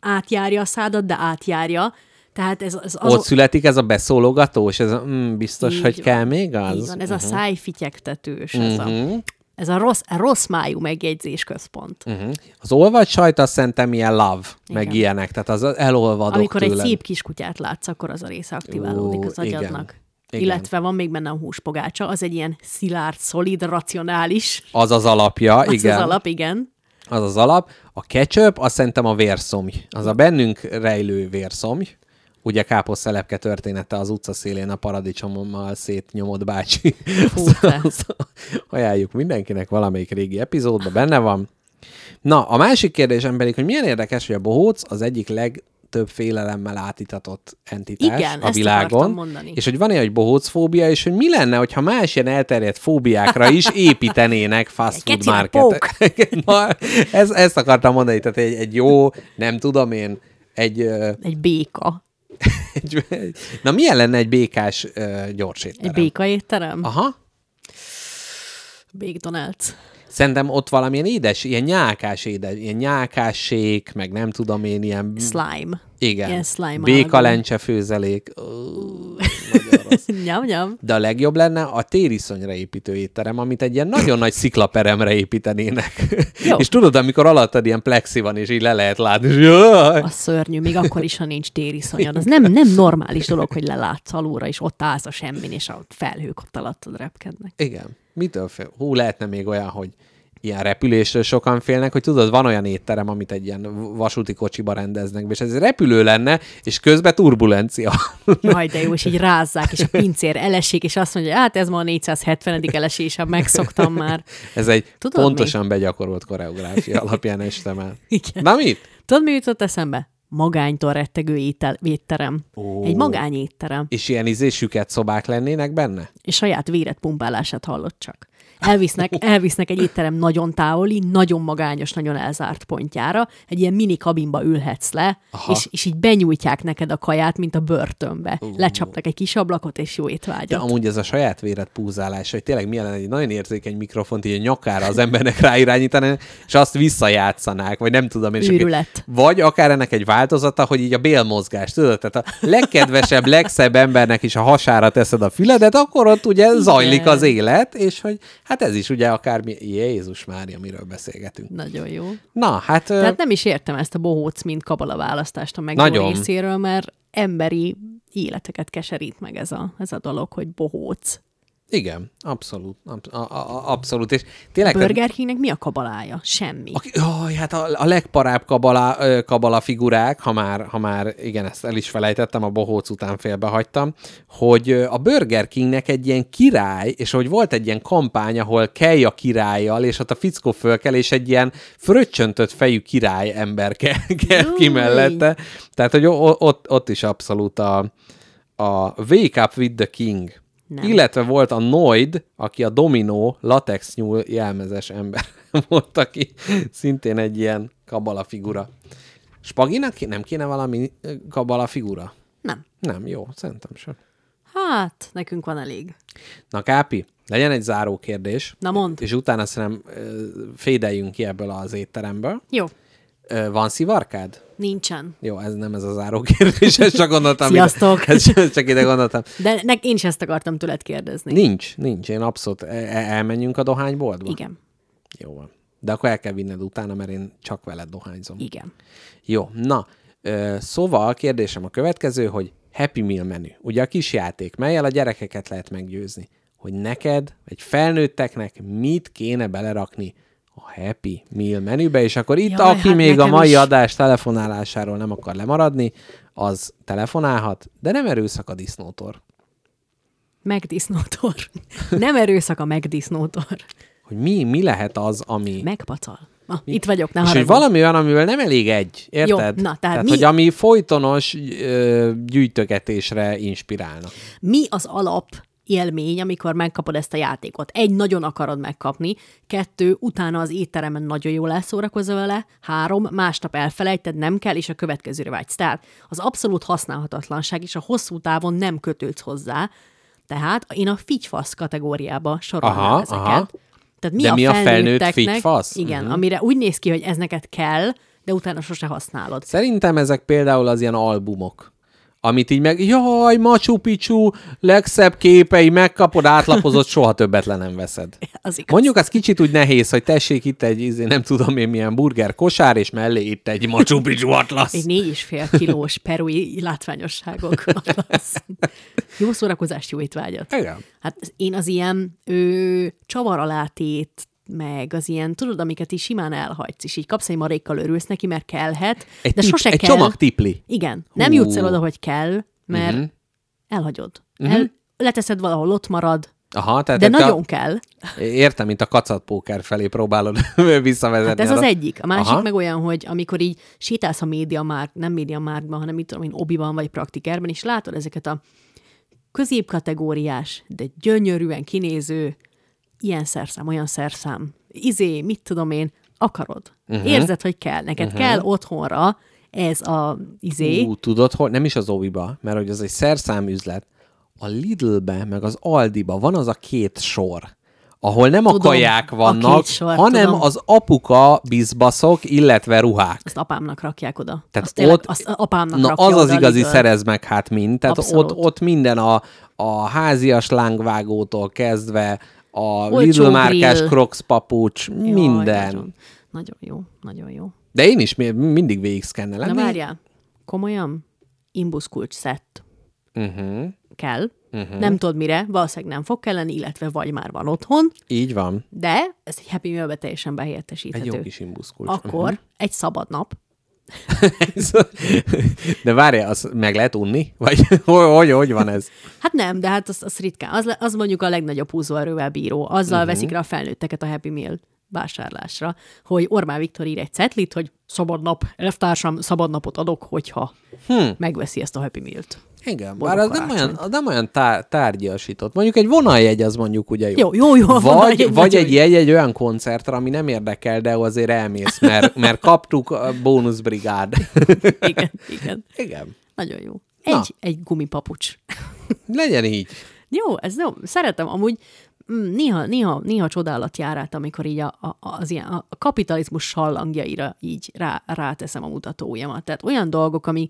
Speaker 3: átjárja a szádat, de átjárja. Tehát ez, ez
Speaker 2: Ott születik ez a beszólogató, és ez a, mm, biztos,
Speaker 3: Hát
Speaker 2: hogy
Speaker 3: Így van.
Speaker 2: kell még
Speaker 3: az,
Speaker 2: az?
Speaker 3: így van, ez uh-huh. a
Speaker 2: Mhm.
Speaker 3: szájfityegtetős, ez uh-huh. a
Speaker 2: Mhm.
Speaker 3: ez a rossz, a rossz májú megjegyzés központ.
Speaker 2: Mhm. Az olvad sajt azt szerintem ilyen love, Igen. meg
Speaker 3: Igen.
Speaker 2: ilyenek, tehát az elolvadok
Speaker 3: Amikor
Speaker 2: tőled.
Speaker 3: egy szép kiskutyát látsz, akkor az a része aktiválódik
Speaker 2: Ú,
Speaker 3: az
Speaker 2: igen.
Speaker 3: agyadnak.
Speaker 2: Igen.
Speaker 3: Illetve van még benne a húspogácsa, az egy ilyen szilárd, szolid, racionális.
Speaker 2: Az az alapja,
Speaker 3: Az
Speaker 2: igen.
Speaker 3: az alap, igen.
Speaker 2: az az alap. A ketchup, azt szerintem a vérszomj. Az a bennünk rejlő vérszomj. Ugye káposztelepke története az utca szélén a paradicsommal szétnyomott bácsi.
Speaker 3: Fú,
Speaker 2: Azt-
Speaker 3: te.
Speaker 2: azt Ajánljuk mindenkinek valamelyik régi epizódban, benne van. Na, a másik kérdésem pedig, hogy milyen érdekes, hogy a bohóc az egyik legtöbb félelemmel átitatott entitás
Speaker 3: Igen,
Speaker 2: a
Speaker 3: ezt
Speaker 2: világon.
Speaker 3: akartam mondani.
Speaker 2: És hogy van ilyen, hogy bohócfóbia, és hogy mi lenne, hogyha más ilyen elterjedt fóbiákra is építenének fast
Speaker 3: Get
Speaker 2: food
Speaker 3: your
Speaker 2: market. Na, ez, ezt akartam mondani, tehát egy, egy jó, nem tudom én, egy, ö,
Speaker 3: Egy béka.
Speaker 2: egy, egy na milyen lenne egy békás ö, gyors
Speaker 3: Egy
Speaker 2: étterem?
Speaker 3: béka étterem.
Speaker 2: Aha.
Speaker 3: McDonald's.
Speaker 2: Szerintem ott valamilyen édes, ilyen nyálkás édes, ilyen nyálkás sék, meg nem tudom én, ilyen...
Speaker 3: Slime.
Speaker 2: igen.
Speaker 3: ilyen slime
Speaker 2: Béka
Speaker 3: alagú.
Speaker 2: lencse főzelék. Ó,
Speaker 3: nyam, nyam.
Speaker 2: De a legjobb lenne a tériszonyra építő étterem, amit egy ilyen nagyon nagy sziklaperemre építenének.
Speaker 3: Jó.
Speaker 2: és tudod, amikor alattad ilyen plexi van, és így le lehet látni, és jaj!
Speaker 3: A szörnyű, még akkor is, ha nincs tériszonyod. Az nem, nem normális dolog, hogy lelátsz alulra, és ott állsz a semmin, és a felhők ott alattad repkednek.
Speaker 2: Igen. Mitől fél? Hú, lehetne még olyan, hogy ilyen repülésről sokan félnek, hogy tudod, van olyan étterem, amit egy ilyen vasúti kocsiba rendeznek, be, és ez repülő lenne, és közben turbulencia.
Speaker 3: Jaj, de jó, és így rázzák, és a pincér elesik, és azt mondja, hát ez ma a 470. elesésem, megszoktam már.
Speaker 2: Ez egy
Speaker 3: Tudod
Speaker 2: tudod
Speaker 3: mi?
Speaker 2: pontosan mi? begyakorolt koreográfia alapján este már.
Speaker 3: Igen.
Speaker 2: Na mit?
Speaker 3: Tudod, mi jutott eszembe? Magánytól rettegő étel, étterem.
Speaker 2: Ó.
Speaker 3: Egy magány étterem.
Speaker 2: És ilyen izé süket szobák lennének benne?
Speaker 3: És saját véret pumpálását hallott csak. Elvisznek, elvisznek egy étterem nagyon távoli, nagyon magányos, nagyon elzárt pontjára, egy ilyen mini kabinba ülhetsz le,
Speaker 2: Aha.
Speaker 3: és, és így benyújtják neked a kaját, mint a börtönbe. Lecsapnak egy kis ablakot, és jó
Speaker 2: De
Speaker 3: étvágyat.
Speaker 2: amúgy ez a saját véret púzálás, hogy tényleg milyen lenne egy nagyon érzékeny mikrofont így a nyakára az embernek ráirányítani, és azt visszajátszanák, vagy nem tudom én. és akkor-
Speaker 3: Őrület.
Speaker 2: Vagy akár ennek egy változata, hogy így a bélmozgás, tudod? Tehát a legkedvesebb, legszebb embernek is a hasára teszed a füledet, akkor ott ugye Igen. zajlik az élet, és hogy hát ez is ugye akár mi, Jézus Mária, miről beszélgetünk.
Speaker 3: Nagyon jó.
Speaker 2: Na, hát... ö,
Speaker 3: Tehát nem is értem ezt a bohóc, mint kabala választást a meg
Speaker 2: Nagyon.
Speaker 3: részéről, mert emberi életeket keserít meg ez a, ez a dolog, hogy bohóc.
Speaker 2: Igen, abszolút. Absz- a- a- a- abszolút. És tényleg...
Speaker 3: Burger Kingnek mi a kabalája? Semmi.
Speaker 2: Aki, jaj, hát a, a legparább kabala, ö, kabala figurák, ha már, ha már, igen, ezt el is felejtettem, a bohóc után félbehagytam, hogy ö, a Burger Kingnek egy ilyen király, és hogy volt egy ilyen kampány, ahol kelj a királyjal, és ott a fickó fölkel, és egy ilyen fröccsöntött fejű király ember kell, kell ki
Speaker 3: Júj!
Speaker 2: mellette. Tehát, hogy o- o- ott, ott is abszolút a, a Wake Up with the King.
Speaker 3: Nem.
Speaker 2: Illetve volt a Noid, aki a Domino latex nyúl jelmezes ember volt, aki szintén egy ilyen kabala figura. Spaginak ké- nem kéne valami ö, kabala figura?
Speaker 3: Nem.
Speaker 2: Nem, jó, szerintem sem.
Speaker 3: Hát, nekünk van elég.
Speaker 2: Na Kápi, legyen egy záró kérdés.
Speaker 3: Na mondd.
Speaker 2: És utána szerintem ö, fédeljünk ki ebből az étteremből.
Speaker 3: Jó.
Speaker 2: Ö, Van szivarkád?
Speaker 3: Nincsen.
Speaker 2: Jó, ez nem ez a záró kérdés, ezt csak gondoltam. ide-
Speaker 3: Sziasztok!
Speaker 2: Ezt ezt csak ide gondoltam.
Speaker 3: De ne, én is ezt akartam tőled kérdezni.
Speaker 2: Nincs, nincs. Én abszolút e- e- elmenjünk a dohányboltba?
Speaker 3: Igen.
Speaker 2: Jó van. De akkor el kell vinned utána, mert én csak veled dohányzom.
Speaker 3: Igen.
Speaker 2: Jó, na, ö, szóval a kérdésem a következő, hogy Happy Meal menü. Ugye a kis játék, melyel a gyerekeket lehet meggyőzni, hogy neked, egy felnőtteknek mit kéne belerakni a Happy Meal menübe, és akkor itt,
Speaker 3: Jaj,
Speaker 2: aki
Speaker 3: hát
Speaker 2: még a
Speaker 3: nekem
Speaker 2: mai
Speaker 3: is.
Speaker 2: adás telefonálásáról nem akar lemaradni, az telefonálhat, de nem erőszak a disznótor.
Speaker 3: Megdisznótor. Nem erőszak a megdisznótor.
Speaker 2: Hogy mi, mi lehet az, ami...
Speaker 3: Megpacal. Na, itt vagyok, ne
Speaker 2: És hogy
Speaker 3: haragudj.
Speaker 2: valami olyan, amivel nem elég egy, érted?
Speaker 3: Jó, na, tehát
Speaker 2: tehát
Speaker 3: mi-
Speaker 2: hogy ami folytonos ö, gyűjtögetésre inspirálna.
Speaker 3: Mi az alap élmény, amikor megkapod ezt a játékot. Egy, nagyon akarod megkapni, kettő, utána az étteremben nagyon jól elszórakozol vele, három, másnap elfelejted, nem kell, és a következőre vágysz. Tehát az abszolút használhatatlanság és a hosszú távon nem kötődsz hozzá, tehát én a figyfasz kategóriába sorolnám
Speaker 2: Aha,
Speaker 3: ezeket.
Speaker 2: aha.
Speaker 3: Tehát mi
Speaker 2: De
Speaker 3: a
Speaker 2: mi a felnőtt
Speaker 3: felnőtteknek,
Speaker 2: figyfasz?
Speaker 3: Igen,
Speaker 2: Mhm.
Speaker 3: amire úgy néz ki, hogy ez neked kell, de utána sose használod.
Speaker 2: Szerintem ezek például az ilyen albumok, amit így meg, jaj, Machu Picchu, legszebb képei, megkapod, átlapozott, soha többet le nem veszed.
Speaker 3: Az igaz.
Speaker 2: Mondjuk az kicsit úgy nehéz, hogy tessék itt egy, izé, nem tudom én milyen burger kosár, és mellé itt egy Machu Picchu
Speaker 3: Egy
Speaker 2: atlasz.
Speaker 3: négy és fél kilós perui látványosságok. Atlasz. Jó szórakozást, jó étvágyat.
Speaker 2: Igen.
Speaker 3: Hát én az ilyen ő, csavar alátét, meg az ilyen, tudod, amiket is simán elhagysz, és így kapsz egy marékkal örülsz neki, mert kellhet,
Speaker 2: Egy,
Speaker 3: de
Speaker 2: tip,
Speaker 3: sose
Speaker 2: egy
Speaker 3: kell.
Speaker 2: csomag tipli.
Speaker 3: Igen. Nem
Speaker 2: Hú. Mhm.
Speaker 3: jutsz el oda, hogy kell, mert uh-huh. elhagyod. Uh-huh. El, leteszed valahol, ott marad,
Speaker 2: Aha, Mhm. tehát
Speaker 3: de
Speaker 2: itt
Speaker 3: nagyon
Speaker 2: a,
Speaker 3: kell.
Speaker 2: Értem, mint a kacatpóker felé próbálod
Speaker 3: Hát
Speaker 2: visszavezetni.
Speaker 3: ez
Speaker 2: arra.
Speaker 3: az egyik. A másik
Speaker 2: Aha.
Speaker 3: Aha. meg olyan, hogy amikor így sétálsz a média már, nem média márban, hanem mit tudom én, obiban vagy praktikerben, és látod ezeket a középkategóriás, de gyönyörűen kinéző, ilyen szerszám, olyan szerszám, izé, mit tudom én, akarod.
Speaker 2: Mhm.
Speaker 3: Uh-huh. Érzed, hogy kell. Neked uh-huh. kell otthonra ez a izé.
Speaker 2: Ú, tudod, hol? Nem is az Oviba, mert hogy az egy szerszámüzlet. A Lidlbe, meg az Aldiba van az a két sor, ahol nem a
Speaker 3: Tudom,
Speaker 2: kaják
Speaker 3: a
Speaker 2: vannak,
Speaker 3: két sor,
Speaker 2: hanem
Speaker 3: tudom.
Speaker 2: az apuka bizbaszok, illetve ruhák.
Speaker 3: Azt apámnak rakják oda.
Speaker 2: Tehát
Speaker 3: azt tényleg,
Speaker 2: ott-
Speaker 3: azt apámnak
Speaker 2: Na,
Speaker 3: rakja
Speaker 2: az az
Speaker 3: oda a
Speaker 2: igazi
Speaker 3: Lidl.
Speaker 2: szerez meg hát mind. Tehát
Speaker 3: Abszolút.
Speaker 2: ott, ott minden a, a házias lángvágótól kezdve a
Speaker 3: Olcsó
Speaker 2: Lidl márkás
Speaker 3: grill.
Speaker 2: Crocs papucs,
Speaker 3: Jaj,
Speaker 2: minden.
Speaker 3: Nagyon, nagyon jó, nagyon jó.
Speaker 2: De én is mi- mindig végig szkennelem.
Speaker 3: Na várjál, komolyan? Imbusz kulcs szett.
Speaker 2: Uh-huh.
Speaker 3: kell, uh-huh. nem tudod mire, valószínűleg nem fog kelleni, illetve vagy már van otthon,
Speaker 2: Így van.
Speaker 3: de ez egy Happy Meal-be teljesen
Speaker 2: Egy jó
Speaker 3: behelyettesíthető.
Speaker 2: kis imbuszkulcs.
Speaker 3: Akkor egy szabad nap.
Speaker 2: De várjál, azt meg lehet unni? Vagy hogy, hogy, hogy van ez?
Speaker 3: Hát nem, de hát az, az ritkán. Az, le- az mondjuk a legnagyobb húzóerővel bíró. Azzal uh-huh. veszik rá a felnőtteket a Happy Meal vásárlásra, hogy Ormán Viktor ír egy cetlit, hogy szabad nap, elvtársam, szabad napot adok, hogyha hmm. megveszi ezt a Happy Meal-t.
Speaker 2: Igen,
Speaker 3: Boldog
Speaker 2: bár az nem
Speaker 3: karácsonyt.
Speaker 2: olyan, az nem olyan tá- tárgyasított. Mondjuk egy vonaljegy az mondjuk ugye jó.
Speaker 3: Jó, jó, jó, a
Speaker 2: Vagy,
Speaker 3: vonaljegy
Speaker 2: egy vagy
Speaker 3: nagyon
Speaker 2: egy
Speaker 3: jó.
Speaker 2: jegy egy olyan koncertre, ami nem érdekel, de azért elmész, mert, mert kaptuk a bónuszbrigád.
Speaker 3: Igen, igen.
Speaker 2: Igen,
Speaker 3: Nagyon jó. Egy,
Speaker 2: Na.
Speaker 3: egy gumipapucs.
Speaker 2: legyen így.
Speaker 3: Szóval Jó, ez jó. Szeretem amúgy mm, néha, néha, néha csodálat jár át, amikor így a, a, az ilyen, a a kapitalizmus sallangjaira így rá, ráteszem a mutatójamat. Tehát olyan dolgok, ami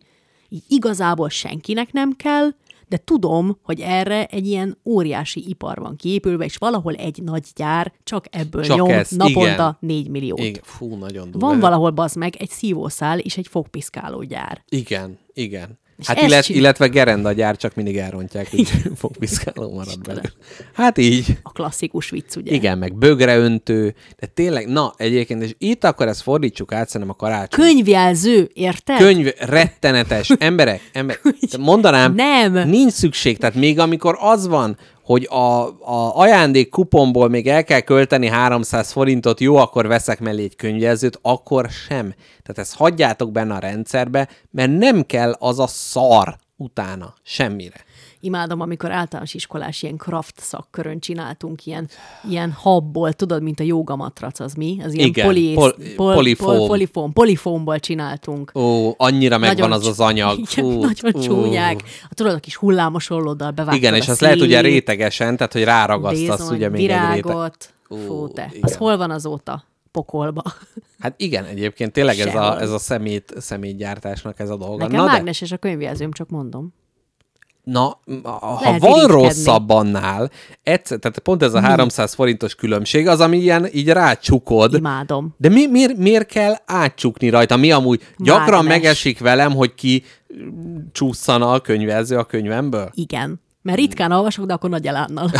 Speaker 3: így igazából senkinek nem kell, de tudom, hogy erre egy ilyen óriási ipar van kiépülve, és valahol egy nagy gyár csak ebből
Speaker 2: Csak
Speaker 3: nyom
Speaker 2: ez, igen.
Speaker 3: naponta 4 milliót.
Speaker 2: Igen, fú, nagyon durva.
Speaker 3: Van valahol, bazd meg, egy szívószál és egy fogpiszkáló gyár.
Speaker 2: Igen, igen.
Speaker 3: És
Speaker 2: Hát
Speaker 3: ezt
Speaker 2: illet,
Speaker 3: csinál-
Speaker 2: illetve gerendagyár csak mindig elrontják, hogy fogpiszkáló marad belőle. Hát így.
Speaker 3: A klasszikus vicc, ugye?
Speaker 2: Igen, meg bögreöntő, de tényleg, na egyébként, és itt akkor ezt fordítsuk át szerintem a karácsony.
Speaker 3: Könyvjelző, érted?
Speaker 2: Könyv rettenetes. Emberek, emberek, mondanám,
Speaker 3: Nem.
Speaker 2: nincs szükség. Tehát még amikor az van, hogy a, a ajándék kuponból még el kell költeni 300 forintot, jó, akkor veszek mellé egy könyvjelzőt, akkor sem. Tehát ezt hagyjátok benne a rendszerbe, mert nem kell az a szar utána semmire.
Speaker 3: Imádom, amikor általános iskolás ilyen craft szakkörön csináltunk, ilyen, ilyen habból, tudod, mint a jogamatrac, az mi? Az ilyen
Speaker 2: Igen,
Speaker 3: poliész,
Speaker 2: pol-
Speaker 3: pol, pol,
Speaker 2: polifóm.
Speaker 3: polifóm. polifóm. Polifómból csináltunk.
Speaker 2: Ó, annyira megvan
Speaker 3: Nagyon
Speaker 2: az az
Speaker 3: cs-
Speaker 2: anyag.
Speaker 3: Igen,
Speaker 2: Ú,
Speaker 3: nagyon
Speaker 2: ú.
Speaker 3: csúnyák. A, tudod, a kis hullámos ollóddal bevágtad
Speaker 2: Igen,
Speaker 3: a
Speaker 2: és azt lehet ugye
Speaker 3: szélét,
Speaker 2: rétegesen, tehát hogy ráragasztasz
Speaker 3: bizony,
Speaker 2: ugye még egy réteg.
Speaker 3: virágot. Fú, te.
Speaker 2: igen.
Speaker 3: Az hol van azóta? Pokolba.
Speaker 2: Hát igen, egyébként tényleg ez a,
Speaker 3: Sehol.
Speaker 2: ez a szemét, szemétgyártásnak ez a dolga.
Speaker 3: Nekem
Speaker 2: Na, de,
Speaker 3: mágneses a könyvjelzőm, csak mondom.
Speaker 2: na, m- a- ha
Speaker 3: Lehet
Speaker 2: van
Speaker 3: irigykedni. Mhm.
Speaker 2: rosszabb annál, egyszer, tehát pont ez a 300 forintos különbség, az, ami ilyen így rácsukod.
Speaker 3: Imádom.
Speaker 2: De mi, miért, miért kell átcsukni rajta? Mi amúgy gyakran
Speaker 3: Mágnes.
Speaker 2: megesik velem, hogy ki mm, csúszana a könyvelző a könyvemből?
Speaker 3: Igen. Mert
Speaker 2: Hmm.
Speaker 3: ritkán olvasok, de akkor nagy elánnal.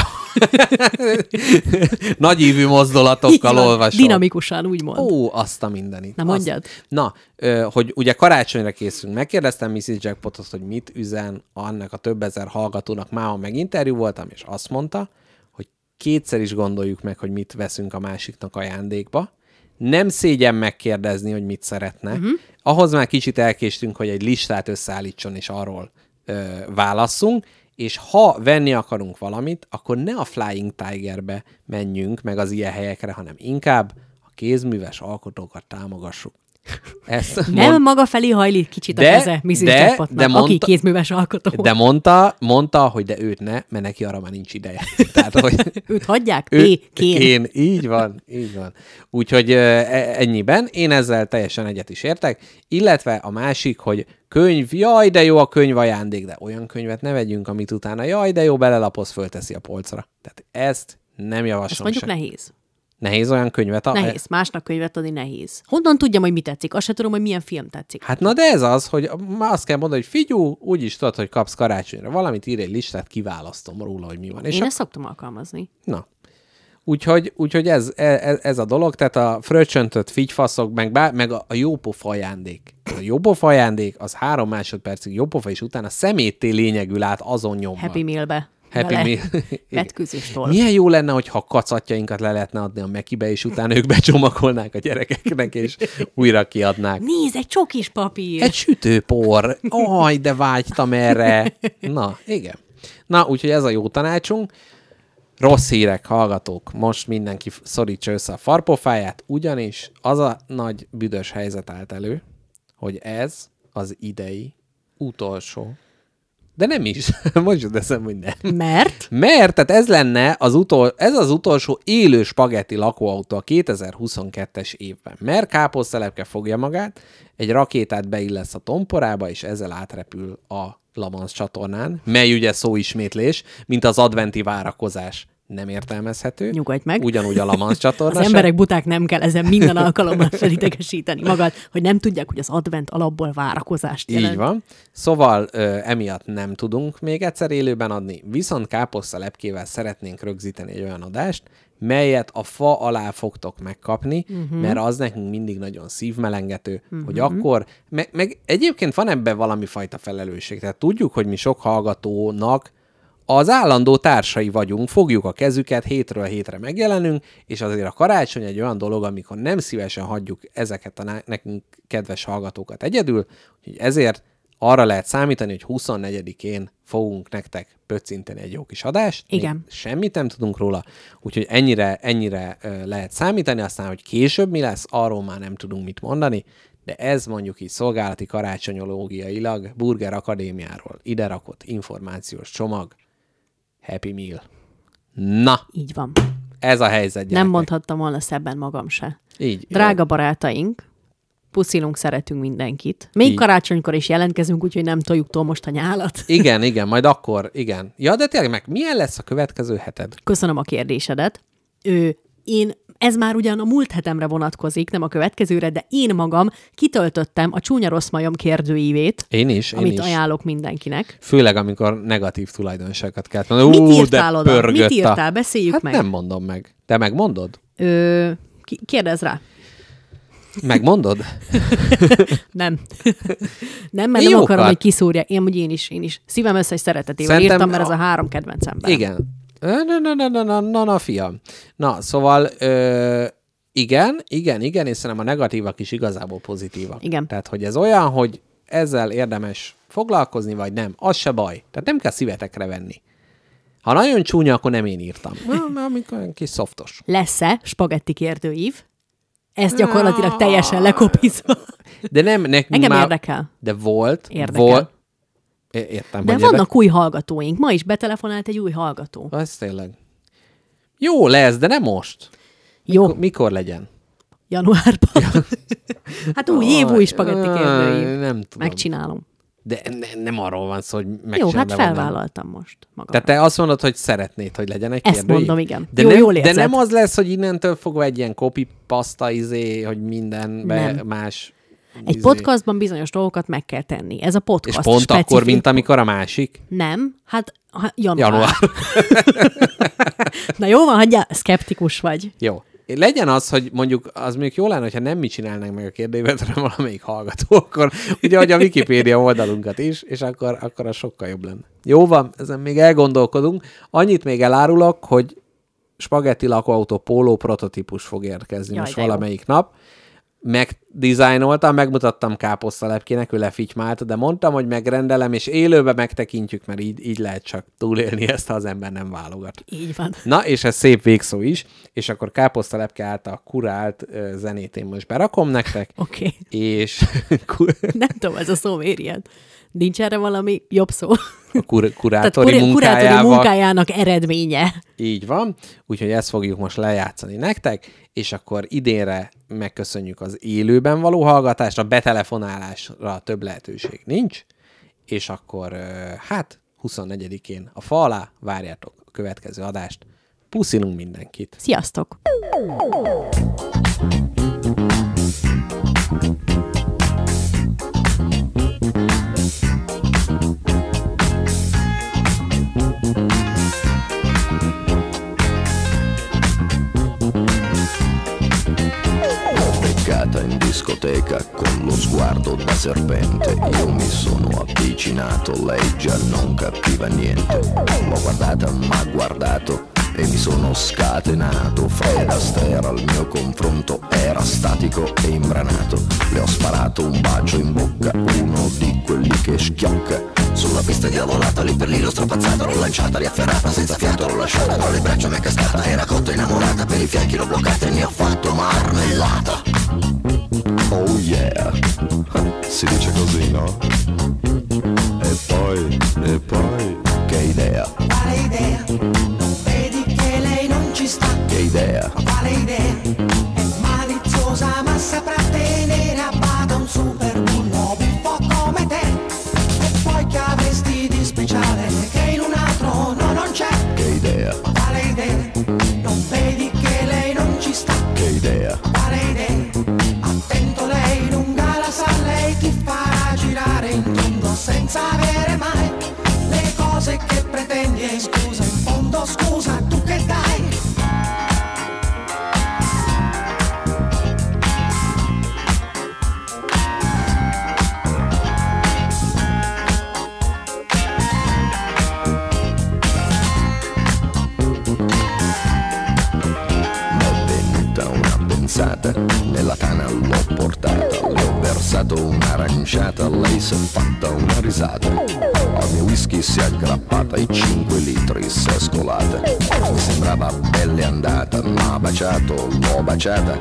Speaker 2: Nagy ívű
Speaker 3: Így
Speaker 2: mozdulatokkal
Speaker 3: van,
Speaker 2: olvasom.
Speaker 3: Dinamikusan, úgymond.
Speaker 2: Ó, azt a mindenit.
Speaker 3: Na,
Speaker 2: azt-
Speaker 3: mondjad.
Speaker 2: Na, ö, hogy ugye karácsonyra készülünk. Megkérdeztem Mrs. Jackpotot, hogy mit üzen annak a több ezer hallgatónak. Máma meg interjú voltam, és azt mondta, hogy kétszer is gondoljuk meg, hogy mit veszünk a másiknak ajándékba. Nem szégyen megkérdezni, hogy mit szeretne.
Speaker 3: Mhm.
Speaker 2: Uh-huh. Ahhoz már kicsit elkéstünk, hogy egy listát összeállítson, és arról ö, válasszunk, és ha venni akarunk valamit, akkor ne a Flying Tigerbe menjünk meg az ilyen helyekre, hanem inkább a kézműves alkotókat támogassuk. Ezt
Speaker 3: Nem
Speaker 2: mond-
Speaker 3: maga felé hajlít kicsit
Speaker 2: De-
Speaker 3: a keze Mrs.
Speaker 2: de-
Speaker 3: Jackpotnak,
Speaker 2: de
Speaker 3: aki
Speaker 2: mondta-
Speaker 3: kézműves alkotó.
Speaker 2: de mondta, mondta, hogy de őt ne, mert neki arra már nincs ideje. Tehát, hogy
Speaker 3: Őt hagyják? Ő... Kén.
Speaker 2: Kén. Így van, így van. Úgyhogy ö, e- ennyiben. Én ezzel teljesen egyet is értek. Illetve a másik, hogy könyv, jaj, de jó a könyv ajándék, de olyan könyvet ne vegyünk, amit utána, jaj, de jó, belelapoz, fölteszi a polcra. Tehát ezt nem
Speaker 3: Ezt
Speaker 2: javaslom
Speaker 3: mondjuk
Speaker 2: se.
Speaker 3: nehéz.
Speaker 2: Nehéz olyan könyvet. A...
Speaker 3: Nehéz. Másnak könyvet adni nehéz. Honnan tudjam, hogy mi tetszik? Azt se tudom, hogy milyen film tetszik.
Speaker 2: Hát na de ez az, hogy már azt kell mondani, hogy figyú, úgyis tudod, hogy kapsz karácsonyra valamit, írj egy listát, kiválasztom róla, hogy mi van. És
Speaker 3: Én
Speaker 2: a-
Speaker 3: ezt szoktam alkalmazni.
Speaker 2: Na. Úgyhogy, úgyhogy ez, ez, ez a dolog, tehát a fröccsöntött figyfaszok, meg, bá, meg a, a jópofa ajándék. A jópofa ajándék az három másodpercig jópofa, és utána szemétté lényegül át azon nyomban.
Speaker 3: Happy Meal-be.
Speaker 2: Happy
Speaker 3: Bele.
Speaker 2: Meal.
Speaker 3: Vetkőzistól.
Speaker 2: Milyen jó lenne, hogyha kacatjainkat le lehetne adni a Mekibe, és utána ők becsomagolnák a gyerekeknek, és újra kiadnák.
Speaker 3: Nézd, egy csokis papír.
Speaker 2: Egy sütőpor. Aj, de vágytam erre. Na, igen. Na, úgyhogy ez a jó tanácsunk. Rossz hírek, hallgatók, most mindenki f- szorítsa össze a farpofáját, ugyanis az a nagy büdös helyzet állt elő, hogy ez az idei utolsó, de nem is, most jut eszembe, hogy nem.
Speaker 3: Mert?
Speaker 2: Mert, tehát ez lenne az utol, ez az utolsó élő spagetti lakóautó a 2022-es évben. Mert káposztelepke fogja magát, egy rakétát beillesz a tomporába, és ezzel átrepül a Lamans csatornán, mely ugye szóismétlés, mint az adventi várakozás nem értelmezhető.
Speaker 3: Nyugodj meg.
Speaker 2: Ugyanúgy a Lamans
Speaker 3: Az
Speaker 2: csatorna se.
Speaker 3: emberek buták nem kell ezen minden alkalommal felidegesíteni magad, hogy nem tudják, hogy az advent alapból várakozást jelent.
Speaker 2: Így van. Szóval ö, emiatt nem tudunk még egyszer élőben adni, viszont káposzta lepkével szeretnénk rögzíteni egy olyan adást, melyet a fa alá fogtok megkapni, uh-huh. mert az nekünk mindig nagyon szívmelengető, uh-huh. hogy akkor, meg, meg egyébként van ebben valami fajta felelősség, tehát tudjuk, hogy mi sok hallgatónak az állandó társai vagyunk, fogjuk a kezüket, hétről hétre megjelenünk, és azért a karácsony egy olyan dolog, amikor nem szívesen hagyjuk ezeket a ná- nekünk kedves hallgatókat egyedül, úgyhogy ezért arra lehet számítani, hogy 24-én fogunk nektek pöccinteni egy jó kis adást. Még
Speaker 3: Igen.
Speaker 2: Semmit nem tudunk róla, úgyhogy ennyire, ennyire ö, lehet számítani, aztán, hogy később mi lesz, arról már nem tudunk mit mondani, de ez mondjuk így szolgálati karácsonyológiailag Burger Akadémiáról ide rakott információs csomag, Happy Meal. Na,
Speaker 3: Így van.
Speaker 2: ez a helyzet, gyerekek.
Speaker 3: Nem mondhattam volna szebben magam se.
Speaker 2: Így.
Speaker 3: Drága barátaink, puszilunk, szeretünk mindenkit. Még
Speaker 2: Így.
Speaker 3: karácsonykor is jelentkezünk, úgyhogy nem toljuk túl most a nyálat.
Speaker 2: Igen, igen, majd akkor, igen. Ja, de tényleg meg milyen lesz a következő heted?
Speaker 3: Köszönöm a kérdésedet. Ő, én, ez már ugyan a múlt hetemre vonatkozik, nem a következőre, de én magam kitöltöttem a csúnya rossz majom kérdőívét,
Speaker 2: Én is, én
Speaker 3: amit
Speaker 2: is.
Speaker 3: ajánlok mindenkinek.
Speaker 2: Főleg, amikor negatív tulajdonságokat kellett mondani.
Speaker 3: Mit
Speaker 2: Ú,
Speaker 3: írtál
Speaker 2: de
Speaker 3: oda? Mit
Speaker 2: pörgött
Speaker 3: írtál?
Speaker 2: A...
Speaker 3: Beszéljük
Speaker 2: hát
Speaker 3: meg.
Speaker 2: nem mondom meg. Te megmondod?
Speaker 3: Ö, ki- kérdez rá.
Speaker 2: Megmondod?
Speaker 3: Nem. nem, mert
Speaker 2: Én
Speaker 3: én nem
Speaker 2: jókat.
Speaker 3: akarom, hogy kiszúrja. Én, hogy én is, én is. Szívem összes szeretetével
Speaker 2: Szerintem
Speaker 3: írtam, mert ez
Speaker 2: a-
Speaker 3: a három kedvenc ember.
Speaker 2: Igen. Na, na, na, na, na, na, na, na fiam. Na, szóval ö, igen, igen, igen, és szerintem a negatívak is igazából pozitívak.
Speaker 3: Igen.
Speaker 2: Tehát, hogy ez olyan, hogy ezzel érdemes foglalkozni, vagy nem, az se baj. Tehát nem kell szívetekre venni. Ha nagyon csúnya, akkor nem én írtam. Na, na, Amikor olyan kis szoftos.
Speaker 3: Lesz-e spagetti kérdőív? Ez gyakorlatilag teljesen lekopizva.
Speaker 2: De nem, nekünk
Speaker 3: Engem
Speaker 2: már...
Speaker 3: érdekel.
Speaker 2: De volt.
Speaker 3: Érdekel.
Speaker 2: Volt. É- Értem,
Speaker 3: De
Speaker 2: hogy
Speaker 3: vannak új hallgatóink. Ma is betelefonált egy új hallgató.
Speaker 2: Érdekel. Ez tényleg. Jó lesz, de nem most.
Speaker 3: Jó,
Speaker 2: Mikor, mikor legyen?
Speaker 3: januárban. hát új év, új spagetti
Speaker 2: Aj,
Speaker 3: kérdőív.
Speaker 2: Nem tudom.
Speaker 3: Megcsinálom.
Speaker 2: De ne, nem arról van szó, hogy meg
Speaker 3: Jó,
Speaker 2: sem
Speaker 3: hát
Speaker 2: le van nem.
Speaker 3: felvállaltam most magam.
Speaker 2: Tehát te azt mondod, hogy szeretnéd, hogy legyen egy
Speaker 3: Ezt
Speaker 2: kérdőív?
Speaker 3: mondom, igen.
Speaker 2: De,
Speaker 3: Jó,
Speaker 2: nem,
Speaker 3: jól
Speaker 2: de
Speaker 3: érzed.
Speaker 2: nem az lesz, hogy innentől fogva egy ilyen copy-pasta izé, hogy mindenbe
Speaker 3: Nem.
Speaker 2: más
Speaker 3: Egy
Speaker 2: izé.
Speaker 3: podcastban bizonyos dolgokat meg kell tenni. Ez a
Speaker 2: És
Speaker 3: podcast
Speaker 2: pont
Speaker 3: specifik.
Speaker 2: akkor, mint amikor a másik?
Speaker 3: Nem, hát ha, január.
Speaker 2: Január.
Speaker 3: január. Na jó van, hagyjál, szkeptikus vagy.
Speaker 2: Jó. Legyen az, hogy mondjuk az még jó lenne, hogyha nem mi csinálnánk meg a kérdőjévet, hanem valamelyik hallgató, akkor ugye, hogy a Wikipédia oldalunkat is, és akkor, akkor az sokkal jobb lenne. Jó van, ezen még elgondolkodunk. Annyit még elárulok, hogy spagetti lakóautó póló prototípus fog érkezni
Speaker 3: Jaj,
Speaker 2: most
Speaker 3: de jó.
Speaker 2: valamelyik nap. megdizájnoltam, megmutattam káposztalepkének, ő lefitymált, de mondtam, hogy megrendelem, és élőbe megtekintjük, mert így, így lehet csak túlélni ezt, ha az ember nem válogat.
Speaker 3: Így van.
Speaker 2: Na, és ez szép végszó is, és akkor káposztalepke által kurált ö, zenét én most berakom nektek,
Speaker 3: Oké. Okay.
Speaker 2: és kur,
Speaker 3: Nem tudom, ez a szó miért ilyen. Nincs erre valami jobb szó?
Speaker 2: a kur,
Speaker 3: Tehát
Speaker 2: kurátori
Speaker 3: kuri- kurátori
Speaker 2: munkájával
Speaker 3: munkájának eredménye.
Speaker 2: Így van, úgyhogy ezt fogjuk most lejátszani nektek, és akkor idénre megköszönjük az élőben való hallgatást, a betelefonálásra több lehetőség nincs, és akkor ö, hát 24-én a fa alá várjátok a következő adást. Puszilunk mindenkit!
Speaker 3: Sziasztok!
Speaker 8: beccata in discoteca con lo sguardo da serpente. Io mi sono avvicinato, lei già non capiva niente. L'ho guardata, ma guardato e mi sono scatenato. Fred Astaire al mio confronto era statico e imbranato. Le ho sparato un bacio in bocca, uno di quelli che schiocca. Sulla pista diavolata, lì per lì l'ho strapazzata, l'ho lanciata, riafferrata, senza fiato l'ho lasciata, tra le braccia mi è cascata, era cotta innamorata, per i fianchi l'ho bloccata e ne ho fatto marmellata. Oh yeah, si dice così no? E poi, e poi, che idea,
Speaker 9: Quale idea? Non vedi che lei non ci sta?
Speaker 8: che idea,
Speaker 9: Quale idea? È maliziosa ma saprà tenere a bada un super bullo buffo come te. E poi che avresti di speciale che in un altro no non c'è?
Speaker 8: che idea,
Speaker 9: Quale idea? Non vedi che lei non ci sta?
Speaker 8: che idea,
Speaker 9: Quale idea? Attento lei, lunga la sa, lei ti farà girare in tondo senza avere mai le cose che pretendi. E scusa, in fondo scusa, tu che dai?
Speaker 8: M'è venuta una pensata, nella tana l'ho portata, le ho versato un'aranciata, lei si è fatta una risata. Al mio whisky si è aggrappata, i 5 litri si è scolata. Mi sembrava pelle andata, ma baciato, l'ho baciata,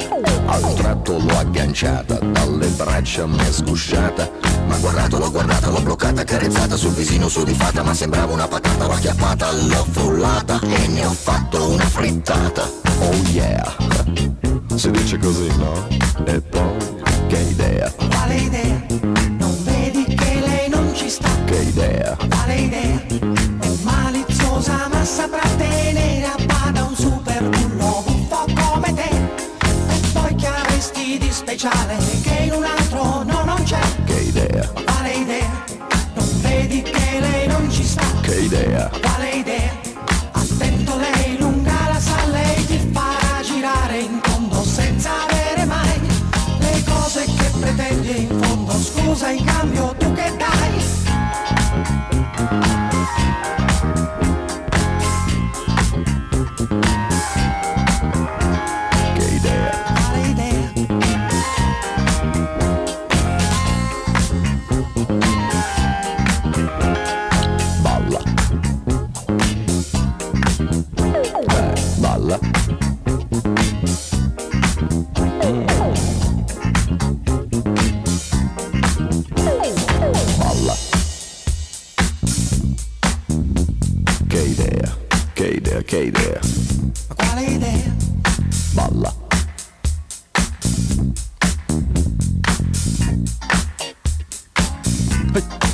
Speaker 8: a un tratto l'ho agganciata, dalle braccia mi è sgusciata. Ma guardato, l'ho guardata, l'ho bloccata, carezzata sul visino sudifata, ma sembrava una patata, l'ho acchiappata, l'ho frullata e ne ho fatto una frittata. Oh yeah! Si dice così, no? E poi, che idea,
Speaker 9: Quale idea? Non vedi che lei non ci sta?
Speaker 8: che idea,
Speaker 9: Quale idea? È maliziosa ma saprà tenere a bada un super bullo buffo come te. E poi che avresti di speciale che in un altro no non c'è?
Speaker 8: che idea,
Speaker 9: Quale idea? Non vedi che lei non ci sta?
Speaker 8: che idea,
Speaker 9: Quale idea? Attento lei, lunga la sa, lei ti farà girare in fondo senza avere mai le cose che pretendi in fondo. Scusa, in cambio tu che dai?
Speaker 8: che idea.
Speaker 9: Quale idea?
Speaker 8: Balla. Eh, Balla. Balla. Che idea, che idea, che idea.
Speaker 9: Ma quale idea?
Speaker 8: Balla. Hey.